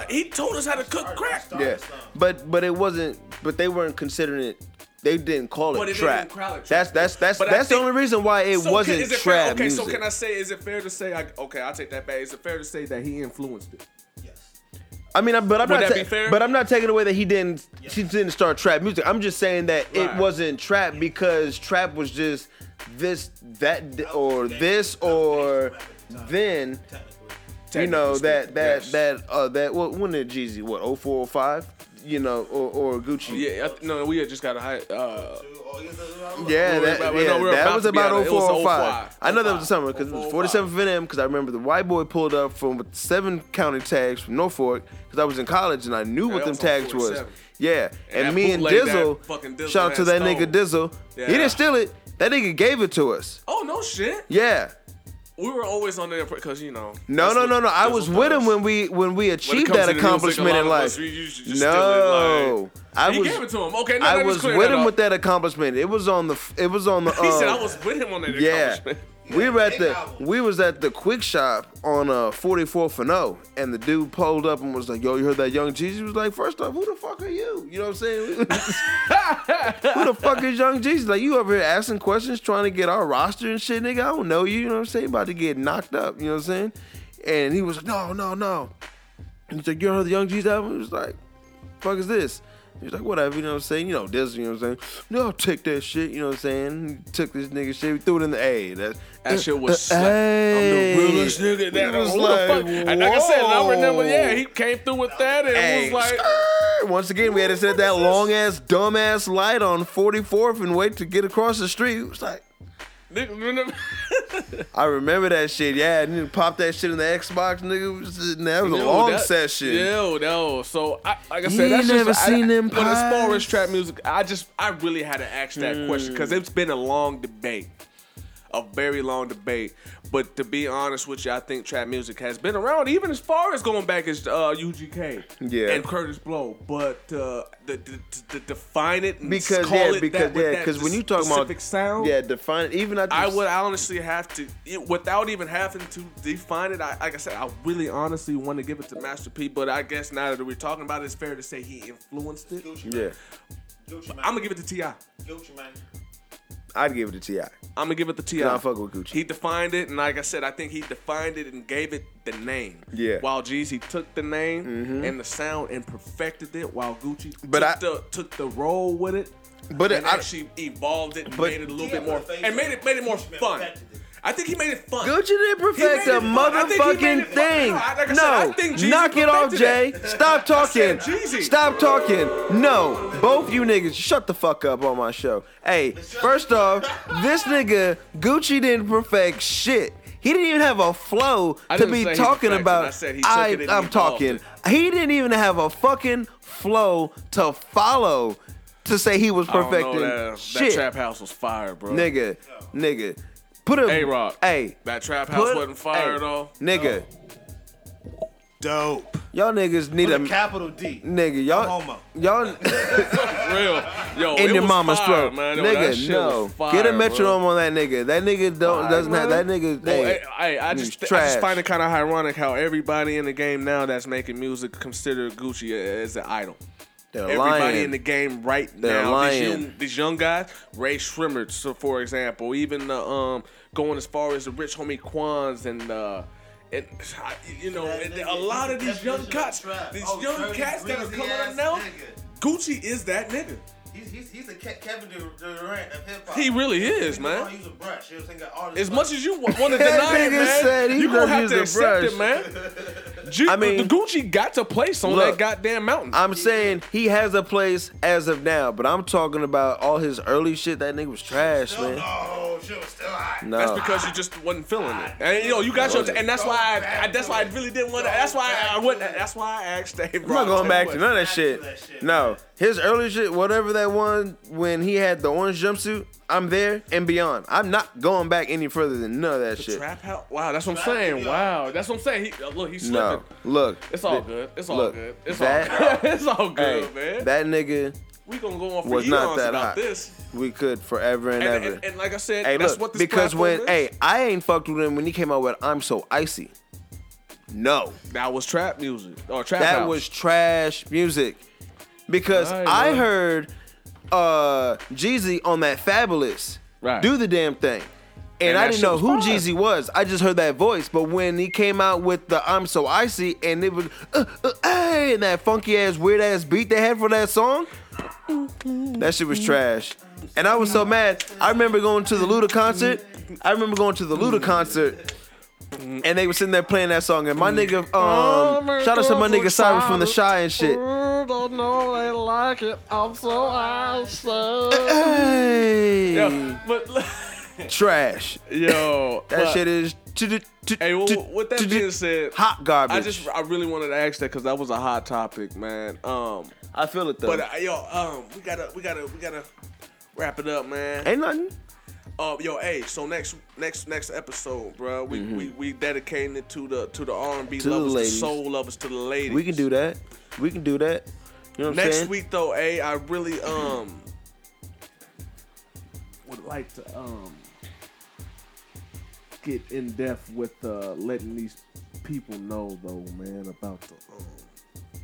S3: he told us how to cook crack,
S4: Yeah, but but it wasn't. But they weren't considering it. They didn't call it
S3: But it didn't
S4: trap.
S3: call it trap.
S4: That's that's that's
S3: But I
S4: that's the
S3: think-
S4: only reason why it
S3: So
S4: wasn't
S3: can, is it fair-
S4: trap
S3: okay,
S4: music.
S3: so can I say, is it fair to say, like, okay, I'll take that back. Is it fair to say that he influenced it?
S4: I mean, I- but I'm
S3: Would that
S4: not. ta-
S3: be fair?
S4: But I'm not taking away that he didn't. He didn't start trap music. I'm just saying that
S3: Right.
S4: it wasn't trap because trap was just this, that, d- or this, or then. You know
S3: Technically
S4: that that
S3: speaking, yes.
S4: oh that uh that what when did Jeezy what 0405? you know, or, or Gucci.
S3: Yeah, I th- no, we had just got a high. Uh,
S4: Yeah,
S3: We were
S4: that,
S3: about-
S4: yeah,
S3: no, we were
S4: that
S3: about
S4: was
S3: to be
S4: about
S3: out of- it was
S4: 04, 05.
S3: 05.
S4: I know that was the summer because it was 47th of NM because I remember the white boy pulled up from with seven counter tags from Norfolk because I was in college and I knew
S3: that
S4: what them
S3: was on
S4: tags was.
S3: 47.
S4: Yeah, and,
S3: And that
S4: me and
S3: bootleg that
S4: Dizzle,
S3: fucking Dizzle
S4: shout out to that
S3: had
S4: nigga Dizzle. He
S3: Yeah.
S4: didn't steal it. That nigga gave it to us.
S3: oh no, shit.
S4: Yeah.
S3: We were always on there because you know.
S4: No,
S3: that's
S4: no,
S3: what-
S4: no, no. I
S3: that's
S4: was
S3: what
S4: with
S3: does.
S4: him when we when we
S3: When it
S4: achieved
S3: comes
S4: that
S3: to the music,
S4: accomplishment
S3: a lot
S4: in
S3: of
S4: life.
S3: us, we usually just steal it,
S4: No,
S3: like-
S4: I
S3: he
S4: was.
S3: gave it to him. Okay, no,
S4: I
S3: that
S4: was
S3: is clear
S4: with
S3: that
S4: him
S3: up.
S4: with that accomplishment. It was on the. f- It was on the.
S3: He said
S4: um,
S3: I was with him on that.
S4: Yeah.
S3: accomplishment.
S4: We were at the we was at the quick shop on uh 44th and O, and the dude pulled up and was like, "Yo, you heard that Young Jesus?" Was like, first off, who the fuck are you?" You know what I'm saying? who the fuck is Young Jesus? Like, you over here asking questions, trying to get our roster and shit, nigga. I don't know you. You know what I'm saying? About to get knocked up. You know what I'm saying? And he was like, "No, no, no." And he's like, "You heard the Young Jesus album?" He was like, fuck is this? He's like, whatever, you know what I'm saying? You know, this, you know what I'm saying? No, take that shit, you know what I'm saying? Took this nigga shit, we throw it in the A. That,
S3: That shit was slap.
S4: Hey.
S3: I'm the realest nigga that
S4: It was
S3: who the fuck-
S4: like,
S3: And like I said, I remember,
S4: whoa.
S3: yeah, he came through with that and
S4: Hey,
S3: it was like,
S4: skirt. Once again, we had to set that long ass, dumb ass light on 44th and wait to get across the street. It was like,
S3: nigga, remember-
S4: I remember that shit. Yeah, and then pop that shit in the Xbox, nigga. It was- That was a
S3: Yo,
S4: long
S3: that-
S4: session.
S3: Yo, no. So, I, like I
S4: You
S3: said, that's
S4: never
S3: just,
S4: seen
S3: I,
S4: them
S3: When as far
S4: pies?
S3: as trap music, I just, I really had to ask that question
S4: Mm.
S3: because it's been a long debate, a very long debate. But to be honest with you, I think trap music has been around, even as far as going back as uh, UGK
S4: Yeah.
S3: and Curtis Blow. But uh, the, the, to- to define it and
S4: Because
S3: call
S4: yeah,
S3: it
S4: because
S3: that with
S4: yeah,
S3: that
S4: because when you talk about
S3: specific sound,
S4: yeah, define even at the
S3: I would honestly have to, it- without even having to define it. I, like I said, I really honestly want to give it to Master P, but I guess now that we're talking about it, it's fair to say he influenced it.
S4: yeah,
S7: Gucci
S3: I'm gonna give it to Ti. I'm
S7: Gucci man.
S4: I'd give it to Ti.
S3: gonna give it to Ti.
S4: Nah, I fuck with Gucci.
S3: He defined it, and like I said, I think he defined it and gave it the name.
S4: Yeah. Mm-hmm.
S3: While Jeezy took the name and the sound and perfected it, while Gucci
S4: But
S3: took,
S4: I-
S3: the, took the role with it.
S4: But
S3: and
S4: I-
S3: actually evolved it, and
S4: but-
S3: made it a little
S7: Yeah,
S3: bit more,
S7: but they-
S3: and made it made it more
S7: Gucci man
S3: fun.
S7: perfected it.
S3: I think he made it fun.
S4: Gucci didn't perfect
S3: He
S4: a
S3: made it fun. I think he made
S4: motherfucking
S3: it fun.
S4: thing.
S3: No, I- like I said, I
S4: No,
S3: think Jeezy
S4: knock it off, Jay.
S3: perfected
S4: Stop talking.
S3: I said Jeezy.
S4: Stop talking. No, both you niggas, shut the fuck up on my show. Hey, first off, this nigga Gucci didn't perfect shit. He didn't even have a flow
S3: I
S4: to
S3: didn't
S4: be
S3: say he
S4: talking
S3: perfected.
S4: about.
S3: I said he took
S4: I,
S3: it and
S4: I'm
S3: evolved
S4: talking.
S3: it.
S4: He didn't even have a fucking flow to follow to say he was
S3: I don't know,
S4: perfecting
S3: that, that
S4: shit.
S3: trap house was fire, bro.
S4: Nigga, nigga. Put a
S3: Hey, Rock.
S4: Hey.
S3: That trap house
S4: put-
S3: wasn't fire
S4: hey,
S3: at all.
S4: Nigga.
S7: Dope.
S4: Y'all niggas need
S7: With
S4: a
S7: a capital D.
S4: nigga. Y'all
S7: homo.
S4: y'all
S3: Real. Yo, it
S4: in your
S3: was
S4: mama's
S3: fire,
S4: throat.
S3: Man. Yo, that
S4: nigga,
S3: shit
S4: no.
S3: was fire,
S4: Get a
S3: bro.
S4: metronome on that nigga. That nigga don't doesn't have that nigga
S3: Well,
S4: hey,
S3: I, I, I
S4: he's
S3: just I
S4: trash.
S3: just find it kind of ironic how everybody in the game now that's making music consider Gucci as an idol.
S4: They're
S3: Everybody
S4: lying.
S3: in the game right
S4: They're
S3: now, These,
S4: lying.
S3: young, these young guys, Ray Shrimmer, so for example, even the, um going as far as the rich homie Quans and. Uh, and I- you know, and a lot of Oh, these young cats, these young cats that are coming up now, Gucci is that nigga.
S7: He's, he's, he's a Ke- Kevin Durant of hip hop.
S3: He really is,
S7: Nigga
S3: man.
S7: don't Use a brush. You know what I'm saying? Got all this
S3: As
S7: fucking-
S3: much as you want to
S4: That
S3: deny it,
S4: nigga said he
S3: man, you gonna
S4: don't
S3: have
S4: use
S3: to
S4: the
S3: accept
S4: brush.
S3: it, man. Ju-
S4: I mean-
S3: the Gucci got to place on
S4: Look,
S3: that goddamn mountain.
S4: I'm saying he has a place as of now, but I'm talking about all his early shit. That nigga was trash, man.
S7: Oh, shit, was still hot.
S4: No.
S3: that's because you just wasn't feeling it, and yo, you got your, and that's why, I, I- that's why I really didn't want to. That's why I, I wouldn't. That's why I asked Dave.
S4: I'm not going back to none of that
S7: Back to
S4: shit.
S7: that shit,
S4: No, his early shit, whatever that one when he had the orange jumpsuit, I'm there and beyond. I'm not going back any further than none of that shit.
S3: Trap house. Wow, that's what I'm saying. Wow, that's what I'm saying. He, look, he's slipping.
S4: No, look,
S3: It's all
S4: th-
S3: good. It's all
S4: look,
S3: good. It's all
S4: that-
S3: good. it's all
S4: hey,
S3: good, man.
S4: that nigga
S3: we gonna go on for
S4: was
S3: eons
S4: not that
S3: about
S4: hot.
S3: this.
S4: We could forever and,
S3: And,
S4: ever.
S3: and, and like I said,
S4: hey,
S3: that's
S4: look,
S3: what this
S4: because when
S3: platform is.
S4: hey, I ain't fucked with him when he came out with "I'm So Icy." No.
S3: that was trap music or trap
S4: that
S3: house.
S4: was trash music because
S3: Right,
S4: I
S3: right.
S4: heard uh Jeezy on that Fabulous
S3: Right.
S4: do the damn thing. And,
S3: And
S4: I
S3: that
S4: didn't
S3: shit
S4: know
S3: was
S4: who
S3: fire.
S4: Jeezy was. I just heard that voice. But when he came out with the "I'm So Icy" and it was uh, uh, hey, and that funky ass weird ass beat they had for that song, that shit
S3: Mm.
S4: was trash. And I was so mad. I remember going to the Luda concert. I remember going to the Luda concert, um,
S3: Oh
S4: and they were sitting there playing that song. And my nigga, um, shout out to my nigga Cyrus from the Shy and shit.
S3: don't know they like it. I'm so awesome.
S4: Hey,
S3: Yo, but
S4: trash.
S3: yo,
S4: That
S3: but-
S4: shit is. t- t-
S3: Hey, well,
S4: t-
S3: with that
S4: t-
S3: being said,
S4: hot garbage.
S3: I just I really wanted to ask that because that was a hot topic, man. Um,
S4: I feel it though.
S3: but uh, yo, um, we gotta we gotta we gotta wrap it up, man.
S4: Ain't nothing.
S3: Um, yo, hey, so next next next episode, bro, we we, we dedicating it to the to the R and B
S4: Mm-hmm. To the
S3: lovers, the
S4: ladies.
S3: soul lovers, to the ladies.
S4: We can do that. We can do that. You know what I'm
S3: Next
S4: saying?
S3: week though, a I really um would like to um
S9: Get in depth with uh, letting these people know though, man, about the um,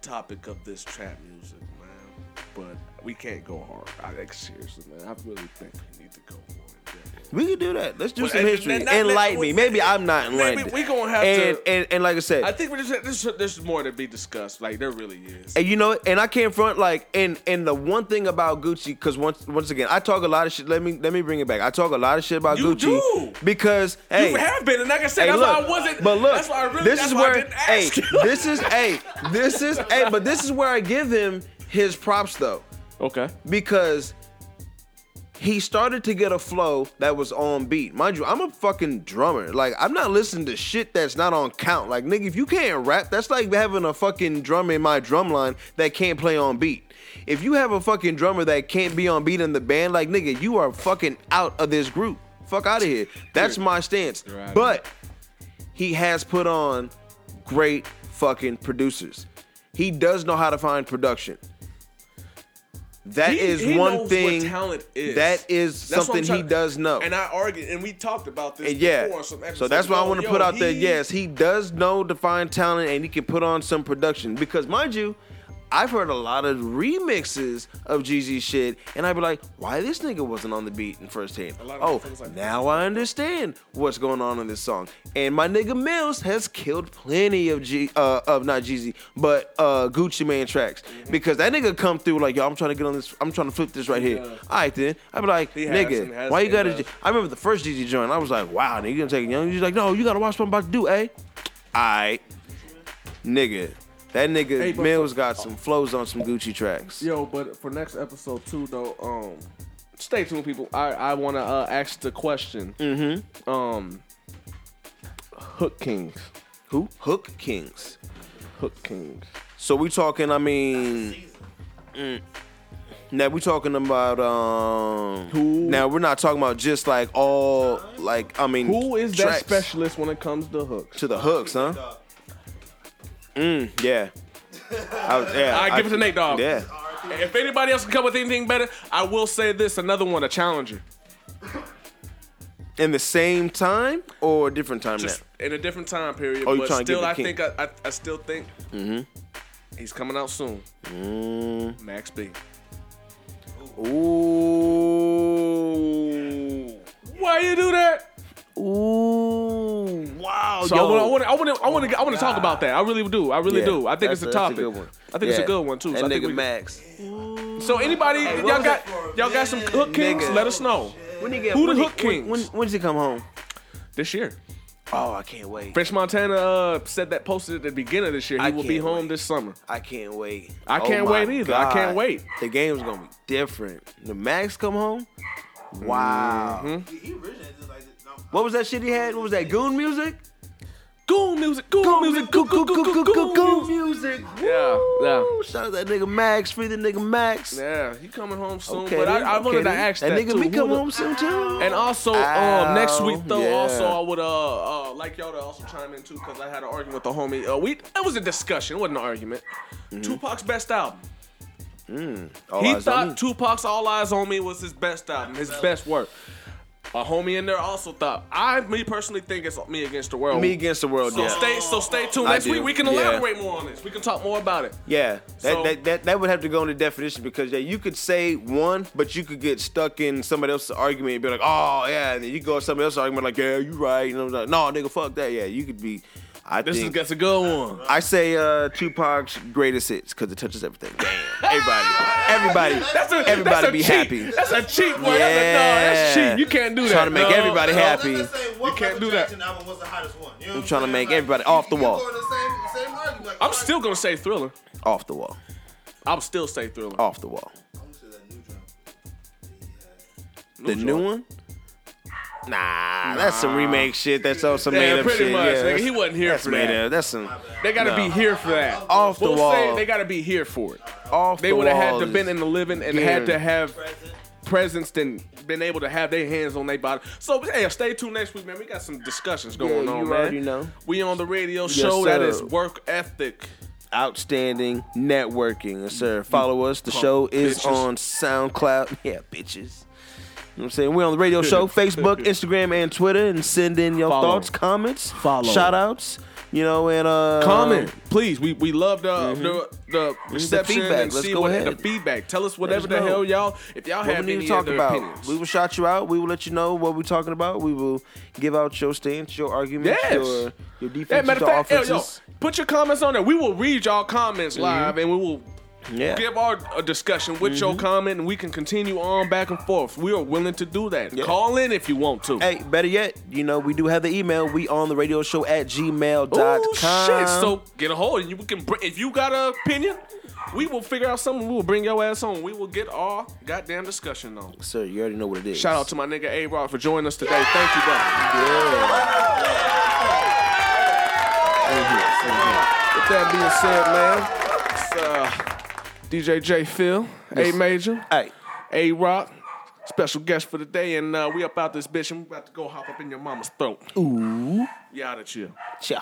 S3: topic of this trap music, man. But we can't go hard. I like seriously, man. I really think we need to go more in depth.
S4: We can do that. Let's do
S3: Well,
S4: some
S3: and-
S4: history.
S3: and- and-
S4: Enlighten me.
S3: and-
S4: Maybe I'm not
S3: Maybe
S4: enlightened.
S3: we gonna have
S4: and,
S3: to-
S4: And, and like I said,
S3: I think we're just, this this is more to be discussed. Like there really is.
S4: And you know, and I can't front like, and and the one thing about Gucci, because once once again, I talk a lot of shit. Let me let me bring it back. I talk a lot of shit about
S3: You
S4: Gucci
S3: do.
S4: because hey,
S3: you have been, and like I said, that's why I wasn't.
S4: But look,
S3: that's why I really.
S4: this
S3: that's
S4: is
S3: why
S4: where,
S3: I didn't
S4: hey,
S3: ask you.
S4: this is hey, this is hey, but this is where I give him his props though
S3: Okay.
S4: because he started to get a flow that was on beat. Mind you, I'm a fucking drummer. Like, I'm not listening to shit that's not on count. Like, nigga, if you can't rap, that's like having a fucking drummer in my drum line that can't play on beat. If you have a fucking drummer that can't be on beat in the band, like, nigga, you are fucking out of this group. Fuck out of here. That's my stance.
S3: outta
S4: But he has put on great fucking producers. He does know how to find production. That
S3: He-
S4: is
S3: he
S4: one
S3: knows what
S4: thing.
S3: talent is.
S4: That is
S3: That's what
S4: something
S3: I'm
S4: he
S3: trying-
S4: does know.
S3: And I argued, and we talked about this
S4: And yeah,
S3: before. on Some
S4: so
S3: episodes.
S4: that's why I
S3: Yo,
S4: want to
S3: yo,
S4: put out there.
S3: he-
S4: Yes, he does know to find talent, and he can put on some production. Because mind you, I've heard a lot of remixes of Jeezy shit, and I'd be like, "Why this nigga wasn't on the beat in first hand?
S3: lot
S4: Oh,
S3: of motherfuckers like-
S4: now I understand what's going on in this song." And my nigga Mills has killed plenty of G, uh, of not Jeezy, but uh, Gucci Man tracks
S3: Mm-hmm.
S4: because that nigga come through like, "Yo, I'm trying to get on this. I'm trying to flip this right here." All right, then I'd be like,
S3: He has and
S4: "Nigga,
S3: has
S4: why you
S3: and
S4: gotta?"
S3: does.
S4: J- I remember the first Jeezy joint. I was like, wow, nigga, you gonna take it young? He's like, no, you gotta watch what I'm about to do, eh? Alright. Nigga. That nigga
S9: Hey, but-
S4: Mills got some flows on some Gucci tracks.
S9: Yo, but for next episode too though, um
S3: Stay tuned, people. I I want to uh, ask the question. Mm-hmm. Um, Hook Kings.
S4: Who? Hook Kings.
S3: Hook Kings.
S4: So we talking, I mean. mm, Now we talking about um.
S3: Who-
S4: Now we're not talking about just like all like I mean.
S3: Who is that
S4: tracks
S3: specialist when it comes to hooks?
S4: to the hooks, huh? Mm, yeah. I, was- yeah.
S3: All right, give it to Nate Dogg.
S4: Yeah.
S3: If anybody else can come with anything better, I will say this: another one, a challenger,
S4: In the same time or a different time
S3: just
S4: now?
S3: in a different time period.
S4: Oh, you
S3: but
S4: trying to give
S3: still,
S4: it
S3: I
S4: King.
S3: think I, I, I still think he's coming out soon. Max B.
S4: Ooh.
S3: Why you do that?
S4: Ooh. Wow.
S3: So
S4: yo.
S3: I want to, I want to, I want to, I want to talk about that. I really do. I really
S4: Yeah,
S3: do. I think it's
S4: that's
S3: a
S4: that's
S3: topic.
S4: good one.
S3: I think it's
S4: Yeah.
S3: a good one too.
S4: That
S3: So I think
S4: nigga
S3: we-
S4: Max.
S3: So anybody, y'all got, y'all got some hook kings?
S4: Nigga.
S3: Let us know
S4: When he get
S3: Who the
S4: when he-
S3: Hook
S4: when- When,
S3: Kings?
S4: when does he come home?
S3: this year.
S4: Oh, I can't wait.
S3: French Montana uh, said that posted at the beginning of this year. He
S4: I
S3: will be
S4: can't
S3: home
S4: wait.
S3: this summer.
S4: I can't wait.
S3: I can't
S4: my
S3: wait either. I can't wait.
S4: The game's gonna be different. The Max come home. Wow.
S7: He originated this like this. No,
S4: What was that shit he had? What was that? Goon music.
S3: Goon music, goon, music, goon, goon, goon, goon, goon, music.
S4: music.
S3: Yeah, yeah.
S4: Woo! Shout out that nigga Max. Free the nigga Max.
S3: Yeah, he coming home soon.
S4: Okay,
S3: but I,
S4: then,
S3: I wanted
S4: okay,
S3: to
S4: then.
S3: ask that,
S4: that nigga
S3: too.
S4: me
S3: Who
S4: come
S3: the-
S4: home soon too.
S3: And also,
S4: Ow,
S3: um, next week though,
S4: yeah.
S3: also I would uh, uh like y'all to also chime in too, cause I had an argument with the homie. Uh, we it was a discussion, it wasn't an argument. Tupac's best album.
S4: Mm-hmm. All
S3: he
S4: eyes on me.
S3: thought Tupac's All Eyes on Me was his best album, his best work. A homie in there also thought. I, me personally, think it's Me Against the World.
S4: me against the world.
S3: so
S4: yeah.
S3: stay, so stay tuned.
S4: I
S3: Next
S4: do.
S3: week we can
S4: Yeah.
S3: elaborate more on this. We can talk more about it.
S4: Yeah, that,
S3: So-
S4: that, that that would have to go into definition because yeah, you could say one, but you could get stuck in somebody else's argument and be like, oh yeah, and then you go to somebody else's argument like, yeah, you right, you know, like, no, nigga, fuck that. Yeah, you could be. I
S3: This is
S4: think
S3: that's a good one.
S4: I say uh, Tupac's greatest hits because it touches everything. Damn, everybody, everybody,
S3: That's a,
S4: everybody
S3: that's a
S4: be
S3: cheat.
S4: happy.
S3: That's a cheat one. That's, a, no,
S4: Yeah.
S3: that's cheat. You can't do that.
S4: Trying to make
S3: no.
S4: everybody happy.
S7: Let's just say one
S3: You can't
S7: Michael
S3: do that.
S7: Jackson album was the hottest one. You know what
S4: I'm trying to
S7: saying?
S4: make
S7: Like,
S4: everybody
S7: you-
S4: off the
S7: you go
S4: wall.
S7: in the same- same argument, like,
S3: I'm I'm still gonna say Thriller.
S4: Off the wall.
S3: I'll still say Thriller.
S4: Off the wall. The
S3: Neutral.
S4: new one? Nah, that's some remake shit. That's all some
S3: Yeah,
S4: made up
S3: pretty
S4: shit.
S3: much,
S4: yeah,
S3: nigga.
S4: that's-
S3: He wasn't here
S4: that's
S3: for
S4: made
S3: that.
S4: Up. That's some
S3: They gotta
S4: No.
S3: be here for that.
S4: Off the
S3: We'll say
S4: wall.
S3: they gotta be here for it.
S4: off
S3: They
S4: the
S3: would have had
S4: wall
S3: to
S4: is-
S3: been in the living and had
S4: Yeah.
S3: to have presence and been able to have their hands on their body. So hey, stay tuned next week, man. We got some discussions going
S4: Yeah,
S3: on,
S4: you
S3: man.
S4: already know.
S3: We on the radio show that
S4: sir.
S3: is work ethic.
S4: outstanding networking. Yes, sir. Follow us. The show is
S3: bitches.
S4: on SoundCloud. Yeah, bitches. You know what I'm saying? We're on the radio show, Facebook, Instagram, and Twitter. And send in your
S3: Follow.
S4: thoughts, comments,
S10: Follow.
S4: shout outs, you know, and uh
S3: Comment, please. We we love the
S4: mm-hmm.
S3: the, the reception
S4: feedback.
S3: and
S4: Let's
S3: see
S4: go
S3: what
S4: ahead.
S3: the feedback. Tell us whatever
S4: us
S3: the
S4: know.
S3: hell y'all. If y'all
S4: What
S3: have
S4: we need
S3: any
S4: to talk
S3: other
S4: about.
S3: opinions,
S4: We will shout you out. We will let you know what we're talking about. We will give out your stance, your arguments,
S3: Yes.
S4: your, your
S3: Hey,
S4: defense,
S3: matter of
S4: your
S3: fact, yo, yo,
S4: offenses.
S3: put your comments on there. We will read y'all comments live, and we will
S4: Mm-hmm. Yeah. Mm-hmm.
S3: give our a discussion with your comment, and we can continue on back and forth. We are willing to do that.
S4: Yeah.
S3: Call in if you want to.
S4: Hey, better yet, you know, we do have the email. We on the radio show at gmail.com.
S3: Ooh, Oh, shit! So get a hold, and you we can. br- If you got an opinion, we will figure out something. We will bring your ass on. We will get our goddamn discussion on.
S4: Sir, you already know what it is.
S3: Shout out to my nigga A Rod for joining us today. Thank you, brother. With that being said, man, it's uh, DJ J Phil, A Major,
S4: Hey.
S3: A Rock, special guest for the day, and uh, we up out this bitch and we about to go hop up in your mama's throat. Ooh. You out of here.
S4: Ciao.